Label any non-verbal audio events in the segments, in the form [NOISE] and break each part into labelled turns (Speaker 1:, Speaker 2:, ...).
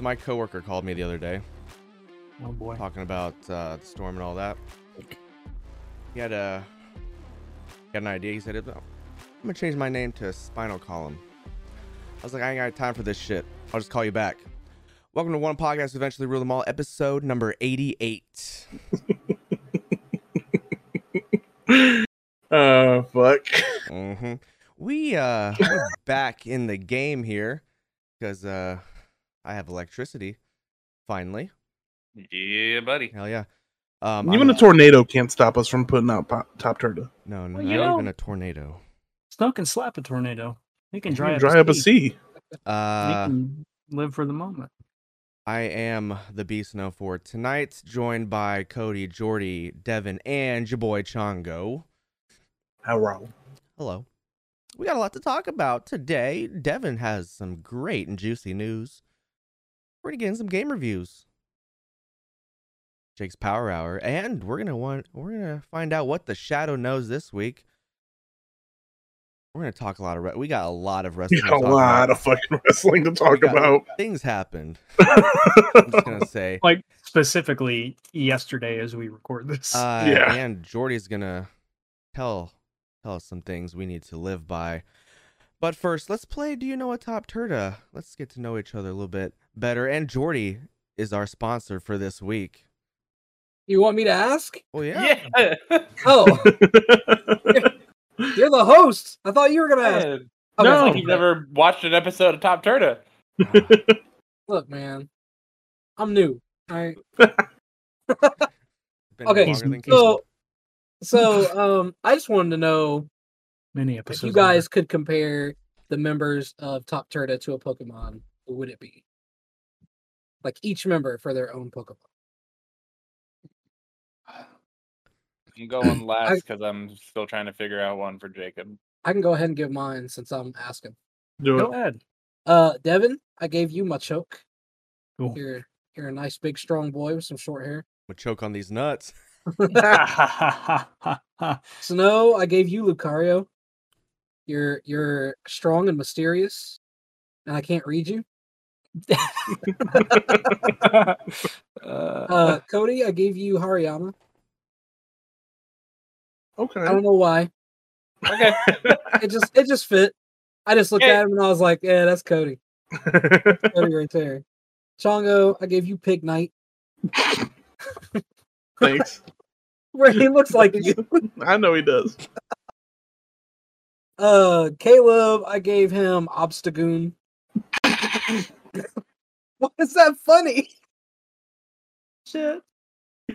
Speaker 1: my coworker called me the other day
Speaker 2: Oh boy.
Speaker 1: talking about uh, the storm and all that. He had a he had an idea. He said, "I'm gonna change my name to Spinal Column." I was like, "I ain't got time for this shit. I'll just call you back." Welcome to One Podcast, eventually rule them all, episode number eighty-eight.
Speaker 2: Uh, fuck.
Speaker 1: hmm We uh we're [LAUGHS] back in the game here because uh I have electricity finally.
Speaker 3: Yeah, buddy.
Speaker 1: Hell yeah. Um, I'm-
Speaker 4: Even a tornado can't stop us from putting out pop, top turtle.
Speaker 1: no, no,
Speaker 2: Well,
Speaker 1: not
Speaker 2: you know-
Speaker 1: even a tornado.
Speaker 2: Snow can slap a tornado. He can
Speaker 4: You
Speaker 2: dry,
Speaker 4: can
Speaker 2: up,
Speaker 4: dry up a sea.
Speaker 2: He
Speaker 1: Uh,
Speaker 2: can live for the moment.
Speaker 1: I am the Beast No for tonight, joined by Cody, Jordy, Devin, and your boy Chongo.
Speaker 4: How wrong?
Speaker 1: Hello. We got a lot to talk about today. Devin has some great and juicy news. We're gonna get in some game reviews. Jake's Power Hour, and we're gonna want we're gonna find out what the Shadow knows this week. We're gonna talk a lot of re- we got a lot of wrestling.
Speaker 4: You
Speaker 1: to
Speaker 4: got a
Speaker 1: talk
Speaker 4: lot
Speaker 1: about.
Speaker 4: of fucking [LAUGHS] wrestling to talk
Speaker 1: got-
Speaker 4: about.
Speaker 1: things happened. I'm just
Speaker 4: I [LAUGHS]
Speaker 1: gonna say.
Speaker 2: Like specifically yesterday, as we record this.
Speaker 1: Uh,
Speaker 4: Yeah.
Speaker 1: And Jordy's gonna tell tell us some things we need to live by. But first, let's play. Do you know a top turda? Let's get to know each other a little bit better. And Jordy is our sponsor for this week.
Speaker 5: You want me to ask?
Speaker 1: Well,
Speaker 3: [LAUGHS]
Speaker 1: yeah.
Speaker 3: Yeah.
Speaker 5: Oh, you're the host. I thought you were gonna ask. Okay,
Speaker 3: [LAUGHS] No,
Speaker 5: fuck
Speaker 3: you've
Speaker 5: it.
Speaker 3: never watched an episode of Top Turda.
Speaker 5: Look, man, I'm new. All right.
Speaker 1: Been
Speaker 5: Okay,
Speaker 1: longer than
Speaker 5: So, so um, I just wanted to know
Speaker 2: Many
Speaker 5: if
Speaker 2: episodes.
Speaker 5: you guys could compare the members of Top Turtle to a Pokemon. Who would it be? Like each member for their own Pokemon.
Speaker 3: I'm going last because I'm still trying to figure out one for Jacob.
Speaker 5: I can go ahead and give mine since I'm asking.
Speaker 4: Do
Speaker 2: Go
Speaker 4: it.
Speaker 2: ahead.
Speaker 5: Uh, Devin, I gave you Machoke.
Speaker 2: Cool.
Speaker 5: You're you're a nice big strong boy with some short hair.
Speaker 1: [LAUGHS]
Speaker 5: [LAUGHS]
Speaker 1: Would choke on these nuts. [LAUGHS]
Speaker 2: [LAUGHS]
Speaker 5: [LAUGHS] Snow, I gave you Lucario. You're you're strong and mysterious, and I can't
Speaker 3: [LAUGHS]
Speaker 5: read you. Uh, Cody, I gave you Hariyama. I
Speaker 4: Okay. [LAUGHS]
Speaker 5: don't know why.
Speaker 3: Okay.
Speaker 5: It just it just fit. I just looked
Speaker 3: Yeah.
Speaker 5: at him and I was like, "Yeah, that's Cody. Cody right there." Chongo, I gave you Pig Knight,
Speaker 4: [LAUGHS]
Speaker 5: [LAUGHS]
Speaker 4: Thanks.
Speaker 5: where he looks like you.
Speaker 4: I know he does.
Speaker 5: Uh, Caleb, I gave him Obstagoon. [LAUGHS] Why is that funny? Shit.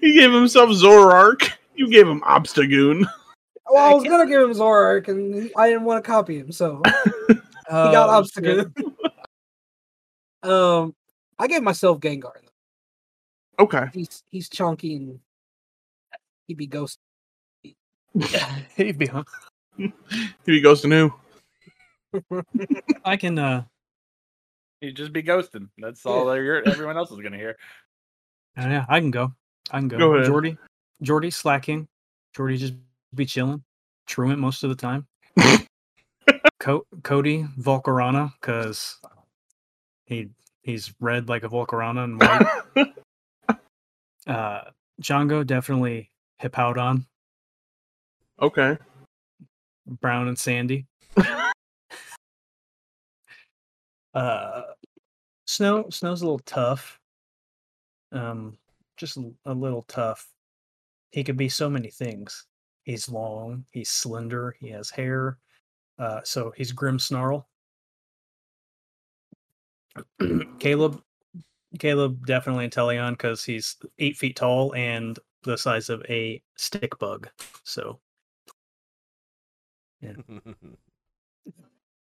Speaker 4: He gave himself Zorark. You gave him Obstagoon.
Speaker 5: Well, I was gonna give him Zorark, and he- I didn't want to copy
Speaker 4: [LAUGHS]
Speaker 5: him, so he got
Speaker 2: Oh, shit.
Speaker 5: Obstagoon. [LAUGHS] um, I gave myself Gengar. Though.
Speaker 4: Okay.
Speaker 5: He's he's chunky and he'd be ghost.
Speaker 2: He'd be hung-
Speaker 4: Here he goes to new.
Speaker 2: I can. Uh,
Speaker 3: You just be ghosting. That's all that you're, everyone else is going to hear.
Speaker 2: I don't know, I can go. I can go.
Speaker 4: Go ahead.
Speaker 2: Jordy. Jordy slacking. Jordy just be chilling. Truant most of the time. Co- Cody Volcarana because he he's red like a Volcarana and white. uh Django definitely Hippowdon,
Speaker 4: okay.
Speaker 2: Brown and Sandy. uh Snow Snow's a little tough. Um just l- a little tough. He could be so many things. He's long, he's slender, he has hair. Uh so he's grim snarl. [CLEARS THROAT] Caleb Caleb definitely Inteleon because he's eight feet tall and the size of a stick bug. So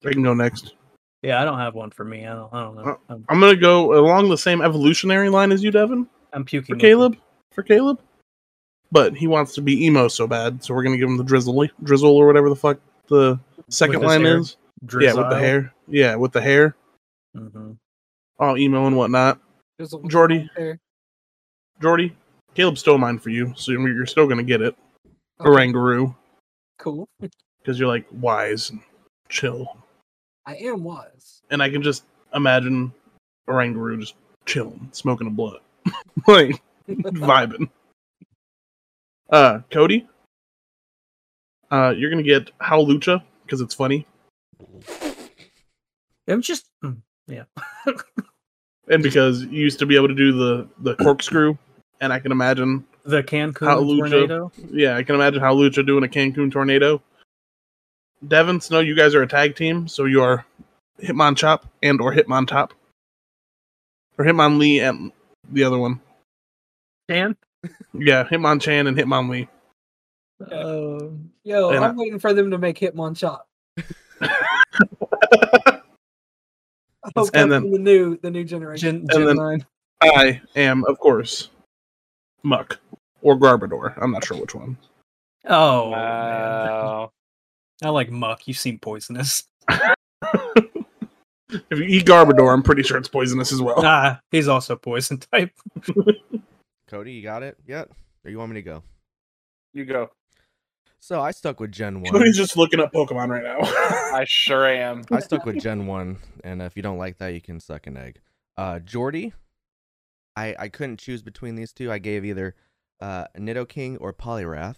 Speaker 4: I can go next.
Speaker 2: Yeah, I don't have one for me. I don't. I don't know. I'm,
Speaker 4: I'm gonna go along the same evolutionary line as you, Devin,
Speaker 2: I'm puking.
Speaker 4: for
Speaker 2: open.
Speaker 4: Caleb. For Caleb. But he wants to be emo so bad, so we're gonna give him the drizzle drizzle or whatever the fuck the second
Speaker 2: his
Speaker 4: line
Speaker 2: hair.
Speaker 4: is. Yeah, with the
Speaker 2: Drizzile.
Speaker 4: hair. Yeah, with the hair.
Speaker 2: Mhm.
Speaker 4: All emo and whatnot.
Speaker 5: There's a
Speaker 4: Jordy.
Speaker 5: there.
Speaker 4: Jordy, Caleb stole mine for you, so you're you're still gonna get it.
Speaker 5: Okay,
Speaker 4: Orangaroo,
Speaker 5: Cool. [LAUGHS]
Speaker 4: because you're like wise and chill.
Speaker 5: I am wise.
Speaker 4: And I can just imagine Orangaroo just chilling, smoking a blunt, [LAUGHS] like
Speaker 5: [LAUGHS]
Speaker 4: vibing. Uh, Cody, uh, you're gonna get How Lucha because it's funny,
Speaker 2: I'm just mm,
Speaker 4: and because you used to be able to do the the corkscrew, and I can imagine,
Speaker 2: the Cancun
Speaker 4: How Lucha-
Speaker 2: tornado.
Speaker 4: yeah, I can imagine How Lucha doing a Cancun tornado. Devin Snow, you guys are a tag team, so you are Hitmon Chop and or Hitmon Top, or Hitmon Lee and the other one.
Speaker 2: Dan.
Speaker 4: Yeah, Hitmon Chan and Hitmon Lee.
Speaker 2: Um,
Speaker 5: uh, Yo,
Speaker 4: And
Speaker 5: I'm
Speaker 4: I-
Speaker 5: waiting for them to make
Speaker 4: [LAUGHS]
Speaker 5: Hitmon [LAUGHS] Chop. I hope that's
Speaker 4: And then-
Speaker 5: from the new the new generation.
Speaker 2: Gen,
Speaker 4: And
Speaker 2: Gen
Speaker 4: then-
Speaker 2: nine.
Speaker 4: I am, of course, Muck or Garbador. I'm not sure which one.
Speaker 2: Oh, man.
Speaker 3: Wow.
Speaker 2: I like muck. You seem poisonous.
Speaker 4: If you eat Garbador, I'm pretty sure it's poisonous as well.
Speaker 2: Ah, he's also poison type.
Speaker 1: Cody, you got it yet? Or you want me to go?
Speaker 3: You go.
Speaker 1: So I stuck with Gen One.
Speaker 4: Cody's just looking up Pokemon right now.
Speaker 3: I sure am.
Speaker 1: I stuck with Gen 1, and if you don't like that, you can suck an egg. Uh, Jordy, I, I couldn't choose between these two. I gave either uh, Nidoking or Polyrath.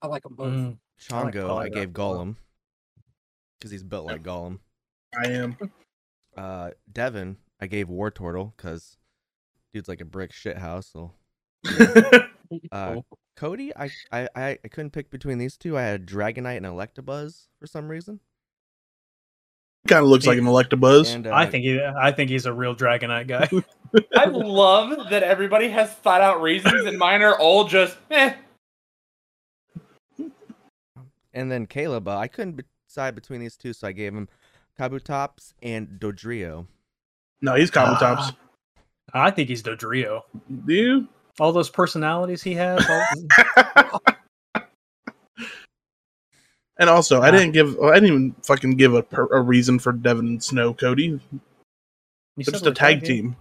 Speaker 5: I like them both.
Speaker 2: Mm, I like
Speaker 1: Chongo, I,
Speaker 2: Poliwrath
Speaker 1: gave
Speaker 2: a lot.
Speaker 1: Gollum because he's built like Gollum.
Speaker 4: I [LAUGHS] am.
Speaker 1: Uh, Devin, I gave War Turtle because dude's like a brick shit house.
Speaker 2: [LAUGHS]
Speaker 1: So, uh,
Speaker 2: Cool.
Speaker 1: Cody, I, I I I couldn't pick between these two. I had Dragonite and Electabuzz for some reason.
Speaker 4: kind of looks like an Electabuzz.
Speaker 1: And,
Speaker 2: I
Speaker 1: uh,
Speaker 2: think he, I think he's a real Dragonite
Speaker 4: [LAUGHS]
Speaker 2: guy.
Speaker 3: I love that everybody has thought out reasons, and mine are all just eh.
Speaker 1: And then Caleb, uh, I couldn't be- decide between these two, so I gave him Kabutops and Dodrio.
Speaker 4: no, he's Combo Tops.
Speaker 2: Ah. I think he's Dodrio.
Speaker 4: Do you?
Speaker 2: All those personalities he has.
Speaker 4: [LAUGHS]
Speaker 2: all-
Speaker 4: and also, I
Speaker 2: Ah.
Speaker 4: didn't give. I didn't even fucking give a, per, a reason for Devin and Snow, Cody.
Speaker 2: You
Speaker 4: They're
Speaker 2: said
Speaker 4: just
Speaker 2: we're
Speaker 4: a tag team.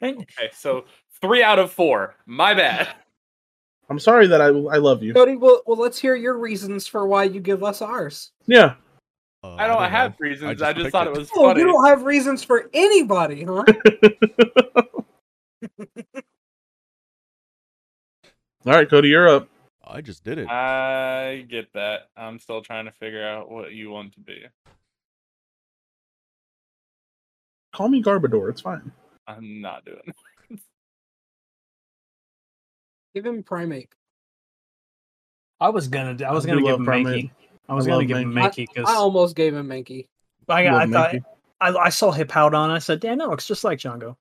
Speaker 2: And-
Speaker 3: Okay, so three out of four. My bad.
Speaker 4: I'm sorry that I I love you.
Speaker 5: Cody, well, well, let's hear your reasons for why you give us ours.
Speaker 4: Yeah.
Speaker 1: Uh,
Speaker 3: I don't,
Speaker 1: know.
Speaker 3: have reasons. I
Speaker 1: just
Speaker 3: just,
Speaker 1: picked
Speaker 3: thought
Speaker 1: it.
Speaker 3: it was
Speaker 5: Oh,
Speaker 3: funny.
Speaker 5: you [LAUGHS] don't have reasons for
Speaker 2: [LAUGHS]
Speaker 5: anybody, huh?
Speaker 4: All right, Cody, you're up.
Speaker 1: I just did
Speaker 3: Uh,
Speaker 1: it.
Speaker 3: I get that. I'm still trying to figure out what you want to be.
Speaker 4: Call me Garbador. It's fine.
Speaker 3: I'm not doing. it.
Speaker 5: Give him primate.
Speaker 2: I was gonna, do- I was
Speaker 4: I
Speaker 2: gonna
Speaker 4: do
Speaker 2: give
Speaker 4: love
Speaker 2: him
Speaker 4: Primate.
Speaker 2: Mankey. I was
Speaker 4: I
Speaker 2: gonna
Speaker 4: love
Speaker 2: give him
Speaker 5: Mankey.
Speaker 2: Mankey because
Speaker 5: I almost gave him Mankey.
Speaker 2: I, I,
Speaker 4: Love
Speaker 2: thought
Speaker 4: Mankey.
Speaker 2: I, I saw Hippowdon. I said, "Damn, that looks just like Django."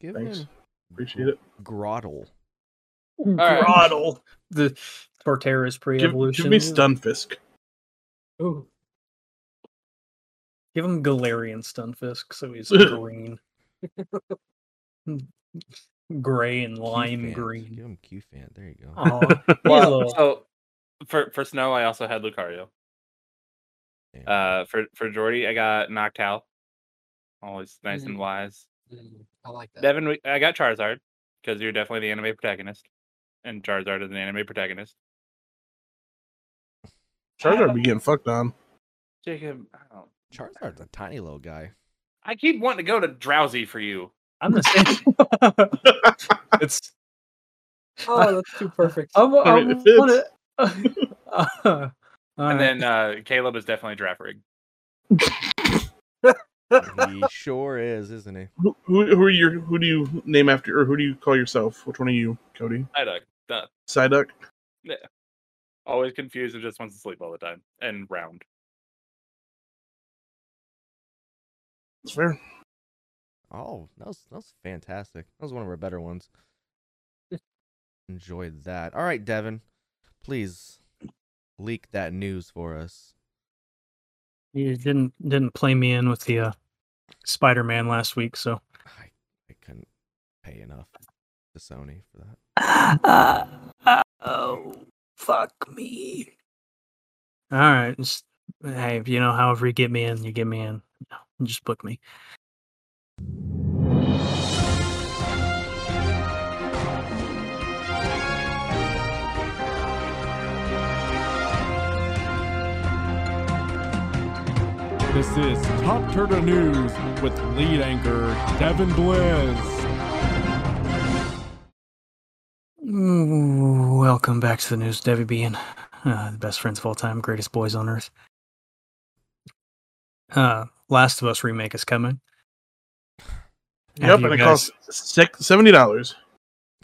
Speaker 1: Give
Speaker 4: Thanks.
Speaker 1: him
Speaker 4: Appreciate it.
Speaker 1: Grottle.
Speaker 3: right.
Speaker 2: Groddle, [LAUGHS] the Torterra's
Speaker 4: Give,
Speaker 2: pre-evolution.
Speaker 4: give me Stunfisk.
Speaker 5: Ooh.
Speaker 2: Give him Galarian Stunfisk, so he's [LAUGHS] green, gray, and lime
Speaker 1: Q-Fan.
Speaker 2: green.
Speaker 3: [LAUGHS]
Speaker 1: Give him Q fan. There you go.
Speaker 2: [LAUGHS] Oh,
Speaker 3: Well, so for for Snow, I also had Lucario.
Speaker 1: Damn.
Speaker 3: Uh, for for Jordy, I got Noctowl. Always nice and
Speaker 5: Mhm.
Speaker 3: wise.
Speaker 5: Mm, I like that.
Speaker 3: Devin, we, I got Charizard because you're definitely the anime protagonist, and Charizard is an anime protagonist.
Speaker 2: [LAUGHS]
Speaker 4: Charizard be getting fucked on.
Speaker 3: Jacob, I, don't,
Speaker 1: Charizard's a tiny little
Speaker 3: [LAUGHS]
Speaker 1: guy.
Speaker 3: I keep wanting to go to Drowsy for you.
Speaker 2: I'm the same. [LAUGHS] it's
Speaker 5: Oh,
Speaker 2: [LAUGHS]
Speaker 5: that's too perfect.
Speaker 2: I, wa- I
Speaker 4: Sorry, it
Speaker 2: wanna- [LAUGHS] Uh,
Speaker 3: And then uh, Caleb is definitely Draftrig.
Speaker 1: he sure is, isn't he?
Speaker 4: Who, who who are your who do you name after or who do you call yourself? Which one are you, Cody?
Speaker 3: Psyduck, duh.
Speaker 4: Psyduck?
Speaker 3: Always confused and just wants to sleep all the time. And round.
Speaker 4: That's fair.
Speaker 1: Oh, that was that was fantastic. That was one of our better ones. Enjoyed that. All right, Devin, please leak that news for us.
Speaker 2: you didn't didn't play me in with the uh, Spider-Man last week, so
Speaker 1: I I couldn't pay enough to Sony for that.
Speaker 2: uh, oh, fuck me. All right. Just, hey, if you know, however you get me in, you get me in. Just book me.
Speaker 6: This is Top Turtle News with lead anchor Devin Blizz.
Speaker 2: Ooh, Welcome back to the news, Debbie Bean. Uh, the best friends of all time, greatest boys on earth. Uh, Last of Us remake is coming. Have
Speaker 4: Yep,
Speaker 2: you
Speaker 4: and it
Speaker 2: guys-
Speaker 4: costs six, seventy dollars.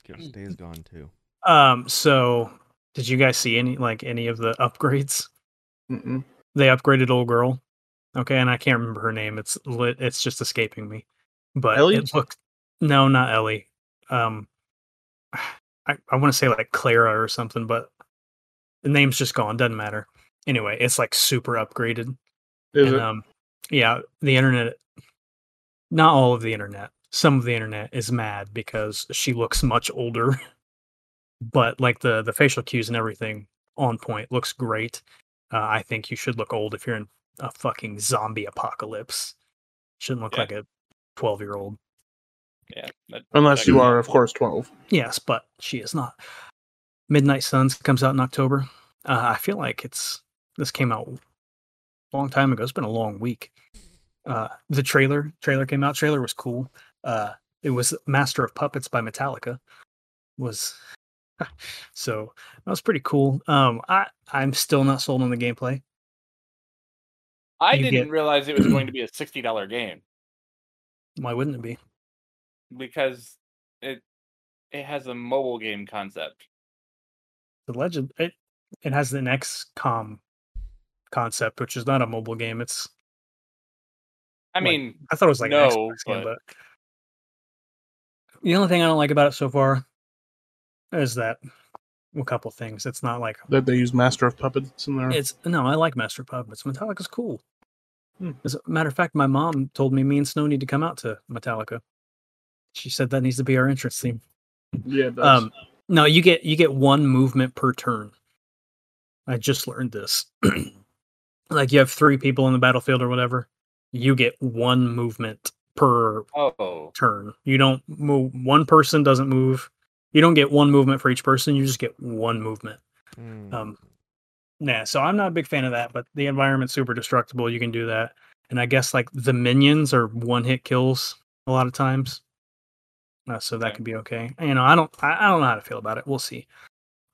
Speaker 7: Gosh, Days gone too.
Speaker 2: Um, so did you guys see any like any of the upgrades?
Speaker 4: Mm-mm.
Speaker 2: They upgraded old girl. Okay, and I can't remember her name. It's lit. It's just escaping me. But
Speaker 4: Ellie?
Speaker 2: it looked no, not Ellie. Um, I I want to say like Clara or something, but the name's just gone. Doesn't matter. Anyway, it's like super upgraded.
Speaker 4: Is
Speaker 2: and,
Speaker 4: it?
Speaker 2: um, yeah, the internet, not all of the internet, some of the internet is mad because she looks much older, [LAUGHS] but like the the facial cues and everything on point looks great. Uh, I think you should look old if you're in a fucking zombie apocalypse. Shouldn't look
Speaker 3: Yeah.
Speaker 2: like a twelve year old.
Speaker 3: Yeah. That,
Speaker 4: Unless you are, of course, twelve.
Speaker 2: Yes, but she is not. Midnight Suns comes out in October. Uh, I feel like it's this came out a long time ago. It's been a long week. Uh, the trailer trailer came out. Trailer was cool. Uh, it was Master of Puppets by Metallica. Was [LAUGHS] so that was pretty cool. Um, I I'm still not sold on the gameplay.
Speaker 3: I
Speaker 2: You
Speaker 3: didn't
Speaker 2: get-
Speaker 3: realize it was going to be a sixty dollar game
Speaker 2: Why wouldn't it be?
Speaker 3: because it it has a mobile game concept.
Speaker 2: The legend it it has the XCOM concept, which is not a mobile game. It's
Speaker 3: I
Speaker 2: Like,
Speaker 3: mean,
Speaker 2: I thought it was like an
Speaker 3: No,
Speaker 2: Xbox game, but... the only thing I don't like about it so far is that a couple things. It's not like
Speaker 4: That they use Master of Puppets in there.
Speaker 2: it's no. I like Master Puppets. Metallica's cool.
Speaker 4: Hmm.
Speaker 2: As a matter of fact, my mom told me me and Snow need to come out to Metallica. She said that needs to be our entrance theme.
Speaker 4: yeah, it does.
Speaker 2: Um, no, you get you get one movement per turn. I just learned this. [CLEARS THROAT] like you have three people on the battlefield or whatever, you get one movement per
Speaker 3: oh,
Speaker 2: turn. You don't move. One person doesn't move. You don't get one movement for each person. You just get one movement.
Speaker 7: Hmm.
Speaker 2: Um, nah. So I'm not a big fan of that. But the environment's super destructible. You can do that. And I guess like the minions are one hit kills a lot of times. Uh, so that
Speaker 3: Okay.
Speaker 2: could be okay. You know, I don't. I, I don't know how to feel about it. We'll see.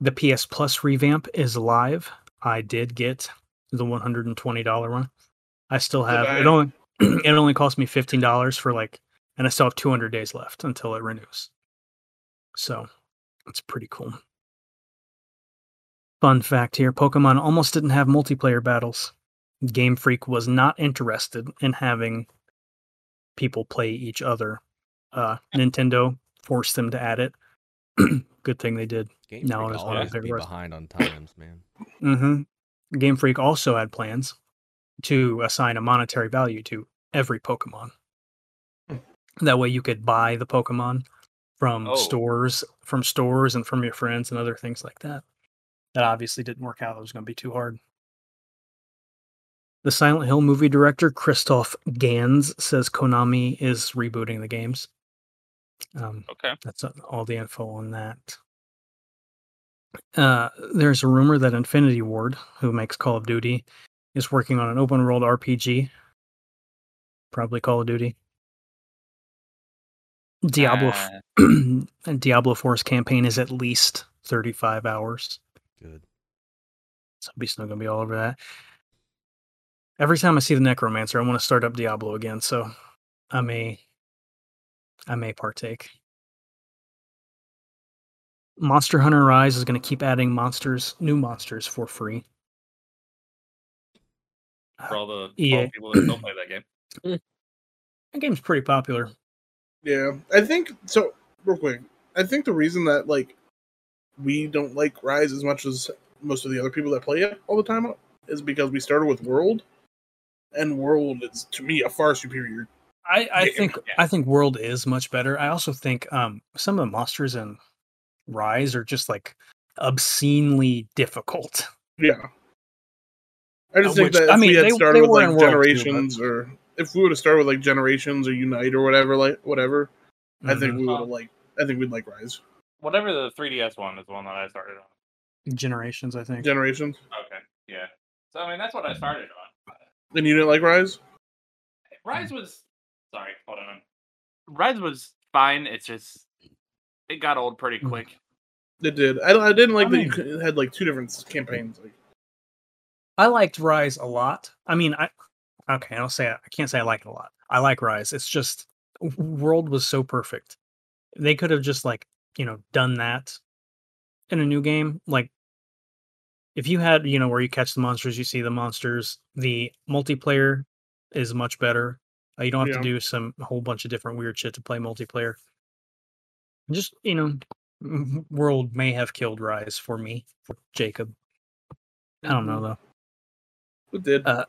Speaker 2: The PS Plus revamp is live. I did get the $120 one. I still
Speaker 4: Did
Speaker 2: have it
Speaker 4: I-
Speaker 2: only. [CLEARS THROAT] it only cost me $15 for like and I still have 200 days left until it renews. So it's pretty cool. Fun fact here Pokemon almost didn't have multiplayer battles. Game Freak was not interested in having people play each other. Uh, Nintendo forced them to add it. [CLEARS THROAT] Good thing they did.
Speaker 7: Game
Speaker 2: no,
Speaker 7: Freak
Speaker 2: it's not
Speaker 7: always
Speaker 2: very
Speaker 7: be
Speaker 2: worth-
Speaker 7: behind on times, man.
Speaker 2: Mm-hmm. Game Freak also had plans to assign a monetary value to every Pokemon. That way, you could buy the Pokemon from
Speaker 3: Oh.
Speaker 2: stores, from stores, and from your friends and other things like that. That obviously didn't work out. It was going to be too hard. The Silent Hill movie director Christoph Gans says Konami is rebooting the games. Um,
Speaker 3: okay.
Speaker 2: that's a- all the info on that. Uh, there's a rumor that Infinity Ward, who makes Call of Duty, is working on an open world RPG. Probably Call of Duty. Diablo f-
Speaker 3: Uh,
Speaker 2: and [CLEARS THROAT] Diablo 4's campaign is at least 35 hours.
Speaker 7: Good.
Speaker 2: So I'm still gonna be all over that. Every time I see the Necromancer, I want to start up Diablo again. So I may, I may partake. Monster Hunter Rise is going to keep adding monsters, new monsters for free.
Speaker 3: for all the
Speaker 2: EA.
Speaker 3: all the people that don't play that game.
Speaker 2: That game's pretty popular.
Speaker 4: Yeah, I think so. Real quick, I think the reason that like we don't like Rise as much as most of the other people that play it all the time is because we started with World, and World is to me a far superior.
Speaker 2: I, I
Speaker 4: Yeah,
Speaker 2: think
Speaker 3: yeah.
Speaker 2: I think World is much better. I also think um, some of the monsters in Rise are just like obscenely difficult.
Speaker 4: Yeah, I
Speaker 2: Uh,
Speaker 4: just think
Speaker 2: which-
Speaker 4: that if
Speaker 2: I mean,
Speaker 4: we had
Speaker 2: they-
Speaker 4: started
Speaker 2: they
Speaker 4: with
Speaker 2: were
Speaker 4: like
Speaker 2: in World too, but-
Speaker 4: Generations or if we would have started with like Generations or Unite or whatever, like whatever, I think
Speaker 2: Mm-hmm.
Speaker 4: we would have like I think we'd like Rise
Speaker 3: Whatever the 3DS one is the one that I started on.
Speaker 2: Mm-hmm. generations. I think.
Speaker 4: Generations.
Speaker 3: Okay, yeah. So I mean, that's what I started on.
Speaker 4: Then you didn't like Rise?
Speaker 3: Rise
Speaker 2: Mm.
Speaker 3: was sorry, hold on. Rise was fine. It's just it got old pretty
Speaker 2: Mm.
Speaker 3: quick.
Speaker 4: It did. I, I didn't like
Speaker 2: I
Speaker 4: that
Speaker 2: mean-
Speaker 4: you could- had like two different campaigns. Like,
Speaker 2: I liked Rise a lot. I mean, I okay, I don't say I can't say I like it a lot. I like Rise. It's just w- World was so perfect. They could have just like you know done that in a new game. Like if you had you know where you catch the monsters, you see the monsters. The multiplayer is much better. Uh, you don't have
Speaker 4: Yeah.
Speaker 2: to do some a whole bunch of different weird shit to play multiplayer. Just you know, m- World may have killed Rise for me, for Jacob. I don't know though.
Speaker 4: it did.
Speaker 2: Uh,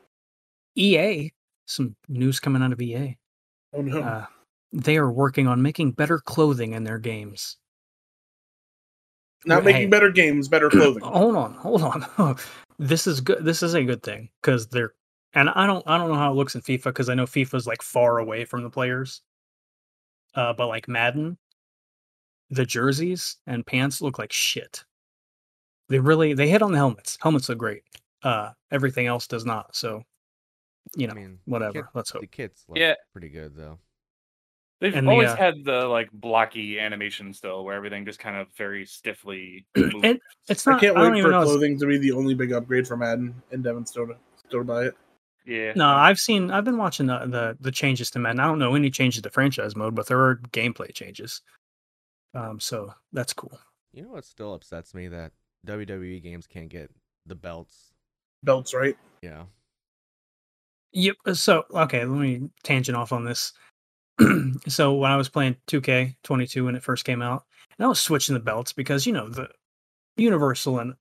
Speaker 2: EA, some news coming out of EA.
Speaker 4: oh no.
Speaker 2: Uh, they are working on making better clothing in their games.
Speaker 4: Not
Speaker 2: hey. Oh,
Speaker 4: making better games, [CLEARS THROAT] better [CLEARS THROAT] clothing.
Speaker 2: Hold on, hold on. [LAUGHS] this is good. This is a good thing because they're and I don't I don't know how it looks in FIFA because I know FIFA's like far away from the players. Uh, but like Madden, the jerseys and pants look like shit. They really they hit on the helmets. Helmets look great. Uh, everything else does not. So, you know,
Speaker 7: mean, the
Speaker 2: whatever.
Speaker 7: kit-
Speaker 2: Let's hope.
Speaker 7: The kit's like,
Speaker 3: Yeah.
Speaker 7: pretty good though.
Speaker 3: They've
Speaker 2: And the,
Speaker 3: always
Speaker 2: uh,
Speaker 3: had the like blocky animation still, where everything just kind of very
Speaker 2: [CLEARS THROAT]
Speaker 3: stiffly. moves.
Speaker 2: And It's
Speaker 4: I
Speaker 2: not. I,
Speaker 4: can't
Speaker 2: don't
Speaker 4: wait
Speaker 2: even
Speaker 4: for
Speaker 2: know. it's-
Speaker 4: clothing to be the only big upgrade for Madden and Devin still to, still to buy it.
Speaker 3: yeah,
Speaker 2: No, I've seen. I've been watching the, the the changes to Madden. I don't know any changes to franchise mode, but there are gameplay changes. Um, so that's cool.
Speaker 7: You know what still upsets me that WWE games can't get the belts.
Speaker 4: Belts, right?
Speaker 7: Yeah.
Speaker 2: [CLEARS THROAT] Yep. uh, So okay, let me tangent off on this. [CLEARS THROAT] so when I was playing 2K22 when it first came out, and I was switching the belts because you know the Universal and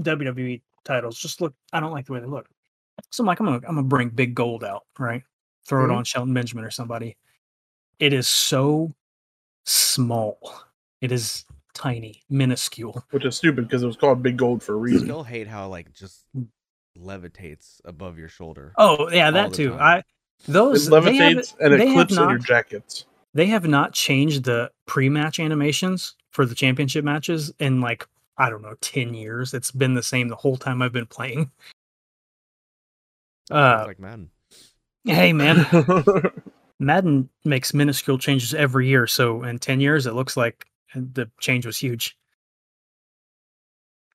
Speaker 2: WWE titles just look. I don't like the way they look. So I'm like, I'm gonna I'm gonna bring big gold out, right? Throw
Speaker 4: Mhm.
Speaker 2: it on Shelton Benjamin or somebody. It is so small. It is tiny, minuscule.
Speaker 4: Which is stupid because it was called Big Gold for a
Speaker 7: I
Speaker 4: reason.
Speaker 7: still hate how like just levitates above your shoulder.
Speaker 2: Oh yeah,
Speaker 7: All
Speaker 2: that
Speaker 7: the
Speaker 2: too.
Speaker 7: time.
Speaker 2: I
Speaker 4: It
Speaker 2: those they have-
Speaker 4: levitates and
Speaker 2: they
Speaker 4: it
Speaker 2: have
Speaker 4: clips in
Speaker 2: not-
Speaker 4: your jackets. [LAUGHS]
Speaker 2: they have not changed the pre-match animations for the championship matches in like I don't know 10 years. It's been the same the whole time I've been playing.
Speaker 7: Sounds
Speaker 2: Uh
Speaker 7: like Madden.
Speaker 2: hey man, Madden makes minuscule changes every year, so in 10 years it looks like the change was huge.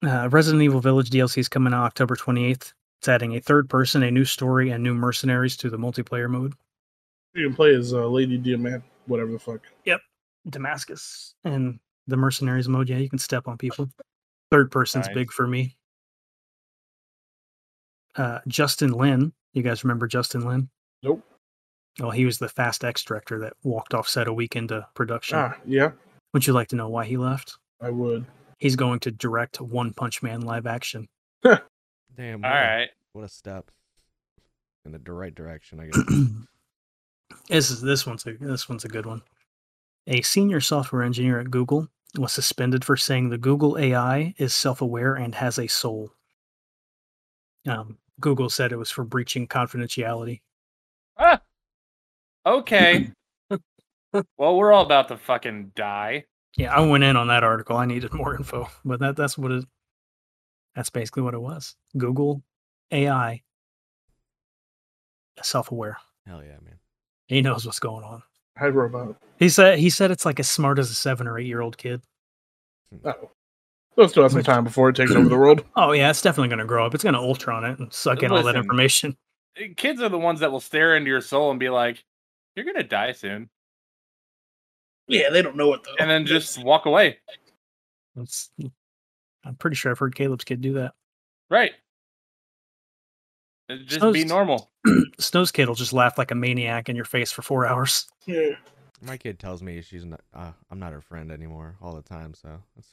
Speaker 2: Uh, Resident Evil Village DLC is coming out October 28th. It's adding a third person, a new story, and new mercenaries to the multiplayer mode.
Speaker 4: you can play as uh, Lady Diamant, whatever the fuck.
Speaker 2: Damascus and the mercenaries mode. Yeah, you can step on people. Third person's
Speaker 3: Nice.
Speaker 2: big for me. Uh, Justin Lin, you guys remember Justin Lin?
Speaker 4: Nope.
Speaker 2: Well, he was the Fast X director that walked off set a week into production.
Speaker 4: Ah, yeah,
Speaker 2: Would you like to know why he left?
Speaker 4: I would.
Speaker 2: He's going to direct One Punch Man live action.
Speaker 7: Damn.
Speaker 3: All
Speaker 7: what a-
Speaker 3: right.
Speaker 7: What a step. In the right direction, I guess.
Speaker 2: [CLEARS THROAT] this is this one's a this one's a good one. A senior software engineer at Google was suspended for saying the Google AI is self-aware and has a soul. Um, Google said it was for breaching confidentiality.
Speaker 7: [LAUGHS]
Speaker 3: Okay. well, we're all about to fucking die.
Speaker 2: Yeah, I went in on that article. I needed [LAUGHS] more info, but that that's what it. That's basically what it was. Google AI self-aware.
Speaker 7: Hell yeah, man.
Speaker 2: He knows what's going on.
Speaker 4: Hi, robot.
Speaker 2: He said he said it's like as smart as a seven or eight year old kid.
Speaker 4: Oh, so it still have some
Speaker 2: Which-
Speaker 4: time before it takes over the world.
Speaker 2: Oh yeah, it's definitely going to grow up. It's going to Ultron it and suck in all that
Speaker 3: Listen.
Speaker 2: information.
Speaker 3: Kids are the ones that will stare into your soul and be like, "You're gonna die soon,"
Speaker 4: [CLEARS THROAT] Yeah, they don't know what. The,
Speaker 3: and
Speaker 4: [LAUGHS]
Speaker 3: then just walk away.
Speaker 2: It's, I'm pretty sure I've heard Caleb's kid do that.
Speaker 3: Right. And Just be
Speaker 2: Toast.
Speaker 3: normal.
Speaker 2: Snow's kid will just laugh like a maniac in your face for four [LAUGHS] hours.
Speaker 4: Yeah.
Speaker 7: My kid tells me she's not. Uh, I'm not her friend anymore all the time. So that's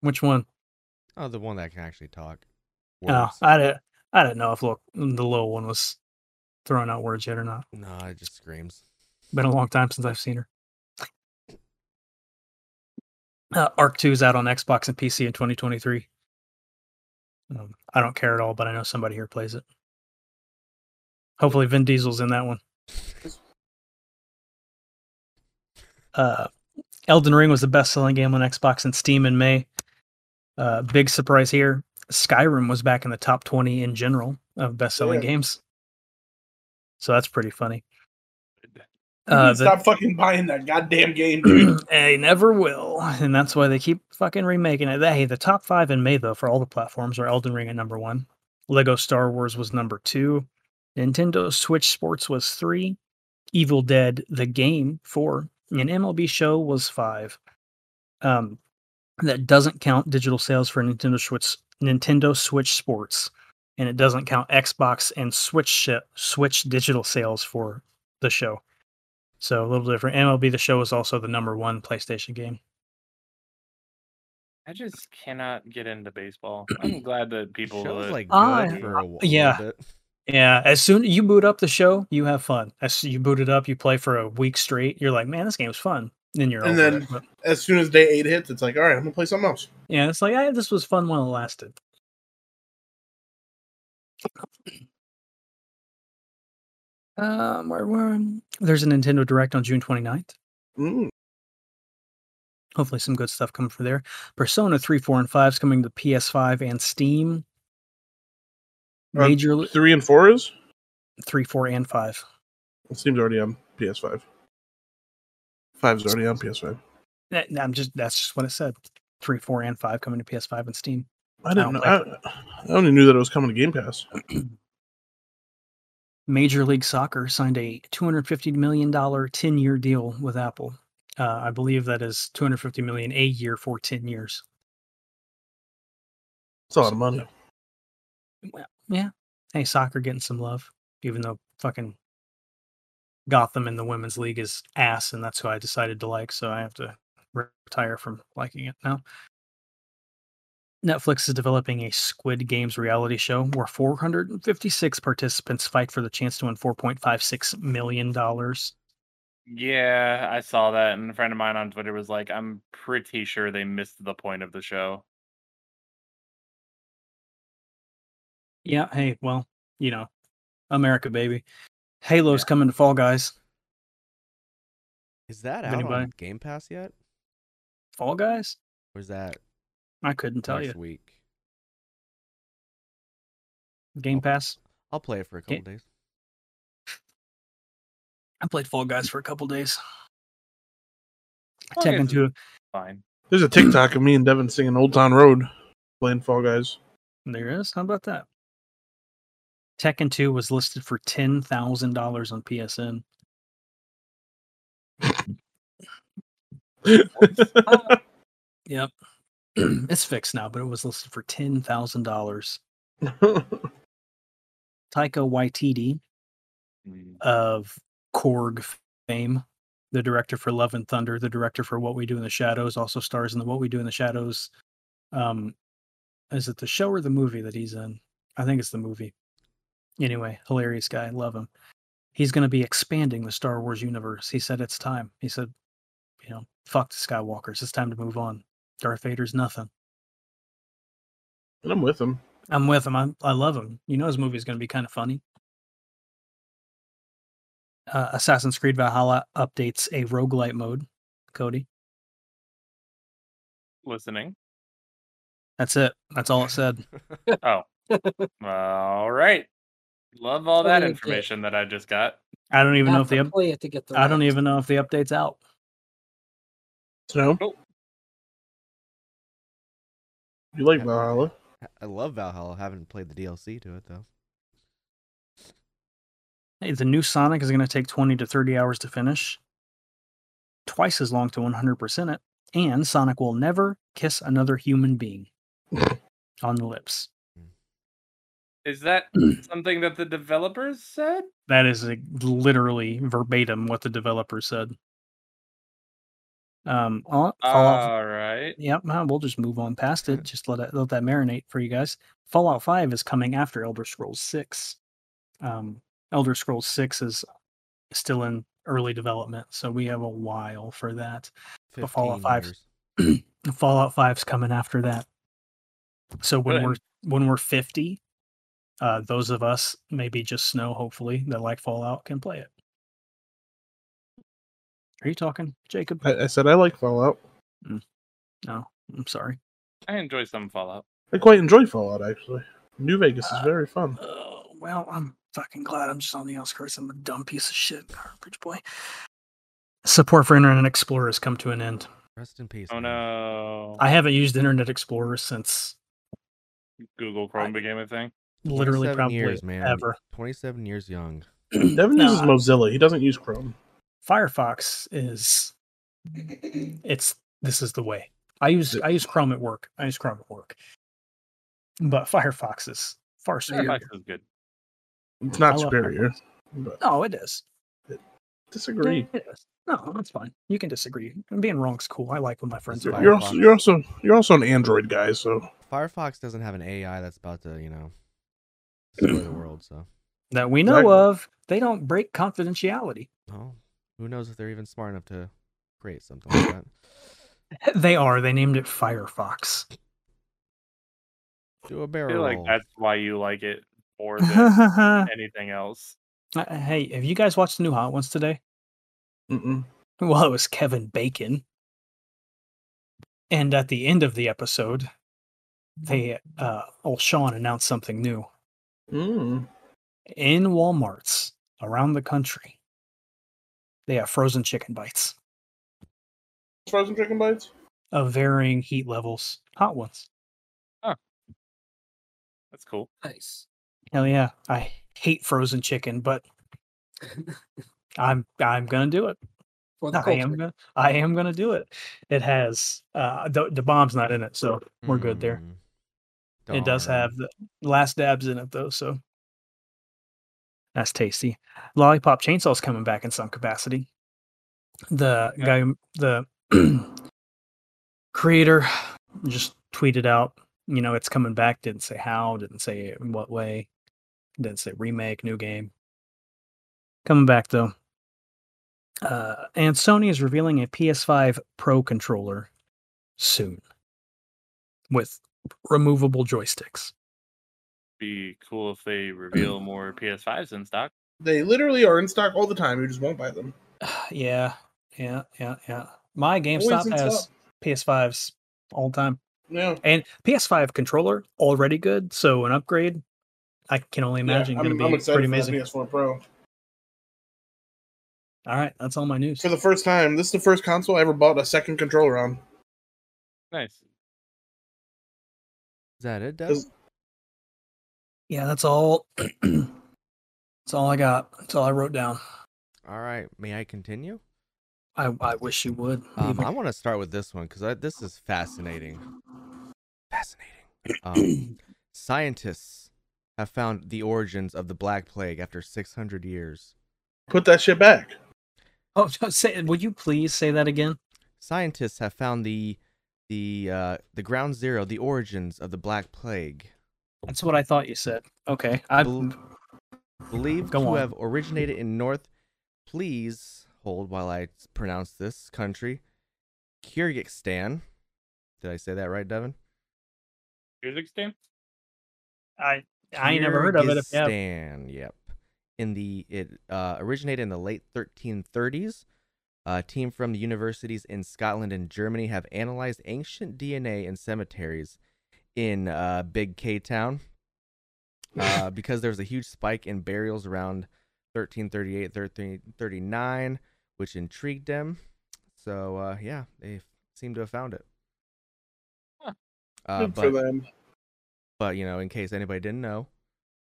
Speaker 2: Which one?
Speaker 7: oh the one that can actually talk.
Speaker 2: Oh,
Speaker 7: Words.
Speaker 2: I didn't. I didn't know if look the little one was throwing out words yet or not.
Speaker 7: no, it just screams.
Speaker 2: Been a long time since I've seen her. Uh, Arc Two is out on Xbox and PC in 2023. Um, I don't care at all, but I know somebody here plays it. Hopefully, Vin Diesel's in that one. Uh, Elden Ring was the best-selling game on Xbox and Steam in May. Uh, big surprise here: Skyrim was back in the top 20 in general of best-selling
Speaker 4: Yeah.
Speaker 2: games. So that's pretty funny.
Speaker 4: Uh,
Speaker 2: Uh, the-
Speaker 4: Stop fucking buying that goddamn [CLEARS THROAT] game, dude.
Speaker 2: I never will, and that's why they keep fucking remaking it. Hey, the top five in May though for all the platforms are Elden Ring at number one, Lego Star Wars was number two, Nintendo Switch Sports was three, Evil Dead the game four, and MLB Show was five. Um, that doesn't count digital sales for Nintendo Switch Nintendo Switch Sports, and it doesn't count Xbox and Switch shi- Switch digital sales for the show. So a little different. MLB The Show is also the number one PlayStation game.
Speaker 3: I just cannot get into baseball.
Speaker 7: [CLEARS THROAT]
Speaker 3: I'm glad that people
Speaker 7: Show's,
Speaker 3: that-
Speaker 7: like good
Speaker 2: I-
Speaker 7: for a, wh- a
Speaker 2: Ah, yeah.
Speaker 7: little bit.
Speaker 2: Yeah, as soon you boot up the show, you have fun. As you boot it up, you play for a week straight. You're like, man, this game's fun. Then you're
Speaker 4: And
Speaker 2: over
Speaker 4: then-
Speaker 2: it. But,
Speaker 4: As soon as day eight hits, it's like, all right, I'm gonna play something else.
Speaker 2: yeah, it's like, hey, this was fun while it lasted. Um, where were there's a Nintendo Direct on June 29th.
Speaker 4: Mm.
Speaker 2: hopefully some good stuff coming from there. Persona 3, 4, and 5 is coming to PS5 and Steam.
Speaker 4: Uh,
Speaker 2: Major li-
Speaker 4: Three and four is.
Speaker 2: 3, 4, and 5.
Speaker 4: It seems already on PS5. Five's already on PS5.
Speaker 2: That- I'm just that's just what it said. 3, 4, and 5 coming to PS5 and Steam.
Speaker 4: I
Speaker 2: don't
Speaker 4: didn't know. I,
Speaker 2: like
Speaker 4: I only knew that it was coming to Game Pass.
Speaker 2: Major League Soccer signed a $250 million 10-year deal with Apple. Uh, I believe that is 250 million a year for 10 years.
Speaker 4: It's a lot of money.
Speaker 2: Yeah. Hey, soccer getting some love, even though fucking Gotham in the women's league is ass, and that's who I decided to like. So I have to re- retire from liking it now. Netflix is developing a Squid Games reality show where 456 participants fight for the chance to win 4.56 million dollars.
Speaker 3: Yeah, I saw that, and a friend of mine on Twitter was like, "I'm pretty sure they missed the point of the show."
Speaker 2: Yeah. Hey, well, you know, America, baby. Halo's coming to Fall Guys.
Speaker 7: Is that
Speaker 2: If
Speaker 7: out
Speaker 2: anybody-
Speaker 7: on Game Pass yet?
Speaker 2: Fall Guys?
Speaker 7: Or is that
Speaker 2: I couldn't tell
Speaker 7: next
Speaker 2: you.
Speaker 7: week?
Speaker 2: Game
Speaker 7: I'll-
Speaker 2: Pass.
Speaker 7: I'll play it for a couple
Speaker 2: Ga-
Speaker 7: days.
Speaker 2: I played Fall Guys for a couple days.
Speaker 3: Fall
Speaker 2: Tekken
Speaker 3: Guys is
Speaker 2: 2.
Speaker 3: Fine.
Speaker 4: There's a TikTok of me and Devin singing Old Town Road, playing Fall Guys.
Speaker 2: There it is. How about that? Tekken 2 was listed for $10,000 on PSN. [LAUGHS] Yep. [CLEARS THROAT] it's fixed now, but it was listed for $10,000. Taika Waititi
Speaker 3: Mm.
Speaker 2: of Korg fame, the director for Love and Thunder, the director for What We Do in the Shadows, also stars in the What We Do in the Shadows. Um, is it the show or the movie that he's in? I think it's the movie. Anyway, hilarious guy. Love him. He's going to be expanding the Star Wars universe. He said it's time. He said, you know, fuck the Skywalkers. It's time to move on. Darth Vader's nothing.
Speaker 4: and I'm with him.
Speaker 2: I'm with him. I, I love him. You know his movie's going to be kind of funny. Uh, Assassin's Creed Valhalla updates a roguelite mode. Cody,
Speaker 3: Listening.
Speaker 2: that's it. That's all it said.
Speaker 3: Oh, all right. Love all
Speaker 5: What
Speaker 3: that
Speaker 5: do you get?
Speaker 3: information that I just got.
Speaker 2: I don't even know if the
Speaker 5: Have to
Speaker 2: up-
Speaker 5: play it to get the
Speaker 2: I don't
Speaker 5: last.
Speaker 2: even know if the update's out.
Speaker 4: Snow,
Speaker 3: Cool.
Speaker 4: you like Valhalla?
Speaker 7: I- I love Valhalla. I haven't played the DLC to it though.
Speaker 2: Hey, the new Sonic is going to take 20 to 30 hours to finish, twice as long to 100% it, and Sonic will never kiss another human being on the lips. [CLEARS THROAT]
Speaker 3: Is that something that the developers said?
Speaker 2: That is like, literally verbatim what the developer said. Um, all, Fallout,
Speaker 3: All right.
Speaker 2: Yep, uh, we'll just move on past it. Just let it, let that marinate for you guys. Fallout Five is coming after Elder Scrolls Six. Um, Elder Scrolls Six is still in early development, so we have a while for that. But Fallout
Speaker 7: 15
Speaker 2: 5 's
Speaker 7: years.
Speaker 2: Fallout 5's coming after that. So when
Speaker 3: Good.
Speaker 2: we're when we're 50, uh, those of us, maybe just Snow, hopefully, that like Fallout can play it. Are you talking, Jacob?
Speaker 4: I, I said I like Fallout.
Speaker 2: I'm sorry.
Speaker 3: I enjoy some Fallout.
Speaker 4: I quite enjoy Fallout actually. New Vegas is very fun.
Speaker 2: Oh, well, I'm fucking glad I'm just on the outskirts. I'm a dumb piece of shit, garbage boy. Support for Internet Explorer has come to an end.
Speaker 1: Rest in peace.
Speaker 3: Oh
Speaker 1: man.
Speaker 3: no.
Speaker 2: I haven't used Internet Explorer since
Speaker 3: Google Chrome became
Speaker 2: [LAUGHS]
Speaker 3: a thing.
Speaker 2: literally
Speaker 1: 27
Speaker 2: probably
Speaker 1: years, man.
Speaker 2: ever.
Speaker 1: 27 years young.
Speaker 2: [CLEARS THROAT]
Speaker 4: Devin
Speaker 2: No,
Speaker 4: uses
Speaker 2: I-
Speaker 4: Mozilla. He doesn't use Chrome.
Speaker 2: Firefox is it's this is the way. I use I use Chrome at work. I use Chrome at work. But Firefox is far superior.
Speaker 3: Firefox is good.
Speaker 4: It's
Speaker 2: I
Speaker 4: not
Speaker 2: love
Speaker 4: superior. But
Speaker 2: No, Oh, it is.
Speaker 4: disagree.
Speaker 2: It is. No, that's fine. You can disagree. And being wrong's cool. I like when my friends are
Speaker 1: It's
Speaker 2: wrong.
Speaker 4: You're also you're also you're also an Android guy, so
Speaker 1: Firefox doesn't have an AI that's about to, you
Speaker 2: [CLEARS THROAT]
Speaker 1: know, destroy the world. So,
Speaker 2: that we know
Speaker 4: Exactly.
Speaker 2: of. They don't break confidentiality. [LAUGHS]
Speaker 1: well, who knows if they're even smart enough to create something like
Speaker 3: [LAUGHS]
Speaker 1: that?
Speaker 2: They are. They named it Firefox.
Speaker 1: Do a
Speaker 3: I
Speaker 1: barrel
Speaker 3: feel like
Speaker 1: roll.
Speaker 3: that's why you like it more than
Speaker 2: [LAUGHS] Uh,
Speaker 3: anything else.
Speaker 2: hey, have you guys watched the new Hot Ones today?
Speaker 4: mm-mm.
Speaker 2: Well, it was Kevin Bacon. And at the end of the episode, they uh old Sean announced something new.
Speaker 4: Mm.
Speaker 2: In Walmarts around the country, they have frozen chicken bites
Speaker 4: frozen chicken bites.
Speaker 2: of varying heat levels, hot ones.
Speaker 3: That's cool.
Speaker 5: Nice. [LAUGHS]
Speaker 2: Hell yeah. I hate frozen chicken, but I'm I'm gonna do it.
Speaker 5: For the
Speaker 2: I am
Speaker 5: culture.
Speaker 2: gonna I am gonna do it. It has uh the, the bomb's not in it, so we're good there.
Speaker 1: Mm.
Speaker 2: It does
Speaker 1: Darn.
Speaker 2: have the last dabs in it though, so that's tasty. Lollipop Chainsaw's coming back in some capacity. The
Speaker 3: Yeah.
Speaker 2: guy, who- the [CLEARS THROAT] creator, just tweeted out, you know, it's coming back. Didn't say how, didn't say in what way, didn't say remake, new game. Coming back though. Uh, and Sony is revealing a PS5 Pro controller soon with removable joysticks.
Speaker 3: Be cool if they reveal
Speaker 2: [CLEARS THROAT]
Speaker 3: more PS5s in stock.
Speaker 4: They literally are in stock all the time. You just won't buy them.
Speaker 2: yeah, yeah, yeah, yeah. My
Speaker 4: Always
Speaker 2: GameStop
Speaker 4: in
Speaker 2: has
Speaker 4: stock.
Speaker 2: PS5s all the time,
Speaker 4: Yeah.
Speaker 2: and PS5 controller already good. So an upgrade, I can only imagine,
Speaker 4: yeah,
Speaker 2: going to be
Speaker 4: excited
Speaker 2: pretty
Speaker 4: for that
Speaker 2: amazing.
Speaker 4: PS4 Pro.
Speaker 2: All right, that's all my news.
Speaker 4: For the first time, this is the first console I ever bought a second controller on.
Speaker 3: Nice.
Speaker 1: Is that it, Dev?
Speaker 4: Does-
Speaker 2: Yeah, that's all. [CLEARS THROAT] that's all I got. That's all I wrote down.
Speaker 1: All right. May I continue?
Speaker 2: I, I wish you would.
Speaker 1: Um,
Speaker 2: even-
Speaker 1: I want to start with this one because this is fascinating. Fascinating.
Speaker 2: [CLEARS THROAT]
Speaker 1: Um, scientists have found the origins of the Black Plague after 600 years.
Speaker 4: Put that shit back.
Speaker 2: oh, just say, would you please say that again?
Speaker 1: Scientists have found the the uh, the ground zero, the origins of the Black Plague,
Speaker 2: That's what I thought you said. Okay, I
Speaker 1: Bel- believed
Speaker 2: Go
Speaker 1: to
Speaker 2: on.
Speaker 1: have originated in North. Please hold while I pronounce this country, Kyrgyzstan. Did I say that right, Devin?
Speaker 3: Kyrgyzstan?
Speaker 2: I I ain't never heard of it. If you have.
Speaker 1: Kyrgyzstan, yep. In the it uh, originated in the late 1330s. A team from the universities in Scotland and Germany have analyzed ancient DNA in cemeteries in uh, Big K Town
Speaker 2: [LAUGHS]
Speaker 1: uh, because there was a huge spike in burials around 1338, 1339, which intrigued them. So uh, yeah, they seem to have found it.
Speaker 3: Huh.
Speaker 2: Ah,
Speaker 1: Uh,
Speaker 4: Good for them.
Speaker 1: but you know, in case anybody didn't know,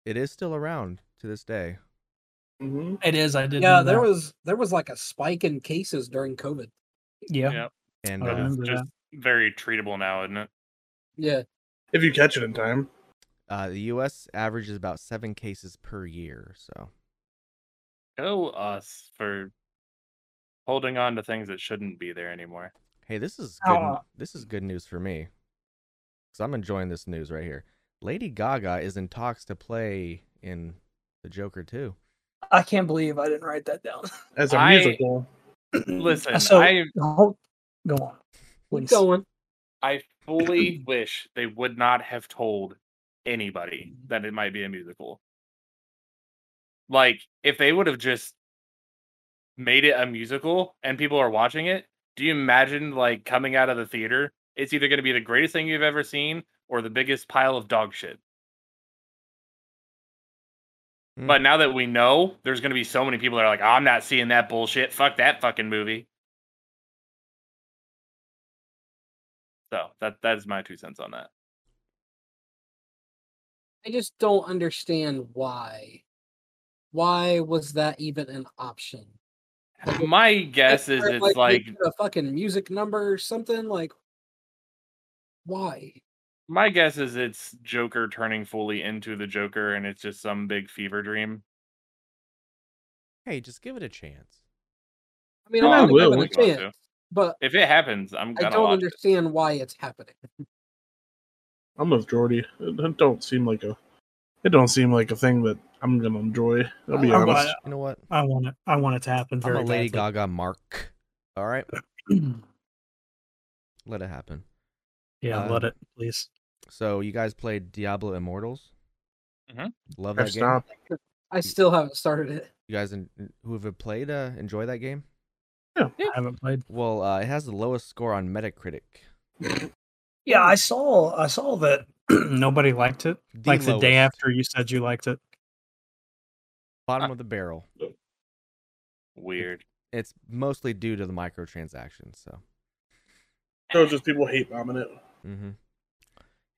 Speaker 1: it is still around to this day.
Speaker 4: hmm
Speaker 2: It is. I did.
Speaker 5: Yeah,
Speaker 2: know
Speaker 5: there
Speaker 2: that.
Speaker 5: was there was like a spike in cases during COVID.
Speaker 2: Yeah,
Speaker 3: Oh, Yeah.
Speaker 1: And
Speaker 2: I
Speaker 1: uh,
Speaker 2: remember
Speaker 3: just-
Speaker 2: that.
Speaker 3: Very treatable now, isn't it?
Speaker 5: Yeah.
Speaker 4: If you catch it in time.
Speaker 1: uh, the U.S. averages about seven cases per year. So
Speaker 3: Go us for holding on to things that shouldn't be there anymore.
Speaker 1: hey, this is good.
Speaker 2: Oh.
Speaker 1: This is good news for me, because I'm enjoying this news right here. Lady Gaga is in talks to play in the Joker too.
Speaker 2: I can't believe I didn't write that down.
Speaker 4: As a
Speaker 3: I-
Speaker 4: musical.
Speaker 3: [CLEARS THROAT] Listen,
Speaker 2: so
Speaker 3: I
Speaker 2: hold, go on.
Speaker 5: Keep
Speaker 2: Please.
Speaker 5: going.
Speaker 3: I fully wish they would not have told anybody that it might be a musical. Like, if they would have just made it a musical and people are watching it, do you imagine like coming out of the theater? It's either going to be the greatest thing you've ever seen or the biggest pile of dog shit.
Speaker 7: Mm.
Speaker 3: But now that we know, there's going to be so many people that are like, I'm not seeing that bullshit. Fuck that fucking movie. So that that is my two cents on that.
Speaker 5: I just don't understand why. Why was that even an option? Like,
Speaker 3: My guess is
Speaker 5: or,
Speaker 3: it's
Speaker 5: they
Speaker 3: like
Speaker 5: did a fucking music number or something like. Why?
Speaker 3: my guess is it's Joker turning fully into the Joker, and it's just some big fever dream.
Speaker 1: Hey, just give it a chance.
Speaker 5: I mean,
Speaker 4: And I
Speaker 5: I'm
Speaker 4: will.
Speaker 5: gonna
Speaker 4: We
Speaker 5: give
Speaker 3: want
Speaker 5: it a
Speaker 3: to.
Speaker 5: chance, but
Speaker 3: If it happens, I'm
Speaker 5: I
Speaker 3: gonna
Speaker 5: don't
Speaker 3: watch it.
Speaker 5: understand why it's happening.
Speaker 4: I'm with Jordy. It it don't seem like a it don't seem like a thing that I'm gonna enjoy. I'll be
Speaker 2: I'm-
Speaker 4: honest.
Speaker 1: You know what?
Speaker 2: I want it. I want it to happen
Speaker 1: I'm
Speaker 2: very
Speaker 1: a Lady
Speaker 2: badly.
Speaker 1: Gaga mark. All right, let it happen.
Speaker 2: [CLEARS THROAT] yeah,
Speaker 1: Uh,
Speaker 2: let it, please.
Speaker 1: So you guys played Diablo Immortals.
Speaker 3: Mhm.
Speaker 1: Love
Speaker 4: I've
Speaker 1: that game.
Speaker 4: stopped.
Speaker 3: Mm.
Speaker 5: I still haven't started it.
Speaker 1: You guys en- who have played uh, enjoy that game.
Speaker 2: I haven't played.
Speaker 1: Well, uh, it has the lowest score on Metacritic.
Speaker 2: Yeah, I saw. I saw that [CLEARS THROAT] nobody liked it.
Speaker 1: The
Speaker 2: like Uh, the day
Speaker 1: lowest.
Speaker 2: after you said you liked it.
Speaker 1: bottom of the barrel.
Speaker 3: Weird.
Speaker 1: It's mostly due to the microtransactions. So,
Speaker 4: It was just people hate bombing it. [LAUGHS]
Speaker 1: hmm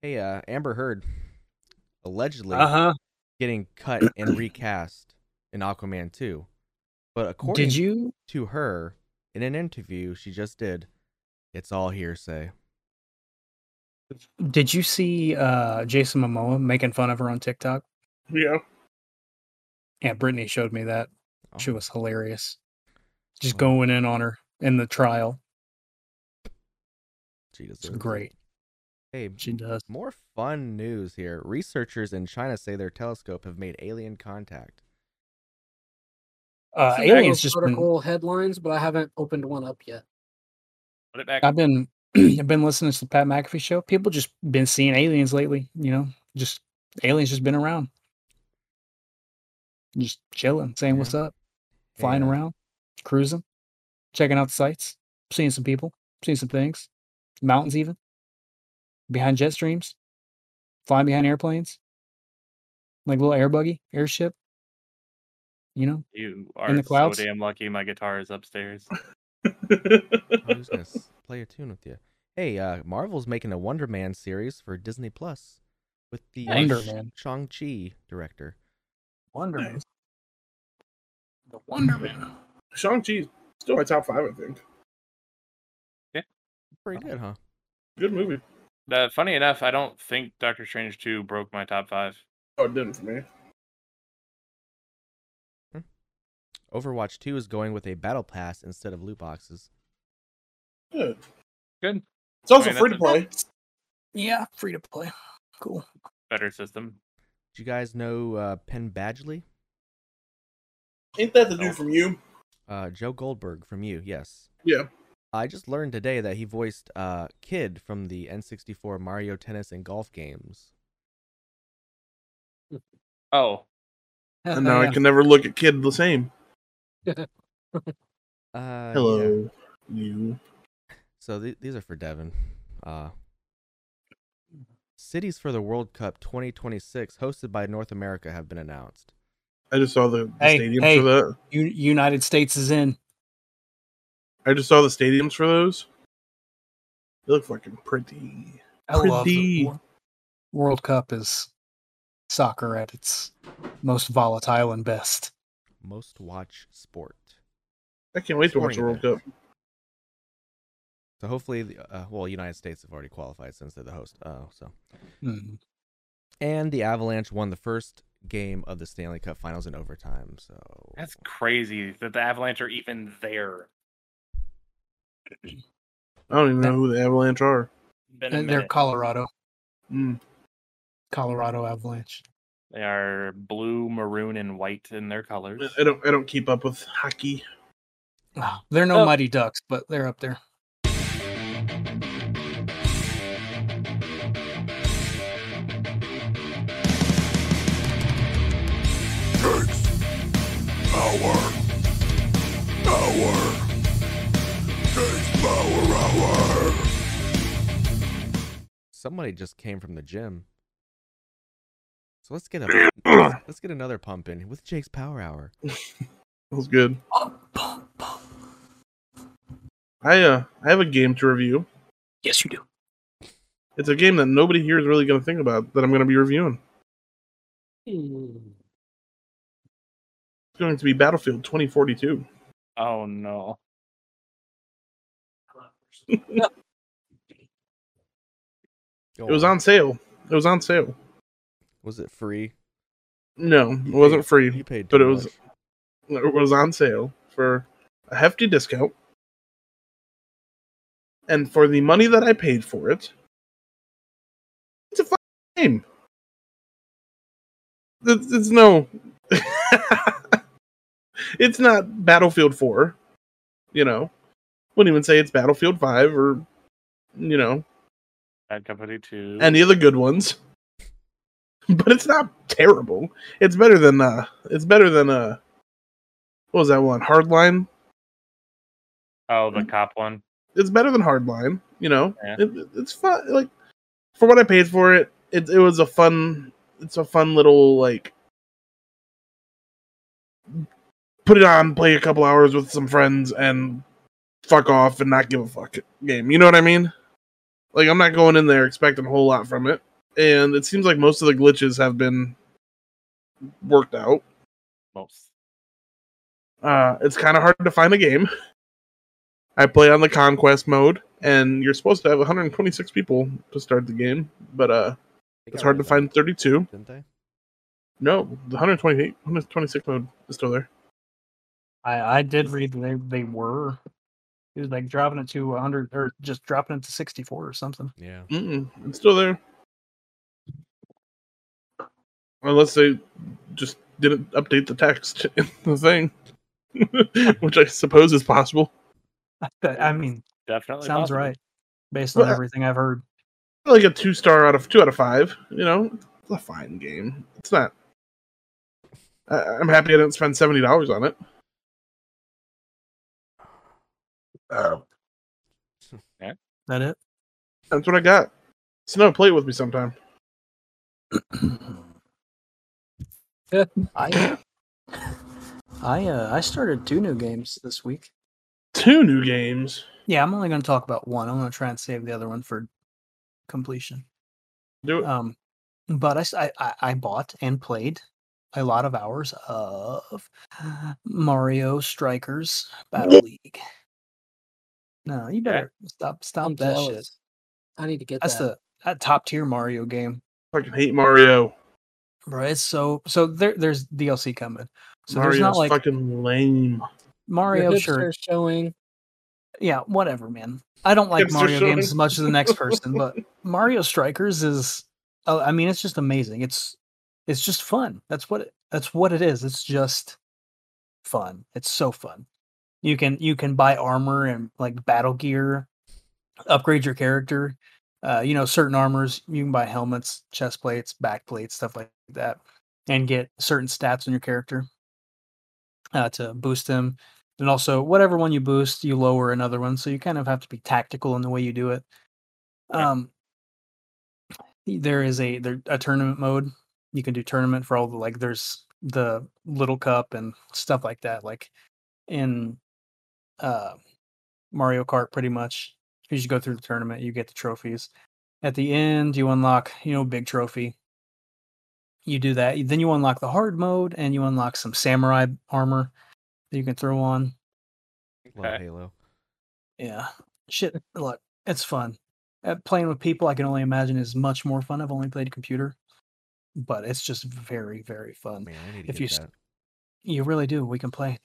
Speaker 1: hey, uh, Amber Heard allegedly
Speaker 2: huh.
Speaker 1: getting cut
Speaker 2: [COUGHS]
Speaker 1: and recast in Aquaman 2, but according
Speaker 2: Did you?
Speaker 1: to her, in an interview she just did, it's all hearsay.
Speaker 2: Did you see uh, Jason Momoa making fun of her on TikTok?
Speaker 4: Yeah. [LAUGHS]
Speaker 2: Yeah, Brittany showed me that. She
Speaker 1: Oh,
Speaker 2: was hilarious. Just
Speaker 1: Oh.
Speaker 2: going in on her in the trial.
Speaker 1: she
Speaker 2: It's
Speaker 1: deserves it.
Speaker 2: great.
Speaker 1: Hey,
Speaker 2: She does.
Speaker 1: more fun news here. Researchers in China say their telescope have made alien contact. [LAUGHS]
Speaker 2: Uh,
Speaker 5: Seen all
Speaker 2: aliens
Speaker 5: those
Speaker 2: just been-
Speaker 5: article headlines, but I haven't opened one up yet.
Speaker 3: Put it back.
Speaker 2: I've been [CLEARS THROAT] I've been listening to the Pat McAfee show. People just been seeing aliens lately, you know, just aliens just been around. Just chilling, saying what's up,
Speaker 1: Hey,
Speaker 2: flying
Speaker 1: uh,
Speaker 2: around, cruising, checking out the sights, seeing some people, seeing some things, mountains even, behind jet streams, flying behind airplanes, like little air buggy, airship, you know,
Speaker 3: You are
Speaker 2: the
Speaker 3: so
Speaker 2: clouds?
Speaker 3: damn lucky. My guitar is upstairs.
Speaker 1: I was gonna s- play a tune with you. Hey, uh, Marvel's making a Wonder Man series for Disney Plus with the uh,
Speaker 2: Wonder
Speaker 1: Sh-
Speaker 2: Man.
Speaker 1: Shang-Chi director.
Speaker 2: Wonder
Speaker 4: Man.
Speaker 2: The Wonder Man.
Speaker 4: Shang Chi's still my top five, I think.
Speaker 1: Pretty good, huh?
Speaker 4: Good movie.
Speaker 3: Uh, funny enough, I don't think Doctor Strange two broke my top five.
Speaker 4: Oh, it didn't for me.
Speaker 1: Overwatch 2 is going with a battle pass instead of loot boxes.
Speaker 4: Good.
Speaker 3: Good.
Speaker 4: It's also
Speaker 3: Wait,
Speaker 4: free to play.
Speaker 2: that's Yeah, free to play. Cool.
Speaker 3: Better system.
Speaker 1: Did you guys know uh, Penn Badgley?
Speaker 4: Ain't that the
Speaker 2: Oh.
Speaker 4: dude from you?
Speaker 1: Uh, Joe Goldberg from you, yes.
Speaker 4: Yeah.
Speaker 1: I just learned today that he voiced uh, Kid from the N64 Mario Tennis and Golf games.
Speaker 3: Oh,
Speaker 4: [LAUGHS] And now I can never look at kid the same.
Speaker 1: Uh, yeah.
Speaker 4: Hello, you.
Speaker 1: So th- these are for Devin.
Speaker 4: [LAUGHS]
Speaker 1: Uh, cities for the World Cup 2026, hosted by North America, have been announced.
Speaker 4: I just saw the, the
Speaker 2: Hey,
Speaker 4: stadiums
Speaker 2: hey.
Speaker 4: for that.
Speaker 2: U- United States is in.
Speaker 4: I just saw the stadiums for those. They look fucking pretty.
Speaker 2: I love
Speaker 4: Pretty.
Speaker 2: the Wor- World Cup is soccer at its most volatile and best.
Speaker 1: Most watch sport.
Speaker 4: I can't wait to watch the
Speaker 1: Sporting
Speaker 4: World Cup.
Speaker 1: So hopefully, the, uh, well, United States have already qualified since they're the host. Oh, so
Speaker 2: Mhm.
Speaker 1: and the Avalanche won the first game of the Stanley Cup Finals in overtime. So
Speaker 3: that's crazy that the Avalanche are even there.
Speaker 4: I don't even know who the Avalanche are.
Speaker 3: Been a
Speaker 2: And They're
Speaker 3: minute.
Speaker 2: Colorado,
Speaker 4: Mm.
Speaker 2: Colorado Avalanche.
Speaker 3: They are blue, maroon, and white in their colors.
Speaker 4: I don't. I don't keep up with hockey.
Speaker 2: Ah, They're no
Speaker 3: Oh.
Speaker 2: Mighty Ducks, but they're up there.
Speaker 1: somebody just came from the gym. So let's get
Speaker 4: [COUGHS]
Speaker 1: a let's get another pump in with Jake's Power Hour.
Speaker 4: That was good. I uh I have a game to review.
Speaker 2: Yes, you do.
Speaker 4: It's a game that nobody here is really going to think about that I'm going to be reviewing.
Speaker 5: Hmm,
Speaker 4: It's going to be Battlefield 2042.
Speaker 3: Oh no.
Speaker 1: Go
Speaker 4: It
Speaker 1: Oh.
Speaker 4: was on sale. It was on sale.
Speaker 1: Was it free?
Speaker 4: No, it
Speaker 1: You
Speaker 4: wasn't
Speaker 1: paid-
Speaker 4: free.
Speaker 1: You paid,
Speaker 4: but
Speaker 1: too
Speaker 4: it was-
Speaker 1: much.
Speaker 4: It was on sale for a hefty discount. And for the money that I paid for it, it's a fun game. It's, it's no. [LAUGHS] it's not Battlefield 4. You know, wouldn't even say it's Battlefield 5 or, you know,
Speaker 3: Bad Company 2.
Speaker 4: any of the good ones. [LAUGHS] But it's not terrible. It's better than uh it's better than uh what was that one? Hardline?
Speaker 3: oh, the cop one.
Speaker 4: It's better than Hardline, you know.
Speaker 3: Yeah.
Speaker 4: It, it's fun like for what I paid for it, it it was a fun it's a fun little like put it on, play a couple hours with some friends and fuck off and not give a fuck game. You know what I mean? Like I'm not going in there expecting a whole lot from it. And it seems like most of the glitches have been worked out.
Speaker 3: Most.
Speaker 4: Uh, it's kind of hard to find the game. I play on the conquest mode, and you're supposed to have 126 people to start the game, but uh,
Speaker 1: They
Speaker 4: it's
Speaker 1: got
Speaker 4: hard to
Speaker 1: rid of that,
Speaker 4: find 32.
Speaker 1: didn't they?
Speaker 4: No, the 128, 126 mode is still there.
Speaker 2: I I did read they they were. He was like dropping it to 100 or just dropping it to 64 or something. [LAUGHS]
Speaker 1: Yeah.
Speaker 4: Mm-mm, it's still there. Unless they just didn't update the text [LAUGHS] in the thing, which I suppose is possible.
Speaker 2: I, I mean,
Speaker 3: Definitely.
Speaker 2: sounds
Speaker 3: possible.
Speaker 2: right based on
Speaker 4: Well, I-
Speaker 2: everything I've heard.
Speaker 4: like a two star out of two out of five. You know, it's a fine game. It's not. I, I'm happy I didn't spend seventy dollars on it.
Speaker 2: That [LAUGHS] it?
Speaker 4: That's what I got. Snow, play it with me sometime.
Speaker 2: I I uh I started two new games this week.
Speaker 4: Two new games.
Speaker 2: Yeah, I'm only going to talk about one. I'm going to try and save the other one for completion.
Speaker 4: Do it.
Speaker 2: Um, but I s- I, I- I bought and played a lot of hours of Mario Strikers Battle League. No, you better stop stop
Speaker 5: I'm
Speaker 2: that shit.
Speaker 5: jealous. I need to get
Speaker 2: That's
Speaker 5: that.
Speaker 2: the that top tier Mario game,
Speaker 4: fucking hate Mario.
Speaker 2: right? It's So so there there's DLC coming. So
Speaker 4: Mario's
Speaker 2: there's not like
Speaker 4: fucking lame.
Speaker 5: Your
Speaker 2: Mario
Speaker 5: hipster
Speaker 2: sure
Speaker 5: showing.
Speaker 2: yeah, whatever, man. I don't like
Speaker 4: Hipster
Speaker 2: Mario
Speaker 4: showing.
Speaker 2: games as much as the next person, but Mario Strikers is, oh, I mean, it's just amazing. It's, it's just fun. That's what it, that's what it is. It's just fun. It's so fun. You can you can buy armor and like battle gear, upgrade your character. Uh, you know, certain armors you can buy helmets, chest plates, back plates, stuff like that, and get certain stats on your character uh, to boost them and also whatever one you boost you lower another one so you kind of have to be tactical in the way you do it um there is a there a tournament mode you can do tournament for all the like there's the little cup and stuff like that like in uh mario kart pretty much as you go through the tournament you get the trophies at the end you unlock you know big trophy you do that then you unlock the hard mode and you unlock some samurai armor that you can throw on
Speaker 1: Love
Speaker 3: Okay.
Speaker 1: Halo.
Speaker 2: yeah. Shit. Look, it's fun. Uh, playing with people, I can only imagine, is much more fun. I've only played computer, but it's just very, very fun.
Speaker 1: Oh, Man, I need to
Speaker 2: If
Speaker 1: get
Speaker 2: you
Speaker 1: that.
Speaker 2: st- You really do. We can play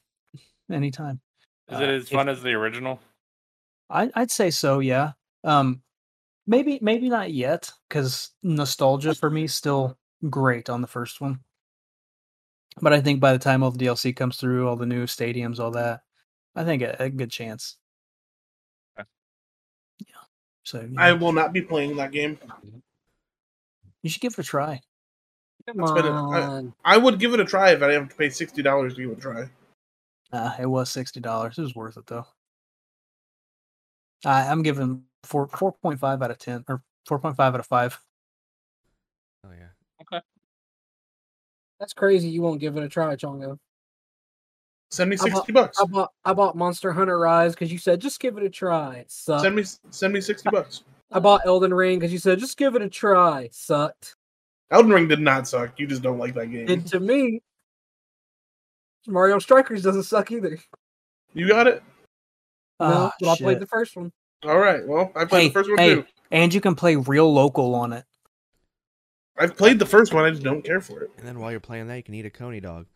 Speaker 2: anytime.
Speaker 3: Is
Speaker 2: Uh,
Speaker 3: it as
Speaker 2: if-
Speaker 3: fun as the original?
Speaker 2: I, I'd say so. Yeah. Um, maybe, maybe not yet, because nostalgia for me is still great on the first one. But I think by the time all the DLC comes through, all the new stadiums, all that, I think a, a good chance. Yeah.
Speaker 3: Okay.
Speaker 2: So yeah.
Speaker 4: I will not be playing that game.
Speaker 2: you should give it a try.
Speaker 5: Come
Speaker 4: That's better. I-
Speaker 5: on.
Speaker 4: I would give it a try if I didn't have to pay sixty dollars to give it a try.
Speaker 2: Uh, it was sixty dollars. It was worth it though. I, I'm giving four four point five out of ten or four point five out of five.
Speaker 1: Oh yeah.
Speaker 3: Okay.
Speaker 5: That's crazy. You won't give it a try, Chongo.
Speaker 4: 70,
Speaker 5: I'm a-
Speaker 4: 60 bucks.
Speaker 5: I bought I bought Monster Hunter Rise because you said just give it a try. It sucked.
Speaker 4: Send me, send me 60 bucks.
Speaker 5: I bought Elden Ring because you said just give it a try. It sucked.
Speaker 4: Elden Ring did not suck. You just don't like that game.
Speaker 5: And to me, Mario Strikers doesn't suck either.
Speaker 4: you got it?
Speaker 5: No,
Speaker 2: Ah,
Speaker 5: but I played
Speaker 2: shit.
Speaker 5: the first one.
Speaker 4: All right. Well, I played
Speaker 2: Hey,
Speaker 4: the first one
Speaker 2: hey.
Speaker 4: too.
Speaker 2: and you can play real local on it.
Speaker 4: I've played the first one. I just don't care for it.
Speaker 7: And then while you're playing that, you can eat a coney dog.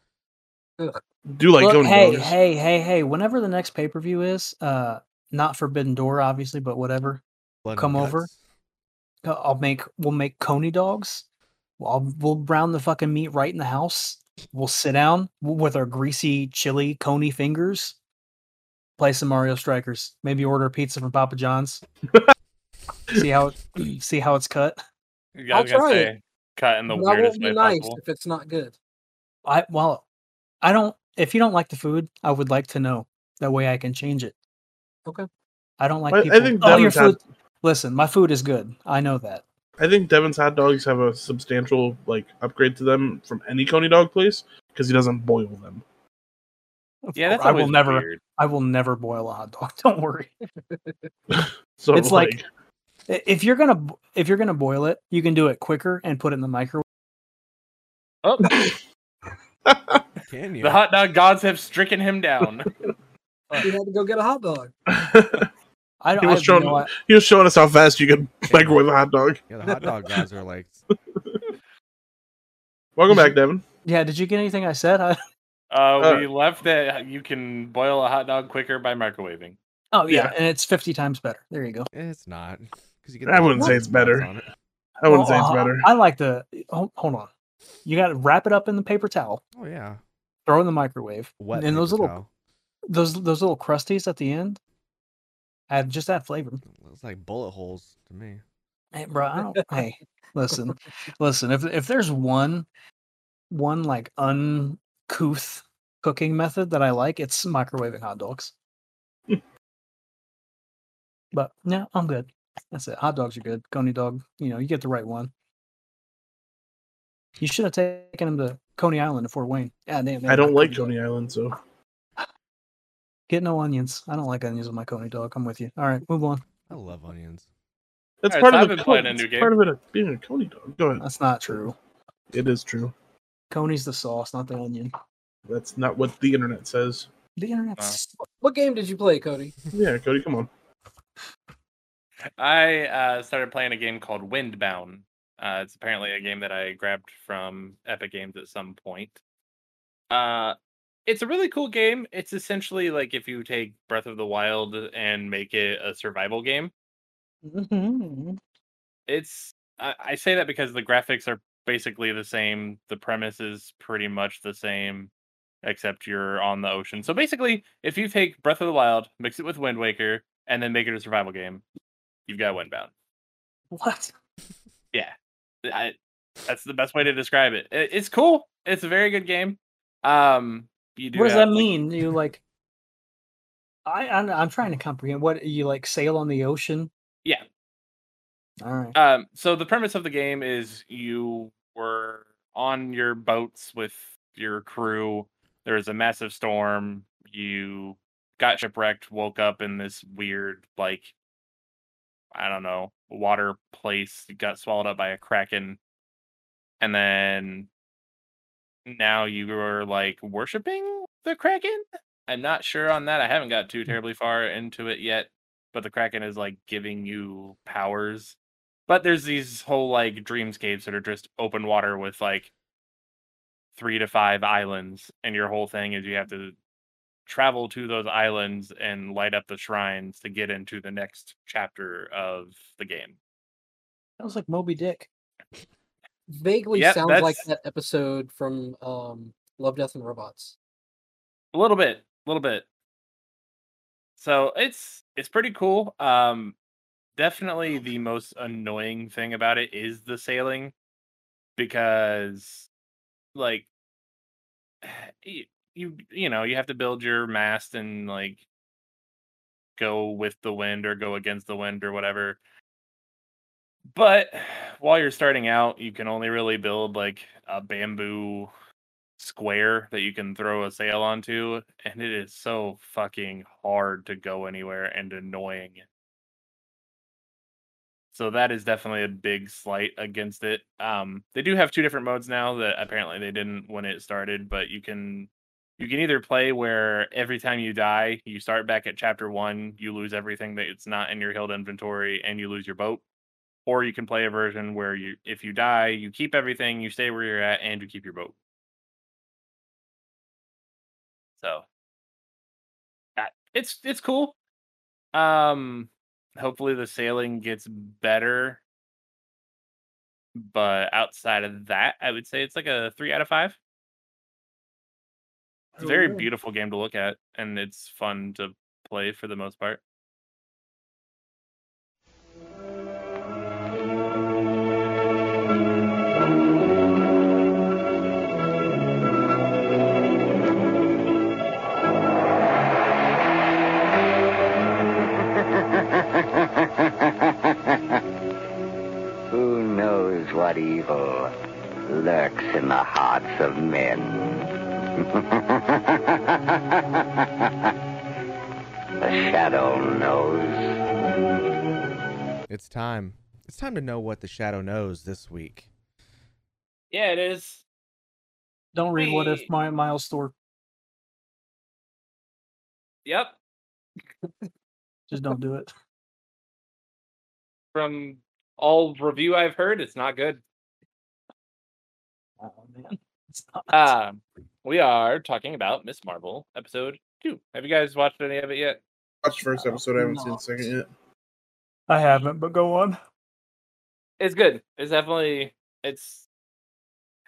Speaker 4: Do like
Speaker 2: Look,
Speaker 4: Coney
Speaker 2: hey,
Speaker 4: Dogs.
Speaker 2: hey, hey, hey! Whenever the next pay per view is, uh, not Forbidden Door, obviously, but whatever,
Speaker 7: Blood and
Speaker 1: [LAUGHS]
Speaker 2: Come over.
Speaker 7: guts.
Speaker 2: Uh, I'll make we'll make coney dogs. I'll, we'll brown the fucking meat right in the house. We'll sit down w- with our greasy chili coney fingers, play some Mario Strikers. Maybe order a pizza from Papa
Speaker 3: [LAUGHS]
Speaker 2: John's. see how it, see how it's cut.
Speaker 3: Yeah, I was
Speaker 5: I'll
Speaker 3: gonna
Speaker 5: try it.
Speaker 3: say, cut in the
Speaker 5: But I
Speaker 3: weirdest
Speaker 5: won't
Speaker 3: way
Speaker 5: be nice
Speaker 3: possible.
Speaker 5: if it's not good.
Speaker 2: I well, I don't. If you don't like the food, I would like to know. That way, I can change it.
Speaker 5: Okay.
Speaker 2: I don't like
Speaker 4: I- I
Speaker 2: people.
Speaker 4: think
Speaker 2: oh,
Speaker 4: that
Speaker 2: your
Speaker 4: would have-
Speaker 2: food. Listen, my food is good. I know that.
Speaker 4: I think Devin's hot dogs have a substantial like upgrade to them from any Coney Dog place because he doesn't boil them.
Speaker 2: Of
Speaker 3: Yeah, that's
Speaker 2: course, I will
Speaker 3: always
Speaker 2: never.
Speaker 3: weird.
Speaker 2: I will never boil a hot dog. [LAUGHS] Don't worry.
Speaker 4: So
Speaker 2: It's like- I- If you're gonna b- if you're gonna boil it, you can do it quicker and put it in the microwave.
Speaker 3: Oh,
Speaker 7: Can you?
Speaker 3: the hot dog gods have stricken
Speaker 2: [LAUGHS]
Speaker 3: him down.
Speaker 4: Ah.
Speaker 5: You had to go get a hot dog.
Speaker 4: [LAUGHS]
Speaker 2: I don't.
Speaker 4: He
Speaker 2: I
Speaker 4: was
Speaker 2: have no
Speaker 4: showing-
Speaker 2: i-
Speaker 4: he was showing us how fast you [LAUGHS] could microwave a hot dog.
Speaker 7: yeah, the hot dog guys are
Speaker 3: [LAUGHS]
Speaker 7: like,
Speaker 4: Welcome back, Devin.
Speaker 2: yeah. Did you get anything I said? I, [LAUGHS]
Speaker 3: Uh, we left that you can boil a hot dog quicker by microwaving.
Speaker 2: oh yeah,
Speaker 4: Yeah.
Speaker 2: and it's fifty times better. There you go.
Speaker 1: "Eh,
Speaker 7: it's not. 'Cause you get
Speaker 4: I
Speaker 7: the
Speaker 4: wouldn't say
Speaker 7: hot
Speaker 4: it's
Speaker 7: dogs
Speaker 4: better.
Speaker 7: on it.
Speaker 4: I wouldn't
Speaker 2: Well,
Speaker 4: say it's
Speaker 2: uh,
Speaker 4: better.
Speaker 2: I like the. Hold, hold on. You got to wrap it up in the paper towel.
Speaker 7: Oh yeah,
Speaker 2: Throw it in the microwave.
Speaker 7: wet.
Speaker 2: and those
Speaker 7: paper
Speaker 2: little
Speaker 7: towel.
Speaker 2: those those little crusties at the end add just add flavor.
Speaker 7: It's like bullet holes to me.
Speaker 2: Hey, bro, I don't, hey, listen, listen. If if there's one one like uncouth cooking method that I like, it's microwaving hot
Speaker 4: [LAUGHS]
Speaker 2: dogs. but no, I'm good. That's it. Hot dogs are good. Coney dog, you know, you get the right one. You should have taken him to Coney Island to Fort Wayne. Yeah, damn.
Speaker 4: I don't like
Speaker 2: Coney.
Speaker 4: Coney Island, so
Speaker 2: Get no onions. I don't like onions on my Coney dog. I'm with you. All right, move on.
Speaker 7: I love onions.
Speaker 4: that's
Speaker 3: Alright,
Speaker 4: part
Speaker 3: so
Speaker 4: of
Speaker 3: I've
Speaker 4: the
Speaker 3: been
Speaker 4: Coney-
Speaker 3: playing a new
Speaker 4: it's
Speaker 3: game.
Speaker 4: part of it being a Coney Dog. Go
Speaker 2: [LAUGHS]
Speaker 4: ahead.
Speaker 2: That's not true.
Speaker 4: It is true.
Speaker 2: Coney's the sauce, not the onion.
Speaker 4: That's not what the internet says.
Speaker 2: The internet's
Speaker 3: Wow.
Speaker 2: s-
Speaker 5: [LAUGHS] What game did you play, Cody?
Speaker 4: Yeah, Cody, come on.
Speaker 3: I uh, started playing a game called Windbound. Uh, it's apparently a game that I grabbed from Epic Games at some point. Uh, it's a really cool game. It's essentially like if you take Breath of the Wild and make it a survival game.
Speaker 4: Mm-hmm.
Speaker 3: It's I, I say that because the graphics are basically the same. The premise is pretty much the same, except you're on the ocean. So basically, if you take Breath of the Wild, mix it with Wind Waker, and then make it a survival game, you've got Windbound.
Speaker 2: what?
Speaker 3: I, that's the best way to describe it. It- It's cool. It's a very good game. Um, you do
Speaker 2: what does
Speaker 3: have,
Speaker 2: that
Speaker 3: like-
Speaker 2: mean? You like? I I'm, I'm trying to comprehend. What you like? Sail on the ocean?
Speaker 3: Yeah.
Speaker 2: All right.
Speaker 3: Um, so the premise of the game is you were on your boats with your crew. There was a massive storm. You got shipwrecked. Woke up in this weird, like, I don't know, water place. You got swallowed up by a kraken, and then now you are like worshiping the kraken. I'm not sure on that. I haven't got too terribly far into it yet, but the kraken is like giving you powers but there's these whole like dreamscapes that are just open water with like three to five islands and your whole thing is you have to travel to those islands and light up the shrines to get into the next chapter of the game
Speaker 2: That was like Moby Dick.
Speaker 5: Vaguely
Speaker 3: Yep,
Speaker 5: sounds like
Speaker 3: that's-
Speaker 5: that episode from um, Love, Death, and Robots.
Speaker 3: a little bit a little bit so it's it's pretty cool um definitely the most annoying thing about it is the sailing because like [SIGHS] y- you you know you have to build your mast and like go with the wind or go against the wind or whatever [SIGHS] but while you're starting out you can only really build like a bamboo square that you can throw a sail onto, and it is so fucking hard to go anywhere and annoying. So that is definitely a big slight against it. Um, they do have two different modes now that apparently they didn't when it started, but you can you can either play where every time you die, you start back at chapter one, you lose everything that it's not in your held inventory, and you lose your boat. Or you can play a version where you, if you die, you keep everything, you stay where you're at, and you keep your boat. So, uh, it's it's cool. Um, hopefully the sailing gets better. But outside of that, I would say it's like a three out of five. It's a very beautiful game to look at, and it's fun to play for the most part.
Speaker 8: [LAUGHS] Who knows what evil lurks in the hearts of men? [LAUGHS] the shadow knows.
Speaker 1: It's time. It's time to know what the shadow knows this week.
Speaker 3: Yeah, it is.
Speaker 2: Don't read what if
Speaker 3: Wait.
Speaker 2: my Miles Thorpe.
Speaker 3: Yep.
Speaker 2: Just don't do it.
Speaker 3: From all review I've heard, it's not good.
Speaker 2: [LAUGHS] Oh man, it's not.
Speaker 3: Um, we are talking about Miss Marvel episode two. Have you guys watched any of it yet?
Speaker 4: Watched first episode. I haven't seen the second yet.
Speaker 2: I haven't, but go on.
Speaker 3: It's good. It's definitely it's.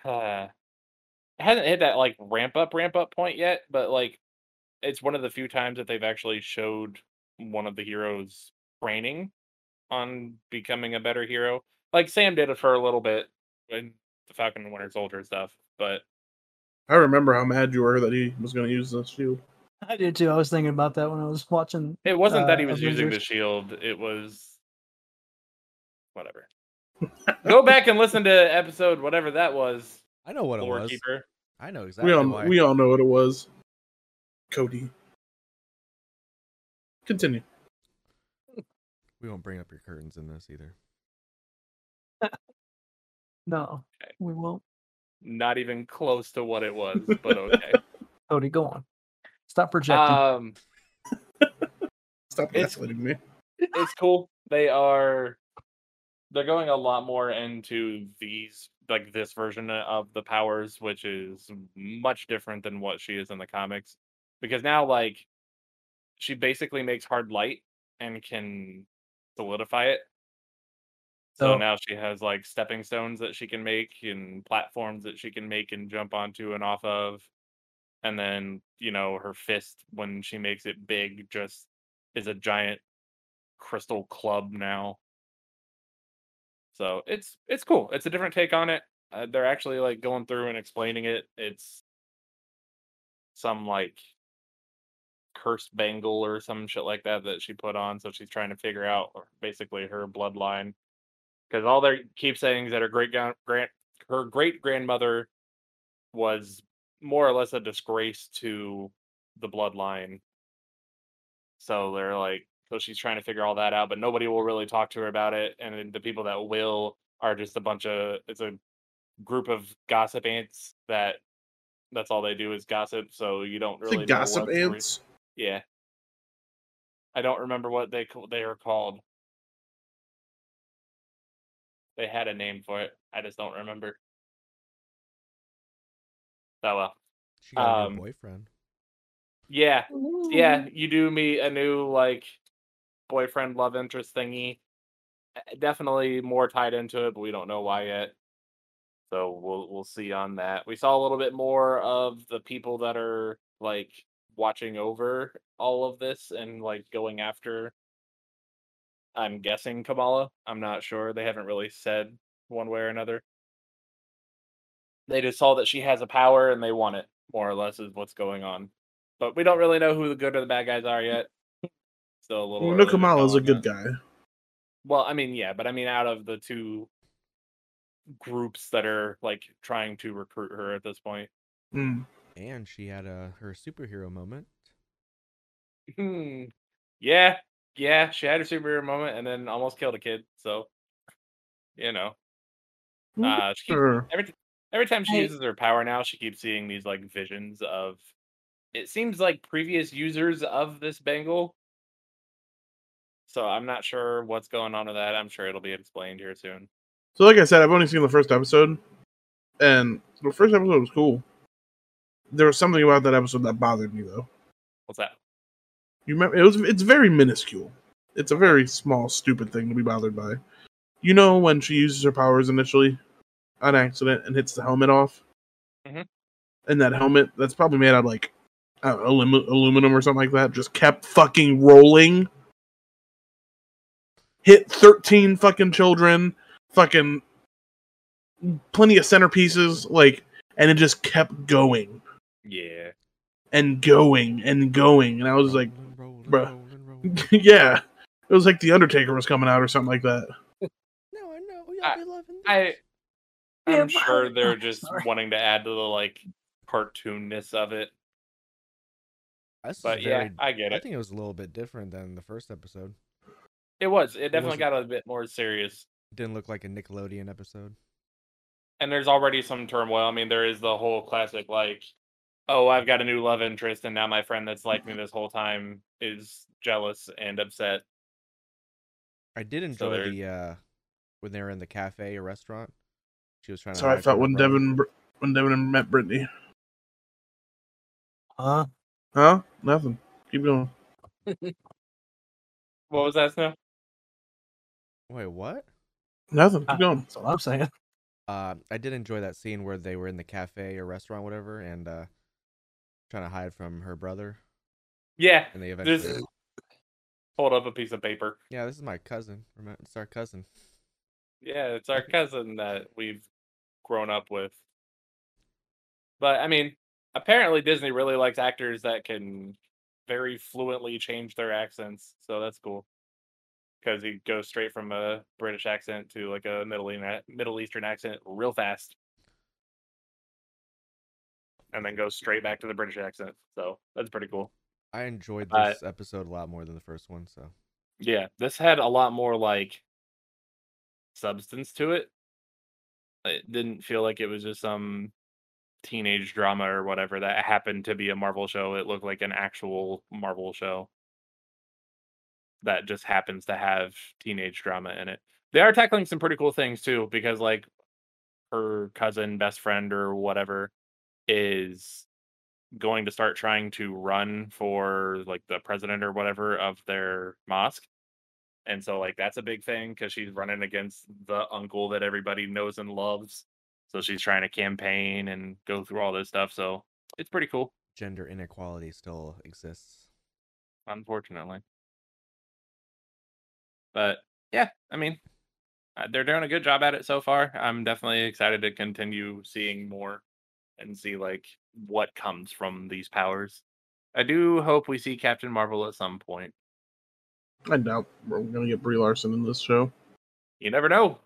Speaker 3: Uh, it hasn't hit that like ramp up ramp up point yet, but like, it's one of the few times that they've actually showed one of the heroes training on becoming a better hero. Like Sam did it for a little bit in the Falcon and Winter Soldier stuff, but
Speaker 4: I remember how mad you were that he was going to use the shield.
Speaker 2: [LAUGHS] I did too. I was thinking about that when I was watching.
Speaker 3: It wasn't that he
Speaker 2: uh,
Speaker 3: was using the
Speaker 2: Avengers.
Speaker 3: shield. It was whatever. Go back and listen to episode whatever that was.
Speaker 1: I know what it
Speaker 3: Lore
Speaker 1: was.
Speaker 3: keeper.
Speaker 1: I know exactly
Speaker 4: We all
Speaker 1: why.
Speaker 4: we all know what it was. Cody. Continue.
Speaker 1: we won't bring up your curtains in this either.
Speaker 2: No,
Speaker 3: Okay.
Speaker 2: we won't.
Speaker 3: Not even close to what it was, but okay.
Speaker 2: Cody, go on. Stop projecting.
Speaker 3: um,
Speaker 4: Stop
Speaker 3: It's-
Speaker 4: gaslighting me.
Speaker 3: it's cool. They are they're going a lot more into these like this version of the powers, which is much different than what she is in the comics. Because now like she basically makes hard light and can solidify it. So
Speaker 2: So-
Speaker 3: now she has like stepping stones that she can make and platforms that she can make and jump onto and off of. And then, you know, her fist when she makes it big just is a giant crystal club now. So it's it's cool. It's a different take on it. Uh, they're actually like going through and explaining it. It's some like curse bangle or some shit like that that she put on. So she's trying to figure out basically her bloodline because all they keep saying is that her great gran- grand her great grandmother was more or less a disgrace to the bloodline. So they're like, so she's trying to figure all that out, but nobody will really talk to her about it. And then the people that will are just a bunch of it's a group of gossip ants that that's all they do is gossip. So you don't
Speaker 4: It's
Speaker 3: really
Speaker 4: like
Speaker 3: know
Speaker 4: gossip
Speaker 3: what's re-
Speaker 4: ants.
Speaker 3: yeah. I don't remember what they ca- they are called. They had a name for it. I just don't remember. Oh well.
Speaker 1: She got a
Speaker 3: Um,
Speaker 1: new boyfriend.
Speaker 3: Yeah. Yeah, you do meet a new like boyfriend love interest thingy. Uh, Definitely more tied into it, but we don't know why yet. So we'll we'll see on that. We saw a little bit more of the people that are like watching over all of this and like going after I'm guessing Kamala. I'm not sure. They haven't really said one way or another. They just saw that she has a power and they want it, more or less is what's going on but we don't really know who the good or the bad guys
Speaker 4: [LAUGHS]
Speaker 3: are yet. Still a little.
Speaker 4: We
Speaker 3: early
Speaker 4: know
Speaker 3: to
Speaker 4: Kamala's
Speaker 3: call
Speaker 4: a
Speaker 3: on
Speaker 4: good
Speaker 3: that.
Speaker 4: guy.
Speaker 3: Well, I mean, yeah, but I mean, out of the two groups that are like trying to recruit her at this point,
Speaker 4: Mm.
Speaker 1: and she had uh, her superhero moment.
Speaker 3: Hmm. Yeah, yeah. She had her superhero moment and then almost killed a kid. So, you know, uh, she keeps,
Speaker 4: Sure.
Speaker 3: every t- every time she
Speaker 5: Hey.
Speaker 3: uses her power now, she keeps seeing these like visions of. It seems like previous users of this bangle. So I'm not sure what's going on with that. I'm sure it'll be explained here soon.
Speaker 4: So, like I said, I've only seen the first episode, and the first episode was cool. There was something about that episode that bothered me, though.
Speaker 3: What's that?
Speaker 4: You remember? It was. It's very minuscule. It's a very small, stupid thing to be bothered by. You know when she uses her powers initially, on accident, and hits the helmet off,
Speaker 3: Mhm.
Speaker 4: and that helmet that's probably made out of like I don't know, alum- aluminum or something like that just kept fucking rolling. Hit thirteen fucking children, fucking plenty of centerpieces, like, and it just kept going
Speaker 3: Yeah.
Speaker 4: and going and going, and I was like,
Speaker 1: Rolling, rolling,
Speaker 4: bruh. [LAUGHS]
Speaker 1: rolling, rolling.
Speaker 4: yeah. It was like The Undertaker was coming out or something like that.
Speaker 1: No, I know. Y'all
Speaker 3: I-
Speaker 1: be loving this.
Speaker 3: I
Speaker 2: Yeah,
Speaker 3: I'm
Speaker 2: but I
Speaker 3: sure
Speaker 2: would-
Speaker 3: they're
Speaker 2: I'm
Speaker 3: just
Speaker 2: sorry.
Speaker 3: wanting to add to the like cartoonness of it.
Speaker 1: This is
Speaker 3: But yeah,
Speaker 1: very-
Speaker 3: I get
Speaker 1: I
Speaker 3: it.
Speaker 1: think it was a little bit different than the first episode.
Speaker 3: It was. It definitely
Speaker 1: wasn't-
Speaker 3: got a bit more serious.
Speaker 1: Didn't look like a Nickelodeon episode.
Speaker 3: And there's already some turmoil. I mean, there is the whole classic like, oh, I've got a new love interest, and now my friend that's liked
Speaker 1: Mm-hmm.
Speaker 3: me this whole time is jealous and upset.
Speaker 1: I did
Speaker 3: So
Speaker 1: enjoy
Speaker 3: there-
Speaker 1: the uh when they were in the cafe or restaurant. She was trying to.
Speaker 4: So I
Speaker 1: hide
Speaker 4: felt
Speaker 1: from her
Speaker 4: when
Speaker 1: brother.
Speaker 4: Devin Br- when Devin met Brittany.
Speaker 2: Huh?
Speaker 4: Huh? Nothing. Keep going.
Speaker 3: What was that, Snow?
Speaker 1: Wait, what?
Speaker 4: Nothing.
Speaker 2: Uh,
Speaker 4: Keep going.
Speaker 2: That's what I'm saying.
Speaker 1: Uh, I did enjoy that scene where they were in the cafe or restaurant, whatever, and uh trying to hide from her brother,
Speaker 3: Yeah.
Speaker 1: and they eventually.
Speaker 3: There's hold up a piece of paper.
Speaker 1: Yeah, this is my cousin. Remember, it's our cousin.
Speaker 3: Yeah, it's our cousin that we've grown up with. But I mean, apparently Disney really likes actors that can very fluently change their accents, so that's cool. Because he goes straight from a British accent to like a Middle Eastern Middle Eastern accent real fast, and then goes straight back to the British accent. So that's pretty cool.
Speaker 1: I enjoyed
Speaker 3: Uh,
Speaker 1: this episode a lot more than the first one. So
Speaker 3: Yeah, this had a lot more like substance to it. It didn't feel like it was just some teenage drama or whatever that happened to be a Marvel show. It looked like an actual Marvel show that just happens to have teenage drama in it. They are tackling some pretty cool things too, because like her cousin, best friend, or whatever is going to start trying to run for like the president or whatever of their mosque. And so like that's a big thing because she's running against the uncle that everybody knows and loves. So she's trying to campaign and go through all this stuff. So it's pretty cool,
Speaker 1: gender inequality still exists.
Speaker 3: unfortunately. But yeah, I mean, uh, they're doing a good job at it so far. I'm definitely excited to continue seeing more and see like what comes from these powers. I do hope we see Captain Marvel at some point.
Speaker 4: I doubt we're gonna get Brie Larson in this show.
Speaker 3: you never know.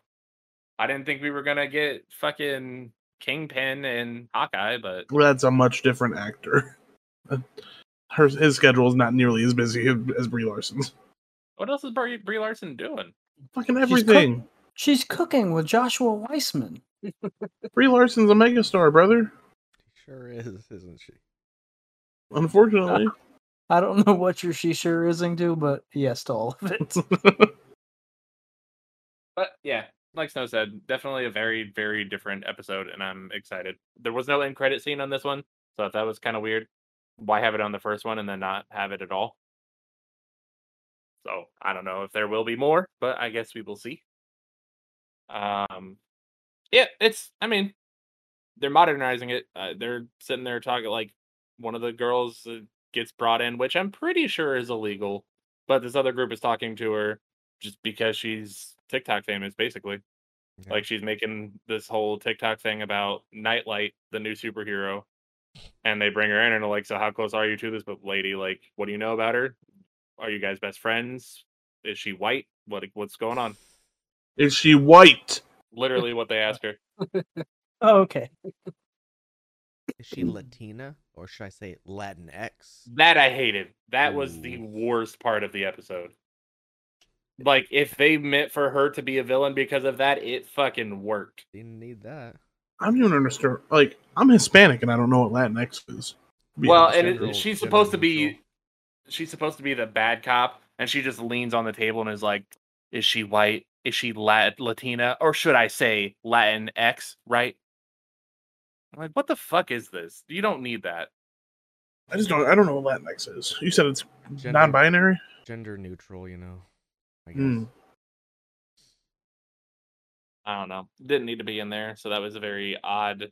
Speaker 3: I didn't think we were gonna get fucking Kingpin and Hawkeye, but
Speaker 4: Well, that's a much different actor. [LAUGHS] Her his schedule is not nearly as busy as Brie Larson's.
Speaker 3: what else is Brie, Brie Larson doing?
Speaker 2: She's
Speaker 4: Fucking
Speaker 2: cook-
Speaker 4: everything.
Speaker 2: She's cooking with Joshua Weissman.
Speaker 4: Brie Larson's a megastar, brother.
Speaker 1: Sure is, [LAUGHS] isn't she?
Speaker 2: [LAUGHS]
Speaker 4: Unfortunately.
Speaker 2: I don't know [LAUGHS] what your she sure is into, but yes to all of it. [LAUGHS]
Speaker 3: But yeah, like Snow said, definitely a very, very different episode, and I'm excited. There was no end credit scene on this one, so that was kind of weird. Why have it on the first one and then not have it at all? So I don't know if there will be more, but I guess we will see. Um, yeah, it's. I mean, they're modernizing it. Uh, they're sitting there talking like one of the girls uh, gets brought in, which I'm pretty sure is illegal, but this other group is talking to her just because she's TikTok famous, basically.
Speaker 1: Yeah.
Speaker 3: Like she's making this whole TikTok thing about Nightlight, the new superhero, and they bring her in and are like, "So how close are you to this but lady? Like, what do you know about her? Are you guys best friends? Is she white? What what's going on?"
Speaker 4: is she white?
Speaker 1: [LAUGHS]
Speaker 3: Literally, what they ask her.
Speaker 2: Oh, okay.
Speaker 1: Is she Latina or should I say Latinx?
Speaker 3: That I hated. That was the
Speaker 1: Ooh.
Speaker 3: worst part of the episode. Like, if they meant for her to be a villain because of that, it fucking worked.
Speaker 1: Didn't need that.
Speaker 4: I don't even understand. Like, I'm Hispanic and I don't know what Latinx is. to be
Speaker 3: well,
Speaker 4: honest.
Speaker 3: and
Speaker 1: General-
Speaker 3: it, she's
Speaker 1: general
Speaker 3: supposed to be,
Speaker 1: neutral.
Speaker 3: she's supposed to be the bad cop, and she just leans on the table and is like, "Is she white? Is she Lat- Latina, or should I say Latin X?" Right? I'm like, what the fuck is this? You don't need that.
Speaker 4: I just don't. I don't know what Latinx is. You said it's
Speaker 1: Gender-
Speaker 4: non-binary.
Speaker 1: Gender neutral, you know. I guess.
Speaker 4: Hmm.
Speaker 3: I don't know. Didn't need to be in there, so that was a very odd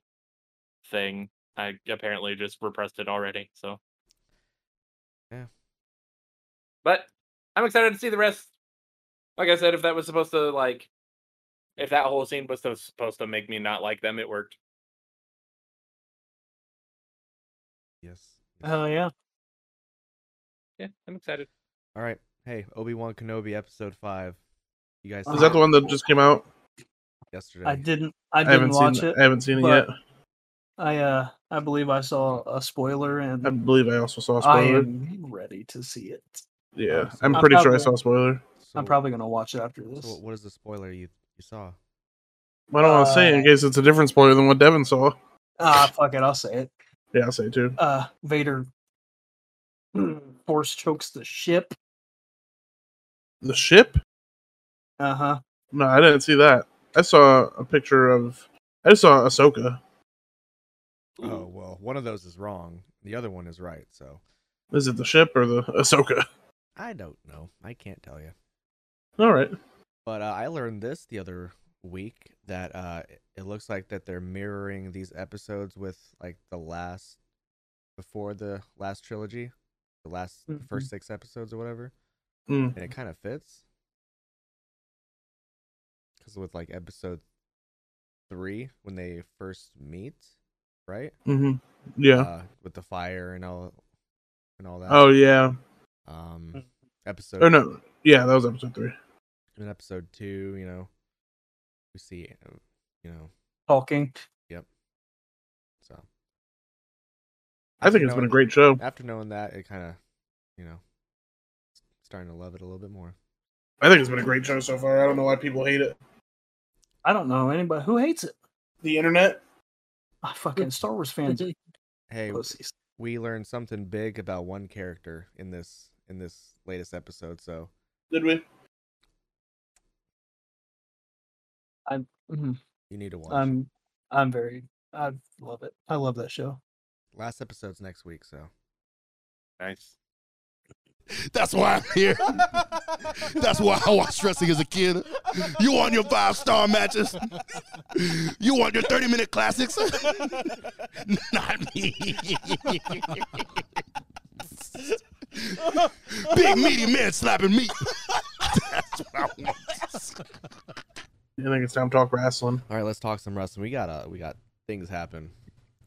Speaker 3: thing. I apparently just repressed it already. So,
Speaker 1: Yeah.
Speaker 3: But I'm excited to see the rest. Like I said, if that was supposed to like, if that whole scene was so- supposed to make me not like them, it worked.
Speaker 1: Yes. yes.
Speaker 2: Hell yeah.
Speaker 3: Yeah, I'm excited.
Speaker 1: All right. Hey, Obi Wan Kenobi episode five. You guys
Speaker 4: Is
Speaker 1: saw
Speaker 4: that the
Speaker 1: it
Speaker 4: one that just came out?
Speaker 1: yesterday?
Speaker 2: I didn't I
Speaker 4: I,
Speaker 2: didn't
Speaker 4: haven't
Speaker 2: watch
Speaker 4: seen.
Speaker 2: it.
Speaker 4: I haven't seen it yet.
Speaker 2: but- I uh I believe I saw a spoiler and
Speaker 4: I believe I also saw a
Speaker 2: I
Speaker 4: spoiler.
Speaker 2: am ready to see it.
Speaker 4: yeah,
Speaker 1: I'm
Speaker 4: I'm
Speaker 1: sorry.
Speaker 4: pretty
Speaker 2: I'm
Speaker 4: sure I
Speaker 2: probably-
Speaker 4: saw a spoiler.
Speaker 1: So,
Speaker 2: I'm probably gonna watch it after this.
Speaker 1: So what is the spoiler you you saw?
Speaker 4: I don't want to say it in
Speaker 2: Uh,
Speaker 4: case it's a different spoiler than what Devin saw.
Speaker 2: Ah, fuck it, I'll say it.
Speaker 4: Yeah, I'll say it too.
Speaker 2: Uh, Vader [CLEARS THROAT] force chokes the ship.
Speaker 4: The ship?
Speaker 2: Uh huh.
Speaker 4: No, I didn't see that. I saw a picture of. I just saw Ahsoka.
Speaker 1: Oh well, one of those is wrong. The other one is right. So
Speaker 4: Is it the ship or the [LAUGHS] Ahsoka?
Speaker 1: I don't know. I can't tell you.
Speaker 4: All right.
Speaker 1: But uh, I learned this the other week that uh, it- it looks like that they're mirroring these episodes with like the last before the last trilogy, the last the first
Speaker 4: Mm-hmm.
Speaker 1: six episodes or whatever,
Speaker 4: Mm.
Speaker 1: and it kind of fits because with like episode three when they first meet, right?
Speaker 4: hmm Yeah.
Speaker 1: Uh, with the fire and all and all that.
Speaker 4: oh yeah.
Speaker 1: Um,
Speaker 2: Mm.
Speaker 1: episode
Speaker 4: Or no. Yeah, that was episode three.
Speaker 1: in episode two, you know, we see, uh, you know,
Speaker 2: Talking.
Speaker 1: so.
Speaker 4: I
Speaker 1: After
Speaker 4: think it's been a
Speaker 1: knowing-
Speaker 4: great show.
Speaker 1: After knowing that, it kind of, you know, s- starting to love it a little bit more.
Speaker 4: I think it's been a great show so far. I don't know why people hate it.
Speaker 2: I don't know anybody who hates it.
Speaker 4: The internet.
Speaker 2: Ah, fucking Star Wars
Speaker 4: Hmm.
Speaker 2: fans are
Speaker 1: Hey, w-
Speaker 2: pussies.
Speaker 1: we learned something big about one character in this in this latest episode. So
Speaker 4: Did we?
Speaker 2: Mhm.
Speaker 1: you need to watch. it.
Speaker 2: I'm I'm very I love it. I love that show.
Speaker 1: Last episode's next week, so
Speaker 3: Nice.
Speaker 9: That's why I'm here. That's why I was stressing as a kid. You want your five star matches. You want your 30 minute classics. [LAUGHS] Not me. Big meaty man slapping meat. [LAUGHS] That's what I want.
Speaker 4: I think it's time to talk wrestling.
Speaker 1: all right, let's talk some wrestling. We got uh, we got things happen.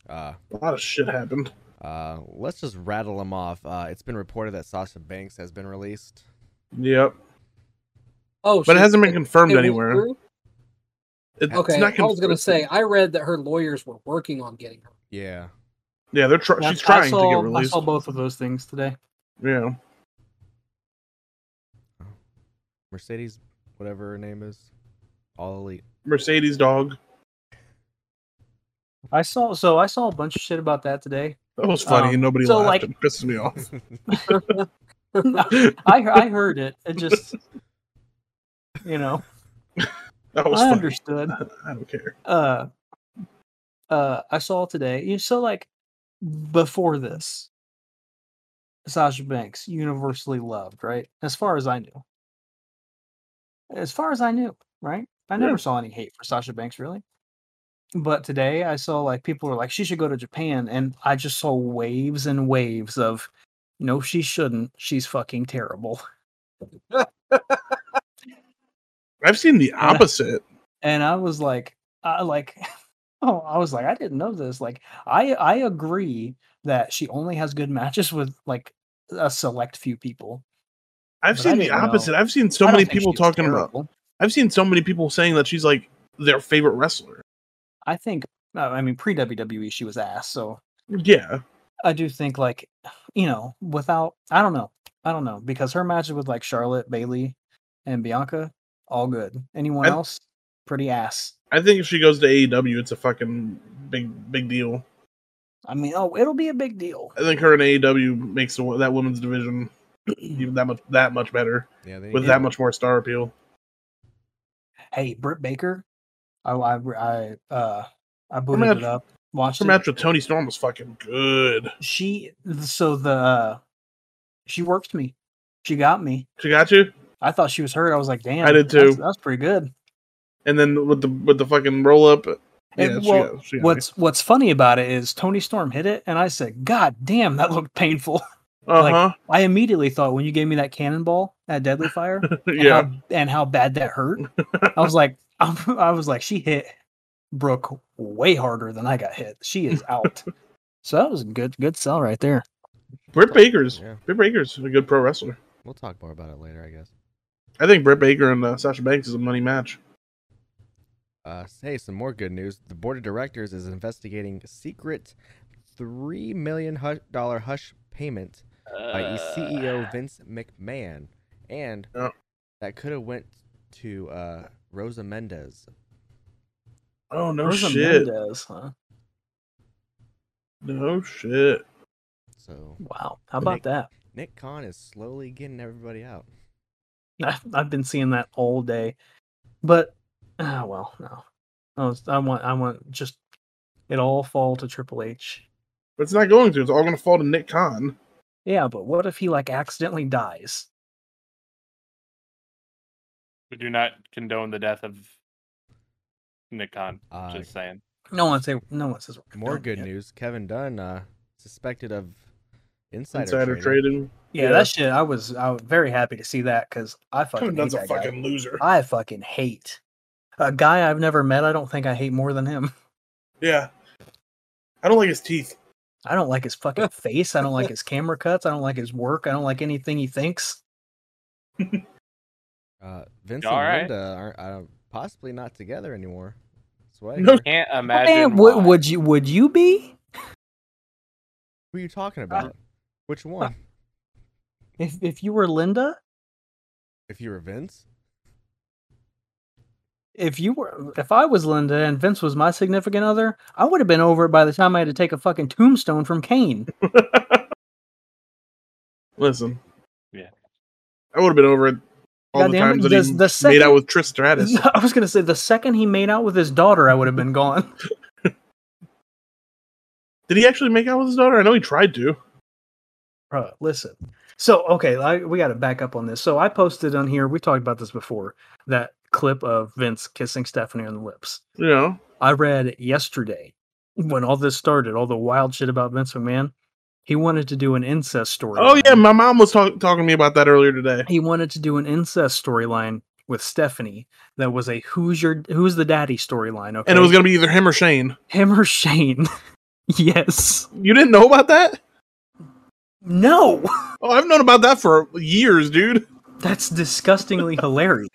Speaker 1: Uh,
Speaker 4: A lot of shit happened.
Speaker 1: uh, let's just rattle them off. Uh, it's been reported that Sasha Banks has been released.
Speaker 4: Yep.
Speaker 5: [LAUGHS] Oh,
Speaker 4: But it
Speaker 5: she-
Speaker 4: hasn't been confirmed
Speaker 5: it was
Speaker 4: anywhere.
Speaker 5: through?
Speaker 4: It-
Speaker 5: Okay,
Speaker 4: it's not
Speaker 5: I was gonna
Speaker 4: confirmed.
Speaker 5: say I read that her lawyers were working on getting her.
Speaker 1: Yeah,
Speaker 4: Yeah, they're try-
Speaker 2: I-
Speaker 4: she's trying
Speaker 2: I saw,
Speaker 4: to get
Speaker 2: I
Speaker 4: released.
Speaker 2: saw both of those things today.
Speaker 4: Yeah.
Speaker 1: Mercedes, whatever her name is, all elite.
Speaker 4: Mercedes dog.
Speaker 2: I saw so I saw a bunch of shit about that today.
Speaker 4: That was funny.
Speaker 2: Um,
Speaker 4: and nobody
Speaker 2: so,
Speaker 4: laughed.
Speaker 2: like-
Speaker 4: it pisses me
Speaker 2: [LAUGHS]
Speaker 4: off. [LAUGHS]
Speaker 2: I I heard it. It just you know
Speaker 4: That was
Speaker 2: I
Speaker 4: funny.
Speaker 2: understood.
Speaker 4: I don't care.
Speaker 2: uh uh I saw today. You so like before this, Sasha Banks universally loved, right? As far as I knew. As far as I knew, right? I never
Speaker 4: Yeah.
Speaker 2: saw any hate for Sasha Banks really. But today I saw like people were like she should go to Japan and I just saw waves and waves of no she shouldn't. She's fucking terrible.
Speaker 4: I've seen the opposite.
Speaker 2: and I was like, I like, [LAUGHS] oh, I was like, I didn't know this. Like, I I agree that she only has good matches with like a select few people.
Speaker 4: I've
Speaker 2: But I
Speaker 4: seen the
Speaker 2: didn't know.
Speaker 4: opposite. I've seen so
Speaker 2: I don't
Speaker 4: many
Speaker 2: think
Speaker 4: people
Speaker 2: she's
Speaker 4: talking about.
Speaker 2: terrible.
Speaker 4: I've seen so many people saying that she's like their favorite wrestler.
Speaker 2: I think, uh, I mean, pre WWE E she was ass, so
Speaker 4: Yeah.
Speaker 2: I do think like [SIGHS] you know, without I don't know. I don't know. Because her matches with like Charlotte, Bailey, and Bianca, all good. Anyone
Speaker 4: I-
Speaker 2: else, pretty ass.
Speaker 4: I think if she goes to AEW, it's a fucking big big deal.
Speaker 2: I mean, oh, it'll be a big deal.
Speaker 4: I think her and AEW makes the, that women's division even that much that much better
Speaker 7: Yeah, they,
Speaker 4: with that much more star appeal.
Speaker 2: Hey, Britt Baker, I I I uh I booted
Speaker 4: match-
Speaker 2: it up. Watched
Speaker 4: Her
Speaker 2: it.
Speaker 4: match with Tony Storm was fucking good.
Speaker 2: She so the uh, she worked me. She got me.
Speaker 4: She got you,
Speaker 2: I thought she was hurt. I was like, damn.
Speaker 4: did
Speaker 2: That's,
Speaker 4: too.
Speaker 2: that's pretty good.
Speaker 4: and then with the with the fucking roll up. Yeah,
Speaker 2: And
Speaker 4: she
Speaker 2: well,
Speaker 4: got- she got me.
Speaker 2: what's what's funny about it is Tony Storm hit it, and I said, God damn, that looked painful. [LAUGHS] like,
Speaker 4: uh-huh.
Speaker 2: I immediately thought when you gave me that cannonball at Deadly Fire, and
Speaker 4: [LAUGHS] yeah.
Speaker 2: how, and how bad that hurt. I was like, [LAUGHS] I'm, I was like, she hit Brooke way harder than I got hit. She
Speaker 4: [LAUGHS]
Speaker 2: is out. so that was a good good sell right there.
Speaker 4: Britt Baker's
Speaker 1: Yeah.
Speaker 4: Britt Baker's a good pro wrestler.
Speaker 1: We'll talk more about it later, I guess.
Speaker 4: I think Britt Baker and uh, Sasha Banks is a money match.
Speaker 1: Uh, hey, some more good news. The board of directors is investigating secret three million hu- dollar hush payment by e-
Speaker 8: Uh.
Speaker 1: CEO Vince McMahon, and
Speaker 4: Yeah.
Speaker 1: that could have went to uh, Rosa Mendez.
Speaker 4: Oh no
Speaker 2: Rosa
Speaker 4: shit!
Speaker 2: Mendez, huh?
Speaker 4: No shit!
Speaker 1: So
Speaker 2: Wow. How about
Speaker 1: Nick-
Speaker 2: that? [LAUGHS]
Speaker 1: Nick Khan is slowly getting everybody out.
Speaker 2: I, I've been seeing that all day, but ah, well, no. I, was, I want, I want just it all fall to Triple H.
Speaker 4: But it's not going to. It's all going to fall to Nick Khan.
Speaker 2: Yeah, but what if he like accidentally dies?
Speaker 3: We do not condone the death of Nikon.
Speaker 1: Uh,
Speaker 3: just saying.
Speaker 2: No one say, no one says we're
Speaker 1: more
Speaker 2: condoning
Speaker 1: good
Speaker 2: it.
Speaker 1: news: Kevin Dunn uh, suspected of insider,
Speaker 4: Insider
Speaker 1: trading.
Speaker 4: trading.
Speaker 2: Yeah,
Speaker 4: Yeah.
Speaker 2: that shit. I was, I was very happy to see that because I fucking
Speaker 4: Kevin
Speaker 2: hate
Speaker 4: Dunn's a
Speaker 2: that guy.
Speaker 4: fucking loser.
Speaker 2: I fucking hate a guy I've never met. I don't think I hate more than him. [LAUGHS]
Speaker 4: Yeah. I don't like his teeth. [LAUGHS]
Speaker 2: I don't like his
Speaker 3: [LAUGHS]
Speaker 2: fucking face. I don't like his camera cuts. I don't like his work. I don't like anything he thinks.
Speaker 1: Uh, Vince
Speaker 3: All
Speaker 1: and
Speaker 3: right.
Speaker 1: Linda aren't uh, possibly not together anymore. That's what I
Speaker 4: No
Speaker 1: heard.
Speaker 3: Can't
Speaker 2: Well,
Speaker 3: imagine.
Speaker 2: Damn, would,
Speaker 3: why.
Speaker 2: would you would you be
Speaker 1: Who are you talking about? Which one?
Speaker 2: if if you were Linda?
Speaker 1: If you were Vince?
Speaker 2: If you were if I was Linda and Vince was my significant other, I would have been over it by the time I had to take a fucking tombstone from Kane.
Speaker 4: Listen.
Speaker 3: Yeah.
Speaker 4: I would have been over it all the
Speaker 2: Goddamn
Speaker 4: times
Speaker 2: it,
Speaker 4: that
Speaker 2: does-
Speaker 4: he
Speaker 2: the
Speaker 4: made out
Speaker 2: second-
Speaker 4: with Trish
Speaker 2: [LAUGHS]
Speaker 4: Stratus.
Speaker 2: I was gonna say the second he made out with his daughter, I would have been gone.
Speaker 4: Did he actually make out with his daughter? I know he tried to.
Speaker 2: Bro, listen. So okay, I, we got to back up on this. So I posted on here. We talked about this before. That clip of Vince kissing Stephanie on the lips.
Speaker 4: You know?
Speaker 2: I read yesterday when all this started, all the wild shit about Vince McMahon. He wanted to do an incest storyline.
Speaker 4: Oh yeah, my mom was talk- talking to me about that earlier today.
Speaker 2: he wanted to do an incest storyline with Stephanie. That was a who's your who's the daddy storyline. Okay,
Speaker 4: And it was gonna be either him or Shane.
Speaker 2: him or Shane. [LAUGHS] yes.
Speaker 4: You didn't know about that?
Speaker 2: No. [LAUGHS]
Speaker 4: Oh, I've known about that for years, dude.
Speaker 2: That's
Speaker 4: [LAUGHS]
Speaker 2: disgustingly hilarious.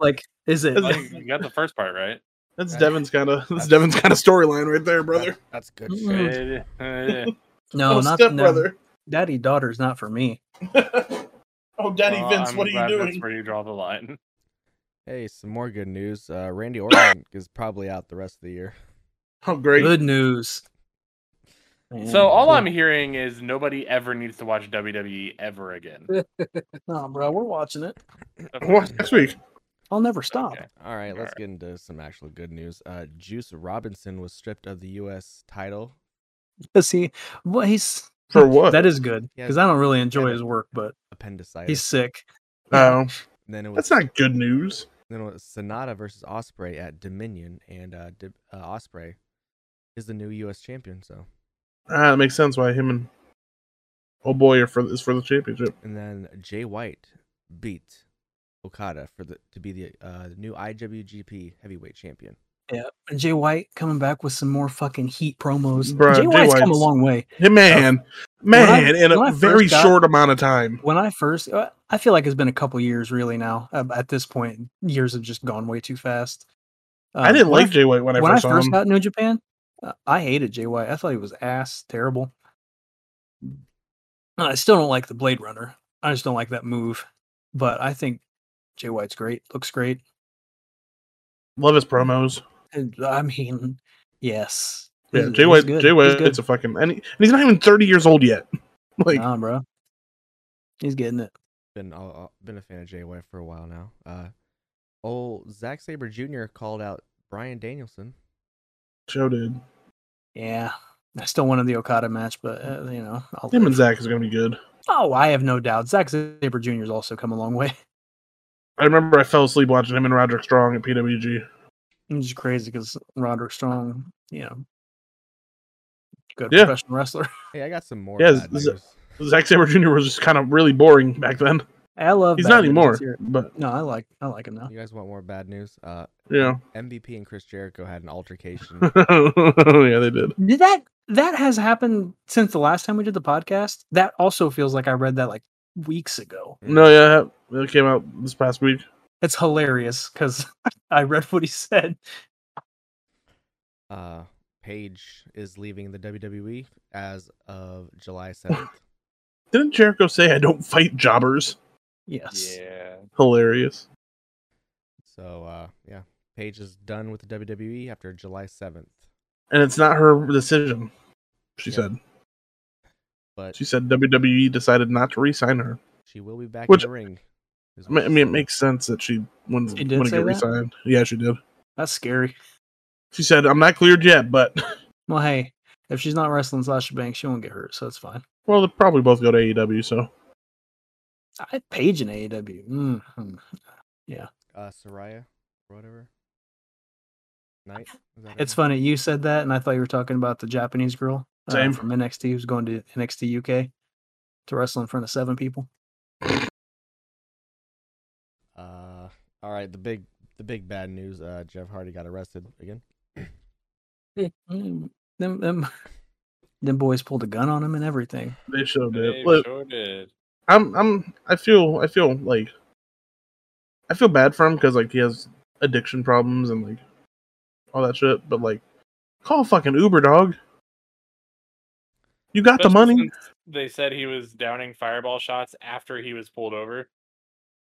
Speaker 2: like, is it?
Speaker 3: I think you got the first
Speaker 4: [LAUGHS]
Speaker 3: part right.
Speaker 4: That's
Speaker 1: Right.
Speaker 4: Devin's kind of [LAUGHS] that's Devin's kind of storyline right there, brother.
Speaker 1: That's good
Speaker 2: Mm.
Speaker 1: shit.
Speaker 3: [LAUGHS] oh,
Speaker 2: No,
Speaker 4: oh,
Speaker 2: not
Speaker 4: step
Speaker 2: no.
Speaker 4: brother. [LAUGHS]
Speaker 2: Daddy daughter's not for me.
Speaker 4: oh, Daddy Vince,
Speaker 3: I'm
Speaker 4: what are you
Speaker 3: glad That's
Speaker 4: doing?
Speaker 3: where you draw the line.
Speaker 1: Hey, some more good news. Uh, Randy Orton [COUGHS] is probably out the rest of the year. [LAUGHS]
Speaker 4: Oh, great.
Speaker 2: Good news.
Speaker 4: Mm.
Speaker 3: So all
Speaker 2: cool.
Speaker 3: I'm hearing is nobody ever needs to watch WWE
Speaker 4: [LAUGHS]
Speaker 3: ever again.
Speaker 2: no, bro, we're watching it.
Speaker 4: What next week?
Speaker 2: I'll never stop.
Speaker 3: Okay.
Speaker 1: All right, let's
Speaker 3: Alright.
Speaker 1: get into some actual good news. Uh, Juice Robinson was stripped of the U.S. title.
Speaker 2: Cause he, well, he's [LAUGHS]
Speaker 4: For what?
Speaker 2: that is good
Speaker 1: Yeah,
Speaker 2: because I don't really enjoy
Speaker 1: but-
Speaker 2: his work, but
Speaker 1: Appendicitis.
Speaker 2: he's sick.
Speaker 4: Oh,
Speaker 1: And then it was
Speaker 4: that's not good news.
Speaker 1: then it was Sonata versus Osprey at Dominion, and uh, Di- uh, Osprey is the new U.S. champion. So,
Speaker 4: Ah, it makes sense why him and oh boy are for is for the championship.
Speaker 1: and then Jay White beat Okada for the to be the uh, new IWGP Heavyweight Champion.
Speaker 2: Yeah, and Jay White coming back with some more fucking heat promos.
Speaker 4: Bruh,
Speaker 2: Jay
Speaker 4: Jay
Speaker 2: White's come a
Speaker 4: White's-
Speaker 2: long way.
Speaker 4: Hey, man, man, in
Speaker 2: when I
Speaker 4: a
Speaker 2: first
Speaker 4: very
Speaker 2: got-
Speaker 4: short amount of time.
Speaker 2: when I first, uh, I feel like it's been a couple years really now. uh, At this point, years have just gone way too fast.
Speaker 4: I
Speaker 2: Um,
Speaker 4: didn't
Speaker 2: when
Speaker 4: like Jay White when I
Speaker 2: Um, when
Speaker 4: first
Speaker 2: I
Speaker 4: saw
Speaker 2: first
Speaker 4: him.
Speaker 2: got New Japan. I- I hated Jay White. I thought he was ass, terrible. I still don't like the Blade Runner. I just don't like that move. But I think Jay White's great. Looks great.
Speaker 4: Love his promos.
Speaker 2: And I mean, [LAUGHS] yes.
Speaker 4: Yeah,
Speaker 2: he's-
Speaker 4: Jay
Speaker 2: he's
Speaker 4: White.
Speaker 2: good.
Speaker 4: Jay
Speaker 2: He's
Speaker 4: White.
Speaker 2: good.
Speaker 4: It's a fucking and, he- and he's not even thirty years old yet. Like
Speaker 2: Nah, bro. He's getting it.
Speaker 1: been all, all- been a fan of Jay White for a while now. Uh, old Zack Saber Jr. called out Brian Danielson.
Speaker 4: Joe did.
Speaker 2: Yeah. I still wanted the Okada match, but uh, you know, I'll
Speaker 4: Him
Speaker 2: live.
Speaker 4: and Zach is gonna be good.
Speaker 2: Oh, I have no doubt. Zack Saber Jr. has also come a long way.
Speaker 4: I remember I fell asleep watching him and Roderick Strong at PWG.
Speaker 2: It's just crazy because Roderick Strong, you know, good
Speaker 4: Yeah.
Speaker 2: professional wrestler. [LAUGHS]
Speaker 1: Hey, I got some more.
Speaker 4: Yeah,
Speaker 1: bad
Speaker 4: Z-
Speaker 1: news.
Speaker 4: Zack Saber Jr. was just kind of really boring back then.
Speaker 2: I love.
Speaker 4: He's
Speaker 2: Bad
Speaker 4: not
Speaker 2: News.
Speaker 4: anymore,
Speaker 2: Let's hear it.
Speaker 4: but
Speaker 2: No, I like I like him now.
Speaker 1: You guys want more bad news? Uh,
Speaker 4: yeah,
Speaker 1: MVP and Chris Jericho had an altercation.
Speaker 4: [LAUGHS]
Speaker 1: Mm.
Speaker 4: yeah, they did.
Speaker 2: Did that that has happened since the last time we did the podcast? That also feels like I read that like weeks ago.
Speaker 4: No, yeah, it came out this past week.
Speaker 2: It's hilarious because [LAUGHS] I read what he said.
Speaker 1: uh, Paige is leaving the WWE as of July
Speaker 4: [LAUGHS]
Speaker 1: seventh.
Speaker 4: Didn't Jericho say I don't fight jobbers?
Speaker 2: Yes.
Speaker 3: Yeah.
Speaker 4: Hilarious.
Speaker 1: so uh, yeah, Paige is done with the WWE after July seventh.
Speaker 4: And it's not her decision. She
Speaker 1: Yeah.
Speaker 4: said.
Speaker 1: But
Speaker 4: She said WWE decided not to re-sign her.
Speaker 1: she will be back
Speaker 4: Which-
Speaker 1: in the ring. is
Speaker 4: I
Speaker 1: what
Speaker 4: mean, I
Speaker 1: she
Speaker 4: mean, it
Speaker 1: said.
Speaker 4: makes sense that she wouldn't,
Speaker 2: She did
Speaker 4: wouldn't
Speaker 2: say
Speaker 4: get
Speaker 2: that?
Speaker 4: re-signed. Yeah, she did.
Speaker 2: That's scary.
Speaker 4: She said, "I'm not cleared yet, but [LAUGHS]
Speaker 2: Well, hey, if she's not wrestling Sasha Banks, she won't get hurt, so it's fine.
Speaker 4: well, they'll probably both go to AEW." So
Speaker 2: I Paige in AEW. Mm-hmm.
Speaker 1: uh, Soraya, or whatever. Night. Is that her
Speaker 2: It's
Speaker 1: name?
Speaker 2: funny you said that, and I thought you were talking about the Japanese girl uh,
Speaker 4: Same.
Speaker 2: from NXT who's going to NXT UK to wrestle in front of seven people.
Speaker 1: Uh, all right. The big, the big bad news. Uh, Jeff Hardy got arrested again.
Speaker 2: Mm, Them, them, [LAUGHS] them boys pulled a gun on him and everything.
Speaker 4: they showed it.
Speaker 3: They
Speaker 4: Look,
Speaker 3: sure did.
Speaker 4: I'm I'm I feel I feel like I feel bad for him because like he has addiction problems and like all that shit. But like, call fucking Uber, dog. You got the
Speaker 3: Especially
Speaker 4: money.
Speaker 3: since They said he was downing fireball shots after he was pulled over.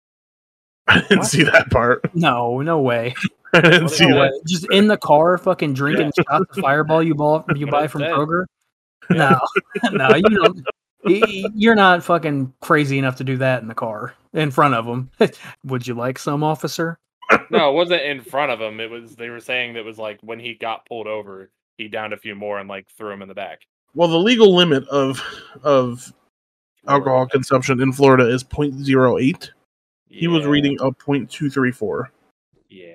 Speaker 4: [LAUGHS] I didn't see that part.
Speaker 2: No, no way.
Speaker 4: I didn't
Speaker 3: What
Speaker 4: see
Speaker 3: about
Speaker 4: that.
Speaker 2: What, Just in the car, fucking drinking shots of Fireball you bought you
Speaker 3: What
Speaker 2: buy
Speaker 3: it
Speaker 2: from
Speaker 3: said.
Speaker 2: Kroger. No, no, [LAUGHS] you don't. y- y- You're not fucking crazy enough to do that in the car in front of them. [LAUGHS] Would you like some, officer?
Speaker 3: No, it wasn't in front of him. It was they were saying that was like when he got pulled over, he downed a few more and like threw him in the back.
Speaker 4: Well, the legal limit of of alcohol consumption in Florida is 0.08. He was
Speaker 3: Yeah,
Speaker 4: reading a 0.234 or
Speaker 3: Yeah.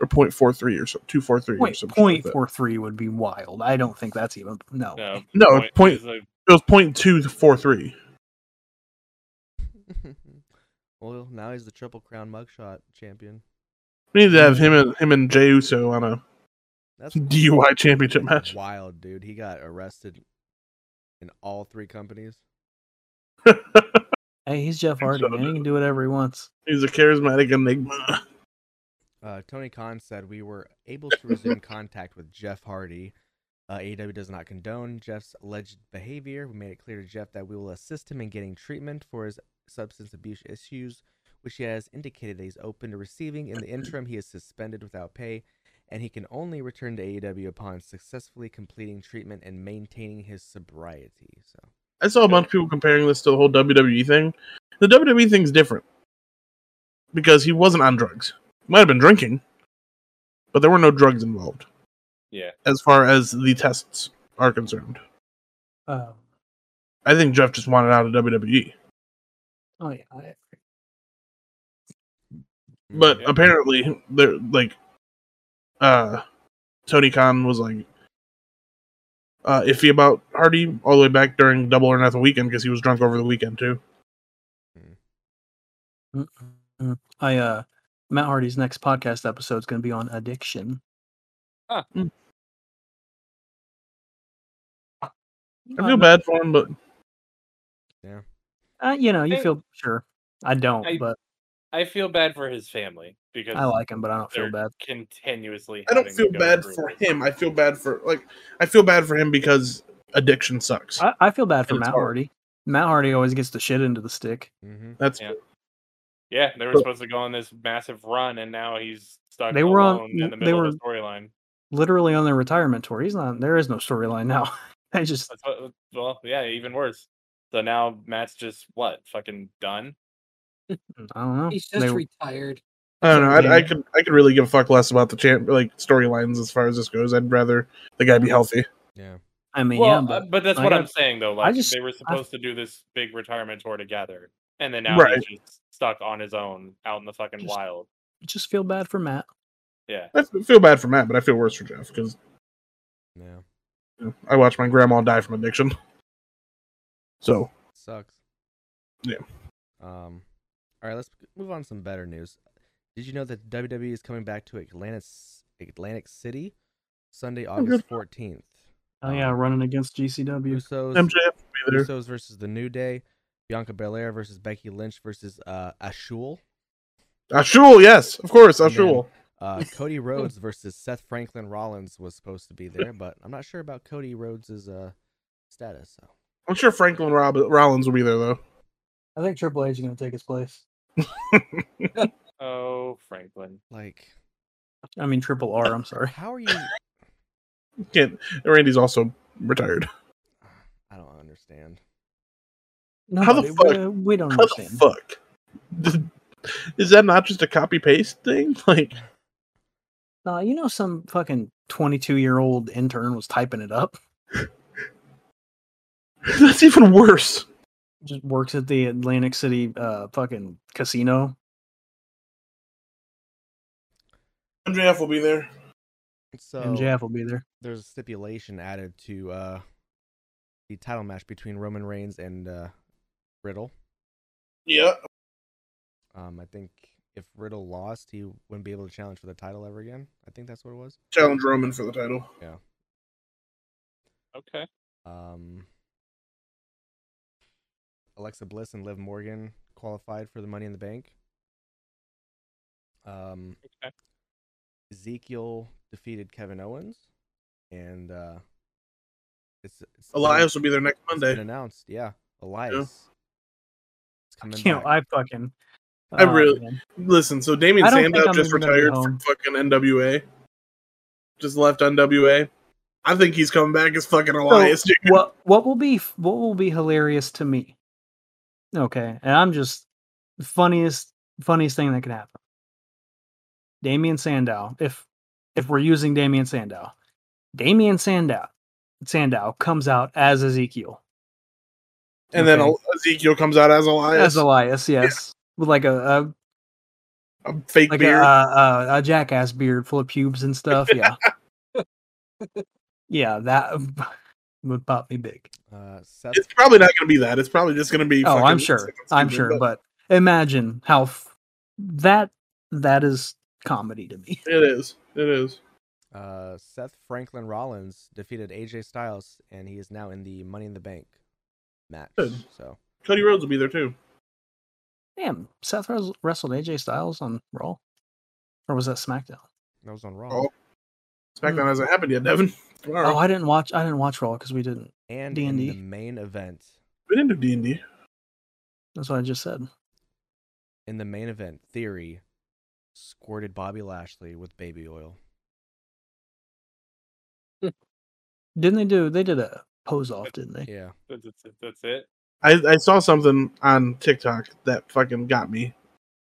Speaker 4: 0.43 or so, 243 or
Speaker 2: Point,
Speaker 4: something.
Speaker 2: point
Speaker 4: like that.
Speaker 2: four three would be wild. I don't think that's even no.
Speaker 3: No.
Speaker 4: No,
Speaker 3: point-
Speaker 4: point-
Speaker 3: it was like-
Speaker 4: It was 0.243.
Speaker 1: [LAUGHS] well, now he's the Triple Crown mugshot champion.
Speaker 4: We need to have him and him and Jey Uso on a [LAUGHS]
Speaker 1: That's
Speaker 4: DUI championship match.
Speaker 1: Wild dude. He got arrested in all three companies.
Speaker 2: Hey, he's Jeff
Speaker 4: Think
Speaker 2: Hardy,
Speaker 4: so,
Speaker 2: man. He
Speaker 4: dude.
Speaker 2: can do whatever he wants.
Speaker 4: He's a charismatic enigma. [LAUGHS]
Speaker 1: Uh, Tony Khan said we were able to resume contact with Jeff Hardy. Uh, AEW does not condone Jeff's alleged behavior. We made it clear to Jeff that we will assist him in getting treatment for his substance abuse issues, which he has indicated that he's open to receiving. In the interim, he is suspended without pay, and he can only return to AEW upon successfully completing treatment and maintaining his sobriety. So,
Speaker 4: I saw a bunch of people comparing this to the whole WWE thing. The WWE thing's different because he wasn't on drugs. He might have been drinking, but there were no drugs involved.
Speaker 3: Yeah.
Speaker 4: As far as the tests are concerned,
Speaker 2: Um,
Speaker 4: I think Jeff just wanted out of E. WWE.
Speaker 2: oh yeah, I,
Speaker 4: But
Speaker 3: Yeah.
Speaker 4: apparently, there like, uh, Tony Khan was like uh, iffy about Hardy all the way back during Double or Nothing weekend because he was drunk over the weekend too.
Speaker 2: Mm, I uh, Matt Hardy's next podcast episode is going to be on addiction.
Speaker 3: Huh.
Speaker 4: Mm. I
Speaker 2: Uh,
Speaker 4: feel bad for him, but
Speaker 2: Uh, you know, you
Speaker 3: I-
Speaker 2: feel sure. I don't,
Speaker 3: I-
Speaker 2: but
Speaker 3: I feel bad for his family because
Speaker 2: I like him, but I don't feel
Speaker 3: they're
Speaker 2: bad.
Speaker 3: continuously.
Speaker 4: I don't
Speaker 3: having to
Speaker 4: feel
Speaker 3: go
Speaker 4: bad
Speaker 3: through
Speaker 4: for
Speaker 3: it.
Speaker 4: him. I feel bad for like I feel bad for him because addiction sucks.
Speaker 2: I, I feel bad for
Speaker 4: It's
Speaker 2: Matt
Speaker 4: hard.
Speaker 2: Hardy. Matt Hardy always gets the shit into the stick.
Speaker 1: Mm-hmm.
Speaker 4: That's
Speaker 3: Yeah. Yeah, they were
Speaker 4: But-
Speaker 3: supposed to go on this massive run, and now he's stuck.
Speaker 2: They were on-
Speaker 3: alone in
Speaker 2: they
Speaker 3: the middle
Speaker 2: were-
Speaker 3: of the storyline.
Speaker 2: Literally on their retirement tour. He's not. There is no storyline now. [LAUGHS] I just
Speaker 3: That's what, well, yeah, even worse. So now Matt's just what fucking done.
Speaker 2: mm, I don't know.
Speaker 5: He's
Speaker 2: They- [LAUGHS]
Speaker 5: just retired.
Speaker 4: I don't know. I, I
Speaker 2: Maybe.
Speaker 4: could I could really give a fuck less about the champ like storylines as far as this goes. I'd rather the guy be healthy.
Speaker 1: Yeah.
Speaker 2: I mean,
Speaker 3: well,
Speaker 2: yeah,
Speaker 3: uh,
Speaker 2: but
Speaker 3: but, that's
Speaker 2: I
Speaker 3: what
Speaker 2: got-
Speaker 3: I'm saying though. Like
Speaker 2: just-
Speaker 3: they were supposed to do this big retirement tour together, and then now
Speaker 4: Right.
Speaker 3: he's just stuck on his own out in the fucking
Speaker 2: Just-
Speaker 3: wild.
Speaker 2: just feel bad for Matt.
Speaker 3: Yeah,
Speaker 4: I f- feel bad for Matt, but I feel worse for Jeff because
Speaker 1: Yeah.
Speaker 4: I watched my grandma die from addiction. So
Speaker 1: Sucks.
Speaker 4: Yeah.
Speaker 1: Um. All right, let's move on to some better news. Did you know that WWE is coming back to Atlantic Atlantic City Sunday, August fourteenth?
Speaker 2: Oh yeah,
Speaker 1: Um,
Speaker 2: running against GCW.
Speaker 1: Usos,
Speaker 4: MJF will be there.
Speaker 1: Usos versus the New Day, Bianca Belair versus Becky Lynch versus uh, Ashul,
Speaker 4: Ashul, yes, of course,
Speaker 1: And then-
Speaker 4: Ashul.
Speaker 1: uh, Cody Rhodes versus Seth Franklin Rollins was supposed to be there, but I'm not sure about Cody Rhodes's uh, status. So
Speaker 4: I'm sure Franklin Rob- Rollins will be there though.
Speaker 2: I think Triple H is going to take his place.
Speaker 3: Oh, Franklin.
Speaker 1: like,
Speaker 2: I mean, Triple R. I'm sorry.
Speaker 1: how are you?
Speaker 4: Can't. Randy's also retired.
Speaker 1: I don't understand.
Speaker 2: [LAUGHS] No,
Speaker 4: How the
Speaker 2: they-
Speaker 4: fuck-
Speaker 2: We, we don't
Speaker 4: How the
Speaker 2: understand.
Speaker 4: fuck? [LAUGHS] Is that not just a copy paste thing? [LAUGHS]
Speaker 2: [LAUGHS]
Speaker 4: Like,
Speaker 2: Nah, you know, some fucking 22 year old intern was typing it up.
Speaker 4: that's even worse.
Speaker 2: Just works at the Atlantic City uh, fucking casino.
Speaker 4: MJF will be there.
Speaker 1: So
Speaker 2: MJF will be there.
Speaker 1: there's a stipulation added to uh, the title match between Roman Reigns and uh, Riddle.
Speaker 4: Yeah.
Speaker 1: Um, I think if Riddle lost, he wouldn't be able to challenge for the title ever again. I think that's what it was.
Speaker 4: Challenge Roman for the title.
Speaker 3: Okay.
Speaker 1: Um, Alexa Bliss and Liv Morgan qualified for the Money in the Bank. Um,
Speaker 3: Okay.
Speaker 1: Ezekiel defeated Kevin Owens, and uh, it's, it's been-
Speaker 4: Elias will be there next
Speaker 1: it's
Speaker 4: Monday.
Speaker 1: been announced. Yeah, Elias. It's
Speaker 2: I
Speaker 1: coming
Speaker 2: can't.
Speaker 1: back.
Speaker 2: I fucking.
Speaker 4: I
Speaker 2: Oh,
Speaker 4: really-
Speaker 2: man.
Speaker 4: Listen, so Damien
Speaker 2: I don't think
Speaker 4: Sandow
Speaker 2: I'm
Speaker 4: just
Speaker 2: even gonna be
Speaker 4: retired
Speaker 2: home.
Speaker 4: from fucking NWA. Just left NWA. I think he's coming back as fucking Elias. dude.
Speaker 2: what what will be what will be hilarious to me okay and i'm just the funniest funniest thing that could happen Damian sandow if if we're using Damian sandow Damian sandow sandow comes out as ezekiel
Speaker 4: and then
Speaker 2: Okay.
Speaker 4: Ezekiel comes out as Elias.
Speaker 2: as elias yes with like a, a
Speaker 4: a fake
Speaker 2: like a,
Speaker 4: beard.
Speaker 2: uh, a jackass beard full of pubes and stuff yeah [LAUGHS] yeah that would pop me big
Speaker 1: Uh, Seth
Speaker 4: it's probably not going to be that. It's probably just going to be.
Speaker 2: Oh,
Speaker 4: fucking-
Speaker 2: I'm sure. I'm
Speaker 4: stupid,
Speaker 2: sure. But imagine how f- that that is comedy to me. [LAUGHS]
Speaker 4: it is. It is.
Speaker 1: uh, Seth Franklin Rollins defeated AJ Styles, and he is now in the Money in the Bank match.
Speaker 4: Good.
Speaker 1: So
Speaker 4: Cody Rhodes will be there too.
Speaker 2: Damn, Seth Ros- wrestled AJ Styles on Raw, or was that SmackDown?
Speaker 1: that was on Raw.
Speaker 4: Oh. SmackDown hasn't happened yet, Devin. Tomorrow.
Speaker 2: Hmm. Oh, I didn't watch. I didn't watch Raw because we didn't.
Speaker 1: and in
Speaker 2: D&D.
Speaker 1: the main event,
Speaker 4: we didn't do D and D.
Speaker 2: That's what I just said.
Speaker 1: in the main event, Theory squirted Bobby Lashley with baby oil.
Speaker 2: Didn't they do? They did a pose off, didn't they?
Speaker 1: Yeah,
Speaker 3: That's, that's, it- that's it.
Speaker 4: I, I saw something on TikTok that fucking got me.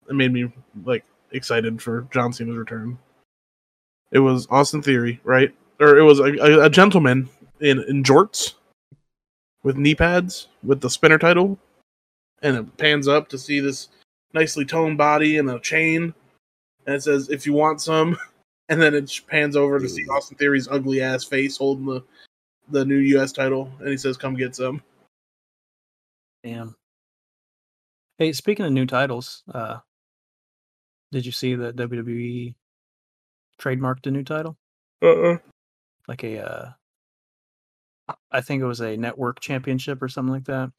Speaker 4: It made me like excited for John Cena's return. It was Austin Theory, right? Or it was a, a, a gentleman in, in jorts with knee pads with the spinner title, and it pans up to see this nicely toned body and a chain, and it says "If you want some," [LAUGHS] and then it sh- pans over to see Austin Theory's ugly ass face holding the the new U.S. title, and he says, "Come get some."
Speaker 2: Damn. Hey, speaking of new titles, uh, did you see that WWE trademarked a new title?
Speaker 4: Uh-uh.
Speaker 2: Like a, uh, I
Speaker 4: [LAUGHS]
Speaker 2: think it was a network championship or something like that.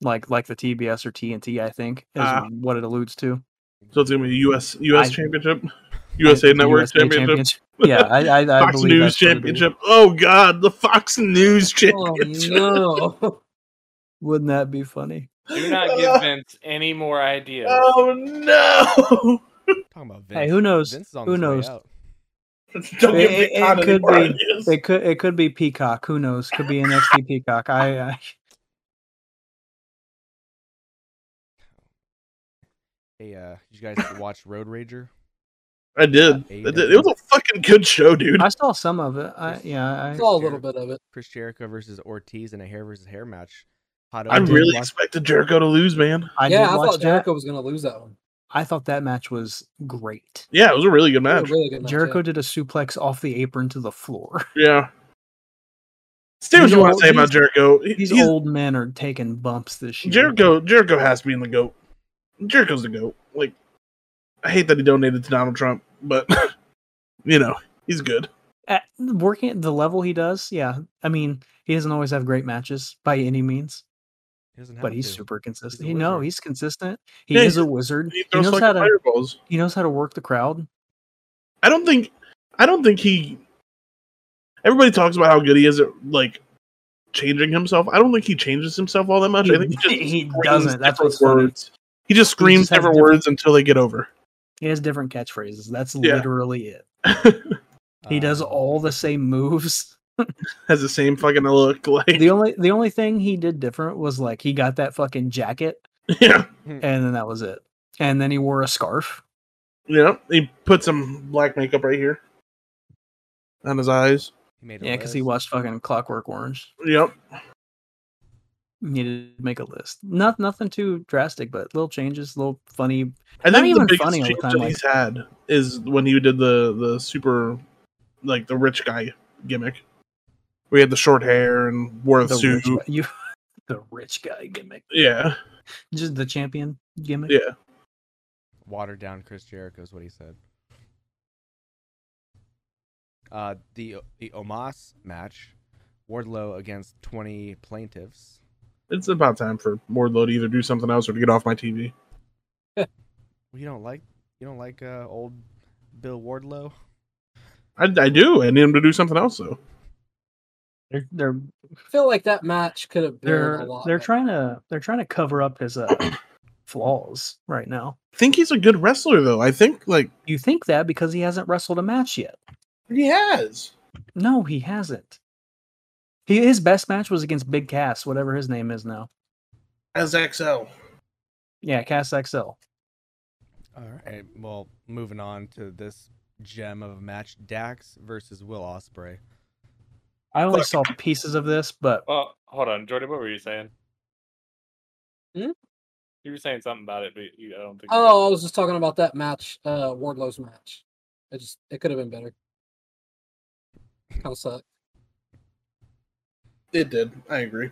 Speaker 2: like like the TBS or TNT. I think is
Speaker 4: Ah.
Speaker 2: what it alludes to.
Speaker 4: So it's gonna be U.S. U.S.
Speaker 2: I-
Speaker 4: championship, USA
Speaker 2: The
Speaker 4: Network
Speaker 2: USA
Speaker 4: championship,
Speaker 2: Yeah, I,
Speaker 4: [LAUGHS]
Speaker 2: I, I
Speaker 4: Fox
Speaker 2: believe
Speaker 4: News
Speaker 2: that's what it is.
Speaker 4: championship. Oh God, the Fox News
Speaker 5: Oh
Speaker 2: [LAUGHS]
Speaker 4: championship.
Speaker 5: no! [LAUGHS]
Speaker 2: Wouldn't that be funny?
Speaker 1: [LAUGHS]
Speaker 3: Do not give Vince any more
Speaker 4: [LAUGHS]
Speaker 3: ideas.
Speaker 1: Uh,
Speaker 4: Oh no! [LAUGHS]
Speaker 1: Talking about Vince.
Speaker 2: Hey, who knows?
Speaker 1: Vince is on
Speaker 2: Who
Speaker 1: his way
Speaker 2: knows?
Speaker 1: out.
Speaker 4: Don't
Speaker 2: It-
Speaker 4: give
Speaker 2: it-
Speaker 4: me
Speaker 2: it
Speaker 4: Con
Speaker 2: could
Speaker 4: any more
Speaker 2: be.
Speaker 4: ideas.
Speaker 2: It could it could be Peacock. Who knows? Could be NXT Peacock. I,
Speaker 4: [LAUGHS]
Speaker 2: I
Speaker 1: Hey, uh, you guys
Speaker 4: [LAUGHS]
Speaker 1: watch Road Rager?
Speaker 4: I did.
Speaker 1: Yeah,
Speaker 4: I did. It was a fucking good show, dude.
Speaker 2: I saw some of it. I yeah. I,
Speaker 5: I saw a little bit of it.
Speaker 1: Chris Jericho versus Ortiz in a hair versus hair match. Hot
Speaker 4: I
Speaker 1: Owen did
Speaker 4: really
Speaker 1: watch-
Speaker 4: expected Jericho to lose, man.
Speaker 2: I
Speaker 5: yeah,
Speaker 2: did
Speaker 5: I
Speaker 2: watch
Speaker 5: thought
Speaker 2: that.
Speaker 5: Jericho was gonna lose that one.
Speaker 2: I thought that match was great.
Speaker 4: Yeah, it was a really good
Speaker 5: That was
Speaker 4: match.
Speaker 5: a really good match,
Speaker 2: Jericho
Speaker 5: yeah.
Speaker 2: did a suplex off the apron to the floor.
Speaker 4: Yeah. Say what
Speaker 2: He's
Speaker 4: you want
Speaker 2: old-
Speaker 4: to say about Jericho. He-
Speaker 2: These
Speaker 4: he's-
Speaker 2: old men are taking bumps this year.
Speaker 4: Jericho. Jericho has to be in the goat. Jericho's the goat. Like, I hate that he donated to Donald Trump, but [LAUGHS] you know he's good.
Speaker 2: at, working at the level he does, yeah. I mean, he doesn't always have great matches by any means,
Speaker 1: He doesn't have
Speaker 2: but he's
Speaker 1: to.
Speaker 2: super consistent.
Speaker 1: a
Speaker 2: He no,
Speaker 1: wizard.
Speaker 2: he's consistent. He
Speaker 4: Yeah,
Speaker 2: is a
Speaker 4: he's-
Speaker 2: wizard.
Speaker 4: He
Speaker 2: He,
Speaker 4: throws
Speaker 2: knows
Speaker 4: like
Speaker 2: how to
Speaker 4: fireballs.
Speaker 2: he knows how to work the crowd.
Speaker 4: I don't think. I don't think he. Everybody talks about how good he is at like changing himself. I don't think he changes himself all that much. I
Speaker 2: He-
Speaker 4: think he, just
Speaker 2: he
Speaker 4: screams
Speaker 2: doesn't. That's
Speaker 4: different
Speaker 2: what's funny.
Speaker 4: He just screams
Speaker 2: has
Speaker 4: different
Speaker 2: different-
Speaker 4: words until they get over. [LAUGHS]
Speaker 2: He has different catchphrases. That's
Speaker 4: Yeah.
Speaker 2: literally it. He does
Speaker 1: Um,
Speaker 2: all the same
Speaker 4: [LAUGHS]
Speaker 2: moves.
Speaker 4: Has the same fucking look. [LAUGHS] Like
Speaker 2: The only the only thing he did different was like he got that fucking jacket
Speaker 4: yeah,
Speaker 1: Hmm.
Speaker 2: and then that was it. And then he wore a scarf.
Speaker 4: yeah. He put some black makeup right here on his eyes.
Speaker 1: He made a
Speaker 2: Yeah, because he
Speaker 1: list.
Speaker 2: watched fucking Clockwork Orange.
Speaker 4: Yep.
Speaker 2: needed to make a list. Not nothing too drastic, but little changes, little funny.
Speaker 4: I
Speaker 2: Not
Speaker 4: think the
Speaker 2: even
Speaker 4: biggest
Speaker 2: funny all the
Speaker 4: change
Speaker 2: time,
Speaker 4: that
Speaker 2: like-
Speaker 4: he's had is when he did the the super, like the rich guy gimmick. We had the short hair and wore a
Speaker 2: The
Speaker 4: suit.
Speaker 2: rich, guy- [LAUGHS] you, the rich guy gimmick,
Speaker 4: Yeah,
Speaker 2: just the champion gimmick.
Speaker 4: yeah.
Speaker 1: watered down Chris Jericho is what he said. Uh, the the Omas match, Wardlow against twenty plaintiffs.
Speaker 4: It's about time for Wardlow to either do something else or to get off my TV.
Speaker 1: You don't like you don't like uh, old Bill Wardlow.
Speaker 4: I, I do. I need him to do something else though.
Speaker 2: They're they're
Speaker 5: I feel like that match could have been a
Speaker 2: they're
Speaker 5: lot.
Speaker 2: they're
Speaker 5: better.
Speaker 2: trying to they're trying to cover up his
Speaker 4: [COUGHS]
Speaker 2: uh, flaws right now.
Speaker 4: I think he's a good wrestler though. I think like
Speaker 2: You think that because he hasn't wrestled a match yet?
Speaker 4: he has.
Speaker 2: No, he hasn't. He, his best match was against Big Cass, whatever his name is now.
Speaker 4: As XL.
Speaker 2: Yeah, Cass XL.
Speaker 1: All right. Well, moving on to this gem of a match: Dax versus Will Osprey.
Speaker 2: I only
Speaker 4: Fuck. Oh.
Speaker 2: saw pieces of this, but
Speaker 3: Well, hold on, Jordan. What were you saying?
Speaker 5: Hmm?
Speaker 3: You were saying something about it, but you, I don't think. you got
Speaker 5: Oh, I was just talking about that match, uh, Wardlow's match. It just it could have been better. Kind of suck.
Speaker 4: It did. I agree.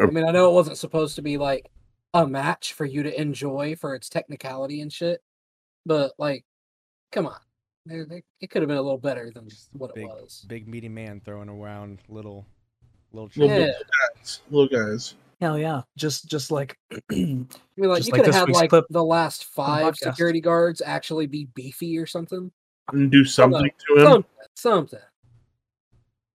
Speaker 5: I mean, I know it wasn't supposed to be like a match for you to enjoy for its technicality and shit, but like, come on, They- they- it could have been a little better than
Speaker 1: Just a
Speaker 5: what it
Speaker 1: big,
Speaker 5: was.
Speaker 1: big meaty man throwing around little little.
Speaker 4: Little
Speaker 1: children.
Speaker 5: Yeah,
Speaker 4: bit. Guys, little guys.
Speaker 2: hell yeah, just just like [CLEARS THROAT]
Speaker 5: I mean, like
Speaker 2: Just
Speaker 5: you
Speaker 2: like
Speaker 5: could
Speaker 2: this
Speaker 5: have had
Speaker 2: week's
Speaker 5: like
Speaker 2: clip
Speaker 5: the last five
Speaker 2: podcast.
Speaker 5: security guards actually be beefy or something.
Speaker 4: And do something to him.
Speaker 5: Something, something.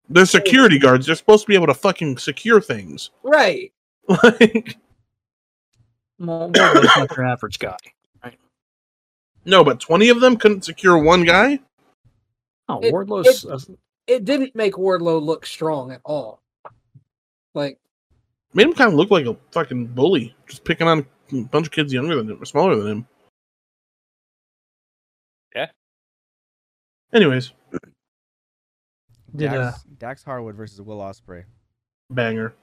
Speaker 4: They're security guards. They're supposed to be able to fucking secure things. [LAUGHS]
Speaker 5: Right.
Speaker 4: Like
Speaker 2: Well, Wardlow's not your average guy.
Speaker 4: no, but twenty of them couldn't secure one guy.
Speaker 2: Oh,
Speaker 5: It-
Speaker 2: Wardlow's uh,
Speaker 5: It didn't make Wardlow look strong at all. Like,
Speaker 4: Made him kind of look like a fucking bully, just picking on a bunch of kids younger than him or smaller than him.
Speaker 3: Yeah.
Speaker 4: Anyways,
Speaker 2: did uh,
Speaker 1: Dax, Dax Harwood versus Will Osprey.
Speaker 4: banger.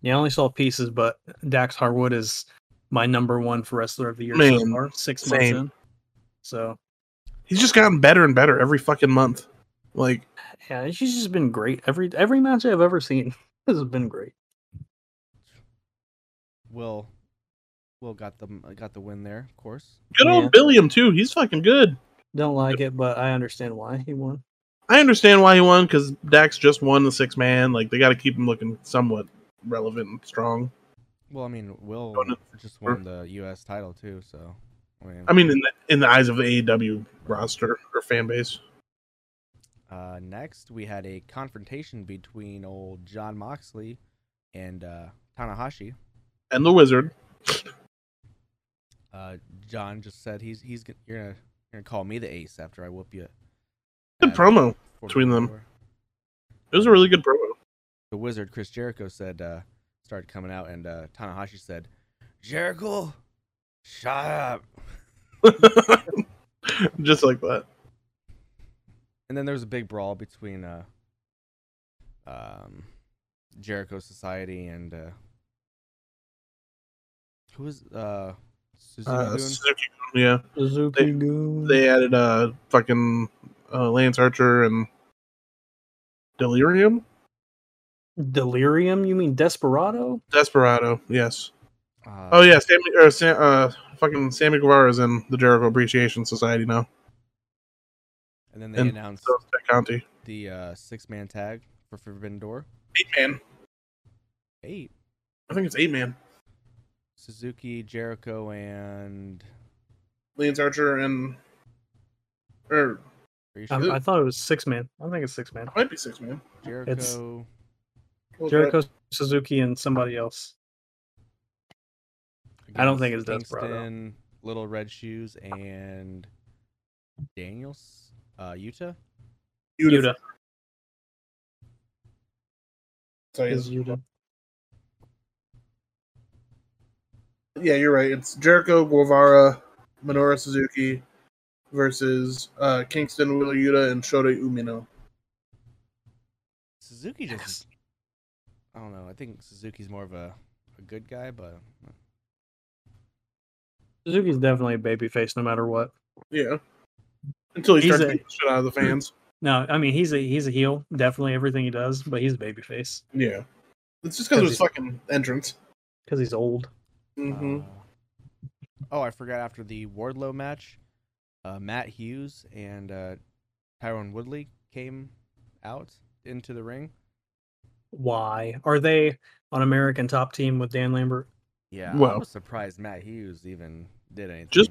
Speaker 2: yeah, I only saw pieces, but Dax Harwood is my number one for wrestler of the year so
Speaker 4: Man,
Speaker 2: far, six
Speaker 4: same.
Speaker 2: months in. So
Speaker 4: He's just gotten better and better every fucking month. Like
Speaker 2: yeah, she's just been great. Every every match I've ever seen [LAUGHS] has been great.
Speaker 1: Will Will got the got the win there, of course.
Speaker 4: good
Speaker 2: Yeah.
Speaker 4: old Billiam too. He's fucking good.
Speaker 2: Don't like it, but I understand why he won.
Speaker 4: I understand why he won because Dax just won the six man. Like they got to keep him looking somewhat relevant and strong.
Speaker 1: Well, I mean, Will
Speaker 4: Oh, no.
Speaker 1: just won the U.S. title too, so I mean,
Speaker 4: I mean, in the, in the eyes of the AEW roster or fan base,
Speaker 1: uh, next we had a confrontation between old John Moxley and uh, Tanahashi.
Speaker 4: and the Wizard,
Speaker 1: Uh, John just said he's he's gonna, you're gonna you're gonna call me the ace after I whoop you. Uh,
Speaker 4: Good
Speaker 1: at
Speaker 4: promo
Speaker 1: 44.
Speaker 4: between them. it was a really good promo.
Speaker 1: The wizard Chris Jericho said uh, started coming out, and uh, Tanahashi said, "Jericho, shut up."
Speaker 4: Just like that.
Speaker 1: And then there was a big brawl between uh, um, Jericho Society and uh, who was uh, Suzuki
Speaker 4: Uh,
Speaker 1: Gun?
Speaker 4: Suzuki, yeah,
Speaker 2: Suzuki
Speaker 4: They-
Speaker 2: Goon.
Speaker 4: they added uh fucking uh, Lance Archer and Delirium,
Speaker 2: Delirium? You mean Desperado?
Speaker 4: Desperado. Yes.
Speaker 1: Uh,
Speaker 4: Oh yeah, Sammy or Sam, uh, fucking Sammy Guevara is in the Jericho Appreciation Society now.
Speaker 1: And then they
Speaker 4: and
Speaker 1: announced
Speaker 4: So is Ted Conti.
Speaker 1: the uh, six-man tag for Forbidden Door.
Speaker 4: Eight man.
Speaker 1: Eight
Speaker 4: I think it's eight man.
Speaker 1: Suzuki, Jericho, and
Speaker 4: Lance Archer and or
Speaker 1: are you
Speaker 2: I,
Speaker 1: sure?
Speaker 2: I thought it was six man. I think it's six man.
Speaker 4: might be six man.
Speaker 2: it's-
Speaker 1: Jericho.
Speaker 2: Jericho Suzuki and somebody else. I don't think
Speaker 1: against
Speaker 2: it's Desperado.
Speaker 1: Kingston, Little Red Shoes, and Daniels, uh, Utah.
Speaker 2: Yuta.
Speaker 4: So,
Speaker 2: Is Yuta.
Speaker 4: Yeah, you're right. It's Jericho Guevara, Minoru Suzuki versus uh, Kingston Wheeler Yuta and Shota Umino.
Speaker 1: Suzuki just. I don't know. I think Suzuki's more of a, a good guy, but uh,
Speaker 2: Suzuki's definitely a babyface no matter what.
Speaker 4: Yeah. Until he
Speaker 2: He's
Speaker 4: starts
Speaker 2: a-
Speaker 4: beating the shit out of the fans.
Speaker 2: No, I mean he's a he's a heel, definitely everything he does, but he's a babyface
Speaker 4: Yeah. It's just because of his fucking entrance.
Speaker 2: because he's old.
Speaker 4: Mm-hmm.
Speaker 1: uh, oh, I forgot after the Wardlow match, uh, Matt Hughes and uh, Tyron Woodley came out into the ring.
Speaker 2: Why are they on American Top Team with Dan Lambert?
Speaker 1: Yeah, I
Speaker 4: Well-
Speaker 1: was surprised Matt Hughes even did anything.
Speaker 4: Just-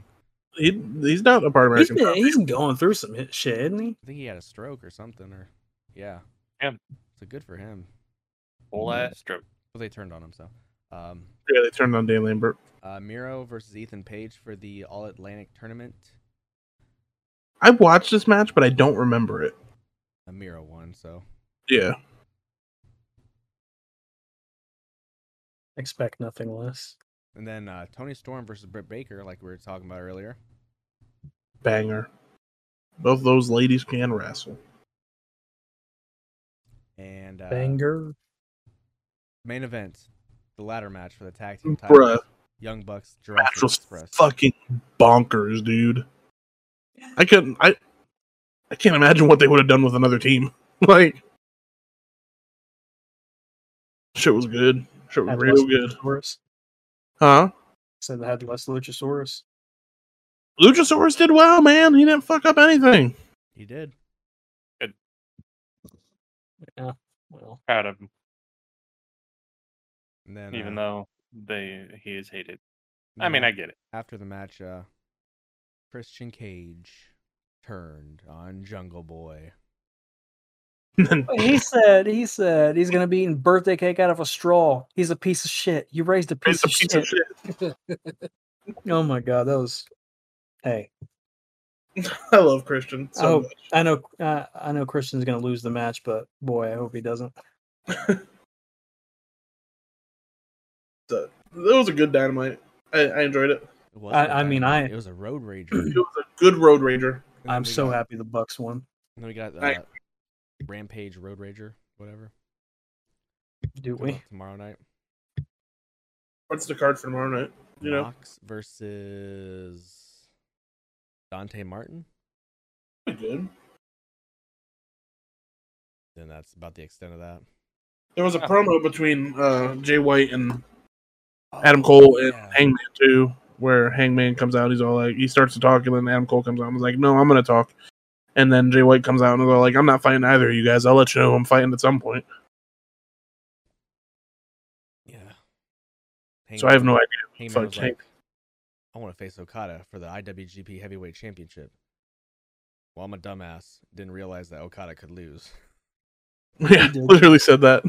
Speaker 4: he, he's not a part of
Speaker 2: He's
Speaker 4: American.
Speaker 2: been,
Speaker 4: Top.
Speaker 2: he's going through some hit shit, isn't he?
Speaker 1: I think he had a stroke or something, or yeah,
Speaker 3: Yeah.
Speaker 1: So good for him.
Speaker 3: Whole ass strip.
Speaker 1: Well, they turned on him, so. Um,
Speaker 4: Yeah, they turned on Dan Lambert.
Speaker 1: uh, Miro versus Ethan Page for the All Atlantic tournament.
Speaker 4: I watched this match, but I don't remember it.
Speaker 1: Uh, Miro won, so
Speaker 4: Yeah.
Speaker 2: Expect nothing less.
Speaker 1: And then uh, Tony Storm versus Britt Baker, like we were talking about earlier.
Speaker 4: Banger. Both those ladies can wrestle.
Speaker 1: And uh,
Speaker 2: Banger.
Speaker 1: main event, the ladder match for the tag team titles.
Speaker 4: Bruh.
Speaker 1: Young Bucks, Jurassic
Speaker 4: Match was
Speaker 1: Express.
Speaker 4: fucking bonkers, dude. I couldn't I I can't imagine what they would have done with another team. [LAUGHS] like shit was good. Shit was
Speaker 2: Had
Speaker 4: real
Speaker 2: less
Speaker 4: good.
Speaker 2: Luchasaurus.
Speaker 4: Huh?
Speaker 2: Said they had less Luchasaurus.
Speaker 4: Luchasaurus did well, man. He didn't fuck up anything.
Speaker 1: He did.
Speaker 2: Well,
Speaker 3: Proud of him,
Speaker 1: And then
Speaker 3: even
Speaker 1: uh,
Speaker 3: though they he is hated. I mean, I
Speaker 1: then
Speaker 3: get it.
Speaker 1: after the match, uh, Christian Cage turned on Jungle Boy.
Speaker 2: he said he said he's gonna be eating birthday cake out of a straw. He's a piece of shit. You raised a piece,
Speaker 4: it's a
Speaker 2: of,
Speaker 4: piece
Speaker 2: shit.
Speaker 4: of shit.
Speaker 2: Oh my god, that was. Hey,
Speaker 4: [LAUGHS] I love Christian so
Speaker 2: Oh.
Speaker 4: much.
Speaker 2: I know uh, I know Christian's gonna lose the match, but boy, I hope he doesn't.
Speaker 4: So, that was a good dynamite. I, I enjoyed it.
Speaker 1: It was
Speaker 2: I- I mean, I-
Speaker 1: it was a road
Speaker 4: [CLEARS THROAT]
Speaker 1: rager.
Speaker 4: It
Speaker 1: And
Speaker 4: was a good road rager.
Speaker 1: then
Speaker 2: I'm
Speaker 1: we
Speaker 2: so
Speaker 1: got-
Speaker 2: happy the Bucks won,
Speaker 1: And then we got uh,
Speaker 4: I-
Speaker 1: Rampage Road Rager, whatever.
Speaker 2: do
Speaker 1: coming
Speaker 2: we?
Speaker 1: up Tomorrow night.
Speaker 4: What's the card for tomorrow night? You know,
Speaker 1: Mox versus Dante Martin.
Speaker 4: pretty good.
Speaker 1: Then that's about the extent of that.
Speaker 4: There was a
Speaker 3: Yeah.
Speaker 4: promo between uh, Jay White and
Speaker 1: Oh,
Speaker 4: Adam Cole and Hangman too, where Hangman comes out. He's all like, he starts to talk, and then Adam Cole comes out and is like, "No, I'm gonna talk." And then Jay White comes out and is all like, "I'm not fighting either of you guys. I'll let you know I'm fighting at some point."
Speaker 1: Yeah.
Speaker 4: So I have no idea. [LAUGHS]
Speaker 1: Heyman
Speaker 4: Fuck
Speaker 1: was
Speaker 4: Hank.
Speaker 1: like, I want to face Okada for the IWGP Heavyweight Championship. Well, I'm a dumbass. Didn't realize that Okada could lose.
Speaker 4: Yeah,
Speaker 2: did.
Speaker 4: literally said that.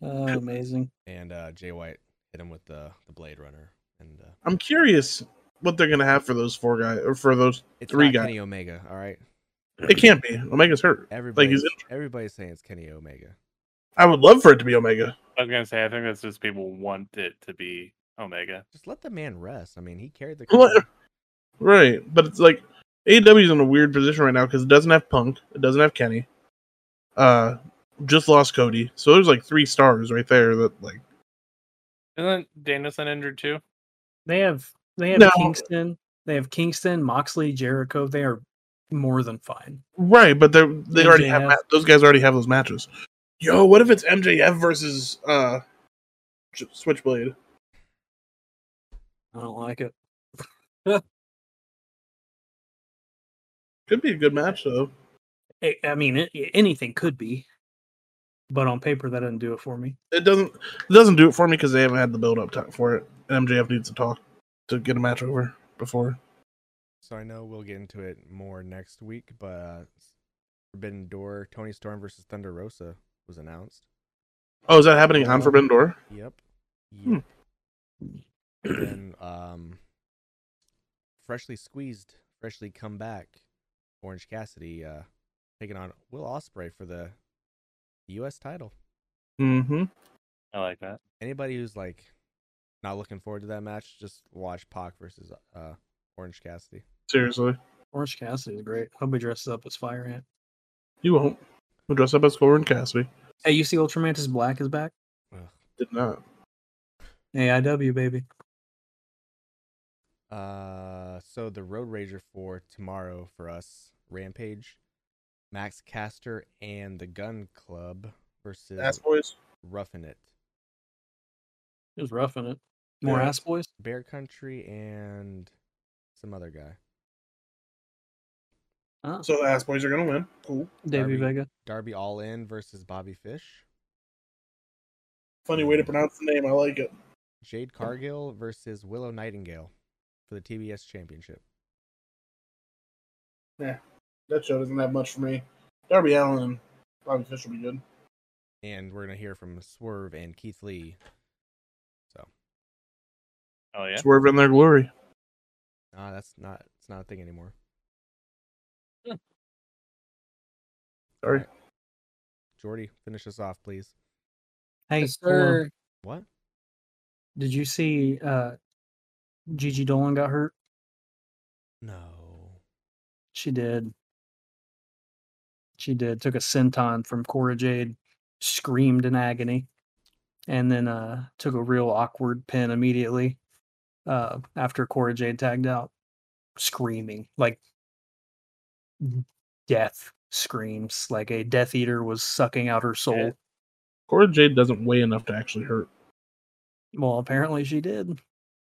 Speaker 2: Oh, amazing.
Speaker 1: And uh, Jay White hit him with the, the Blade Runner. And uh,
Speaker 4: I'm curious what they're gonna have for those four guys or for those.
Speaker 1: it's
Speaker 4: Three
Speaker 1: not
Speaker 4: guys.
Speaker 1: Kenny Omega. All right.
Speaker 4: It can't be. Omega's hurt.
Speaker 1: Everybody,
Speaker 4: he's injured.
Speaker 1: everybody's saying it's Kenny Omega.
Speaker 4: I would love for it to be Omega.
Speaker 3: I was gonna say I think that's just people want it to be Omega.
Speaker 1: Just let the man rest. I mean, he carried the.
Speaker 4: Well,
Speaker 1: company.
Speaker 4: Right, but it's like AEW is in a weird position right now because it doesn't have Punk, it doesn't have Kenny, uh, just lost Cody, so there's like three stars right there that like
Speaker 3: Isn't Danielson injured too?
Speaker 2: They have they have
Speaker 4: No.
Speaker 2: Kingston. They have Kingston, Moxley, Jericho. They are more than fine.
Speaker 4: right, but they they already have
Speaker 2: MJF.
Speaker 4: ma- those guys already have those matches. Yo, what if it's MJF versus uh J- Switchblade?
Speaker 2: I don't like it.
Speaker 4: Could be a good match though.
Speaker 2: I- I mean, it, anything could be, but on paper that doesn't do it for me.
Speaker 4: It doesn't it doesn't do it for me because they haven't had the build up time for it. And MJF needs to talk to get a match over before.
Speaker 1: So I know we'll get into it more next week, but uh, Forbidden Door, Tony Storm versus Thunder Rosa was announced.
Speaker 4: Oh, is that happening on Forbidden Door?
Speaker 1: Yep.
Speaker 4: Hmm.
Speaker 1: Yep. and then, um, freshly squeezed, freshly come back, Orange Cassidy uh, taking on Will Osprey for the U.S. title.
Speaker 4: Mm-hmm.
Speaker 3: I like that.
Speaker 1: Anybody who's like not looking forward to that match, just watch Pac versus uh, Orange Cassidy.
Speaker 4: Seriously.
Speaker 2: Orange Cassidy is great. Hope he dresses up as Fire Ant.
Speaker 4: You won't. We'll dress up as Corin Cassidy.
Speaker 2: Hey, you see Ultramantis Black is back?
Speaker 4: Did not.
Speaker 2: AIW baby.
Speaker 1: Uh, so the road rager for tomorrow for us, Rampage, Max Caster and the Gun Club versus
Speaker 4: Ass boys.
Speaker 1: Roughing It,
Speaker 2: It was rough in it. More
Speaker 4: Yeah.
Speaker 2: ass boys.
Speaker 1: Bear Country, and some other guy,
Speaker 2: Ah,
Speaker 4: So the ass boys are gonna win. Cool.
Speaker 1: Darby.
Speaker 2: Davey Vega.
Speaker 1: Darby All In versus Bobby Fish,
Speaker 4: Funny way to pronounce the name. I like it.
Speaker 1: Jade Cargill versus Willow Nightingale for the TBS Championship.
Speaker 4: That show doesn't have much for me. Darby Allen and Bobby Fish will be good.
Speaker 1: And we're gonna hear from Swerve and Keith Lee. So
Speaker 3: Oh yeah.
Speaker 4: Swerve in their glory.
Speaker 1: ah, that's not it's not a thing anymore.
Speaker 4: Sorry.
Speaker 1: Jordy, finish us off, please.
Speaker 2: Hey,
Speaker 5: Yes,
Speaker 2: hold on.
Speaker 5: sir.
Speaker 1: What?
Speaker 2: did you see uh Gigi Dolan got hurt?
Speaker 1: No.
Speaker 2: She did. She did. Took a senton from Cora Jade, screamed in agony, and then uh took a real awkward pin immediately uh after Cora Jade tagged out, screaming like Mm-hmm. death screams, like a Death Eater was sucking out her soul.
Speaker 4: Cora Jade doesn't weigh enough to actually hurt.
Speaker 2: Well, apparently she did,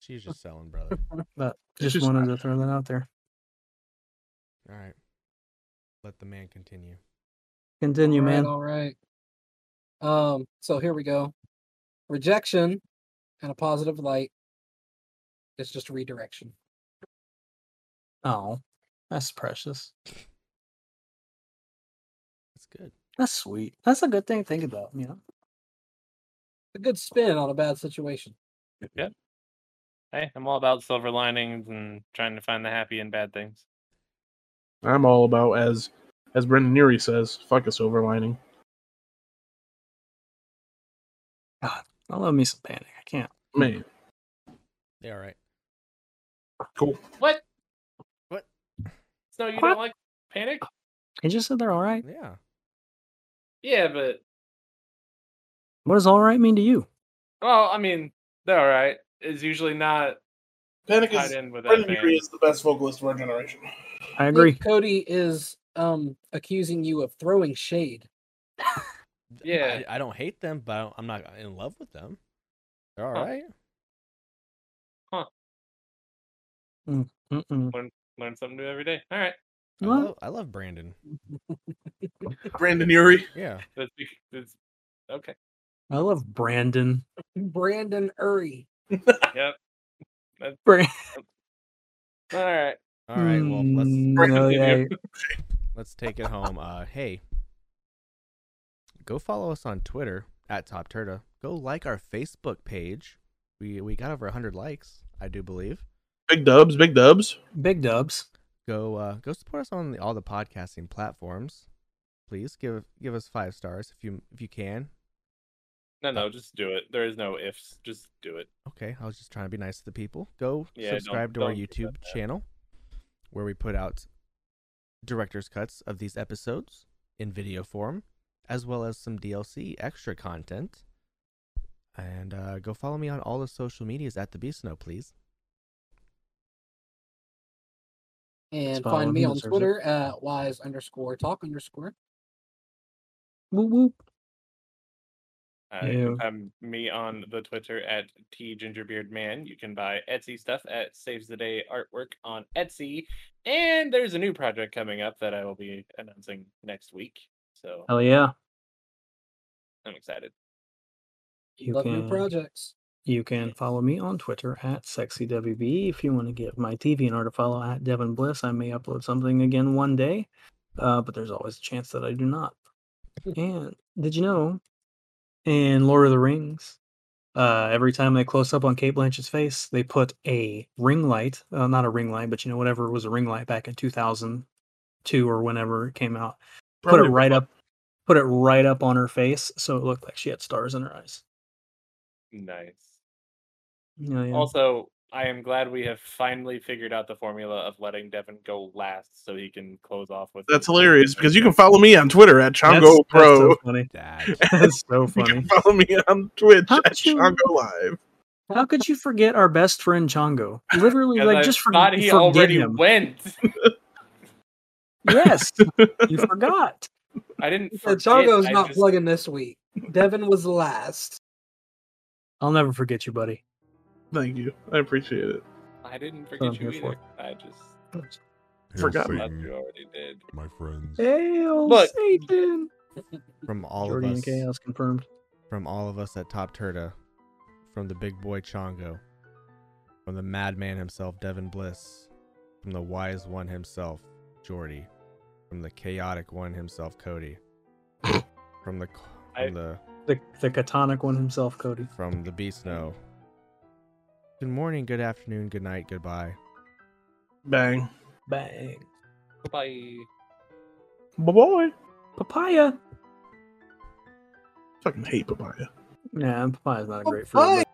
Speaker 1: She's just selling, brother.
Speaker 2: but
Speaker 4: It's
Speaker 2: just
Speaker 4: just-
Speaker 2: wanted to throw that out there.
Speaker 1: All right. Let the man continue.
Speaker 2: Continue,
Speaker 5: All right,
Speaker 2: man.
Speaker 5: All right. Um, so here we go. Rejection and a positive light. It's just redirection.
Speaker 2: Oh, that's precious.
Speaker 1: That's good.
Speaker 2: That's sweet. That's a good thing to think about, you know.
Speaker 5: A good spin on a bad situation.
Speaker 3: Hey, I'm all about silver linings and trying to find the happy in bad things.
Speaker 4: I'm all about as as Brendan Neary says, fuck a silver lining.
Speaker 2: I love me some panic. I can't.
Speaker 4: Man.
Speaker 1: Yeah, all right.
Speaker 4: Cool.
Speaker 3: What?
Speaker 1: What?
Speaker 3: So you
Speaker 2: What?
Speaker 3: don't like panic?
Speaker 2: He just said they're all right.
Speaker 1: Yeah.
Speaker 3: Yeah, but
Speaker 2: What does all right mean to you?
Speaker 3: well, I mean, they're all right. It's usually not
Speaker 4: Panic
Speaker 3: tied
Speaker 4: is
Speaker 3: in with that
Speaker 4: Brendan Neary
Speaker 3: band.
Speaker 4: is the best vocalist of our generation. [LAUGHS]
Speaker 2: I
Speaker 5: I think
Speaker 2: agree.
Speaker 5: Cody is um accusing you of throwing shade.
Speaker 1: Th-
Speaker 3: Yeah.
Speaker 1: I, I don't hate them, but I don't- I'm not in love with them. They're all
Speaker 3: Huh.
Speaker 1: right.
Speaker 2: Mm-mm.
Speaker 3: Learn something new every day. All right,
Speaker 1: I
Speaker 2: What?
Speaker 1: love, I love Brandon.
Speaker 4: Brandon Neary.
Speaker 1: Yeah.
Speaker 3: that's, bec- that's okay.
Speaker 2: I love Brandon.
Speaker 5: Brandon Uri.
Speaker 3: Yep. That's-
Speaker 2: Bring-
Speaker 3: All right.
Speaker 1: All right, well
Speaker 2: Hmm.
Speaker 1: let's
Speaker 2: no, Mm, yeah.
Speaker 1: let's take it home. Uh, hey, go follow us on Twitter at Top Turtle. Go like our Facebook page. We we got over hundred likes, I do believe.
Speaker 4: Big dubs, big dubs.
Speaker 2: Big dubs.
Speaker 1: Go uh, go support us on the, all the podcasting platforms. Please give give us five stars if you if you can.
Speaker 3: [LAUGHS] No, no, just do it. There is no ifs. Just do it.
Speaker 1: Okay, I was just trying to be nice to the people. Go
Speaker 3: Yeah, don't-
Speaker 1: subscribe to our
Speaker 3: don't do that,
Speaker 1: YouTube
Speaker 3: man.
Speaker 1: channel where we put out director's cuts of these episodes in video form, as well as some DLC extra content. And uh, go follow me on all the social medias at the Beast Snow, please.
Speaker 5: And
Speaker 2: Follow
Speaker 5: find me
Speaker 2: him,
Speaker 5: on
Speaker 2: deserves it.
Speaker 5: Twitter at wise underscore talk underscore.
Speaker 2: Whoop whoop.
Speaker 3: Uh,
Speaker 2: Yeah.
Speaker 3: I'm me on the Twitter at T Gingerbeardman. You can buy Etsy stuff at Saves the Day Artwork on Etsy. And there's a new project coming up that I will be announcing next week. So
Speaker 2: Hell yeah.
Speaker 3: I'm excited.
Speaker 2: You
Speaker 5: Love
Speaker 2: can
Speaker 5: new projects.
Speaker 2: you can follow me on Twitter at sexywb. If you want to give my TVNR to follow at Devin Bliss, I may upload something again one day, uh, but there's always a chance that I do not. And did you know? In Lord of the Rings, uh, every time they close up on Kate Blanchett's face, they put a ring light, uh, not a ring light, but you know whatever was a ring light back in 2002 or whenever it came out. put it
Speaker 4: Probably
Speaker 2: right up put it right up on her face so it looked like she had stars in her eyes
Speaker 3: Nice.
Speaker 2: yeah, yeah.
Speaker 3: Also, I am glad we have finally figured out the formula of letting Devin go last so he can close off with
Speaker 4: That's
Speaker 3: his-
Speaker 4: hilarious because you can follow me on Twitter at Chongo
Speaker 2: that's, that's
Speaker 4: Pro.
Speaker 2: so funny [LAUGHS]
Speaker 3: [LAUGHS]
Speaker 1: Dad.
Speaker 2: that's so
Speaker 4: [LAUGHS] You can
Speaker 2: funny
Speaker 4: follow me on Twitch
Speaker 2: How
Speaker 4: at
Speaker 2: did you-
Speaker 4: Chongo Live.
Speaker 2: how could you forget our best friend chongo literally
Speaker 3: 'Cause
Speaker 2: like
Speaker 3: I
Speaker 2: just for,
Speaker 3: thought he
Speaker 2: forget
Speaker 3: already
Speaker 2: him
Speaker 3: went. [LAUGHS]
Speaker 2: yes you forgot
Speaker 3: I
Speaker 2: [LAUGHS]
Speaker 3: didn't
Speaker 5: So
Speaker 3: forget.
Speaker 5: Chago's
Speaker 3: I
Speaker 5: not
Speaker 3: just-
Speaker 5: plugging this week. Devin was the last.
Speaker 2: i'll never forget you buddy
Speaker 4: Thank you. I appreciate it.
Speaker 3: I didn't
Speaker 2: what I'm
Speaker 3: forget you
Speaker 2: here for.
Speaker 3: either. I just
Speaker 4: Forgot
Speaker 3: thought you already did.
Speaker 9: my friends.
Speaker 2: Hail
Speaker 3: Look.
Speaker 2: satan
Speaker 1: From all
Speaker 2: Jordy
Speaker 1: of
Speaker 2: and
Speaker 1: us,
Speaker 2: chaos confirmed
Speaker 1: from all of us at Top Turda, from the big boy Chongo, from the madman himself, Devin Bliss, from the wise one himself, Jordy, from the chaotic one himself, Cody, [COUGHS] from the from
Speaker 3: I-
Speaker 1: the
Speaker 2: the, the catonic one himself cody
Speaker 1: from the beast snow. Good morning, good afternoon, good night, goodbye.
Speaker 4: Bang.
Speaker 2: bang
Speaker 3: Bye.
Speaker 4: Bye bye.
Speaker 2: papaya
Speaker 4: Fucking hate papaya.
Speaker 2: nah papaya's not a great fruit
Speaker 5: Papaya.
Speaker 2: but-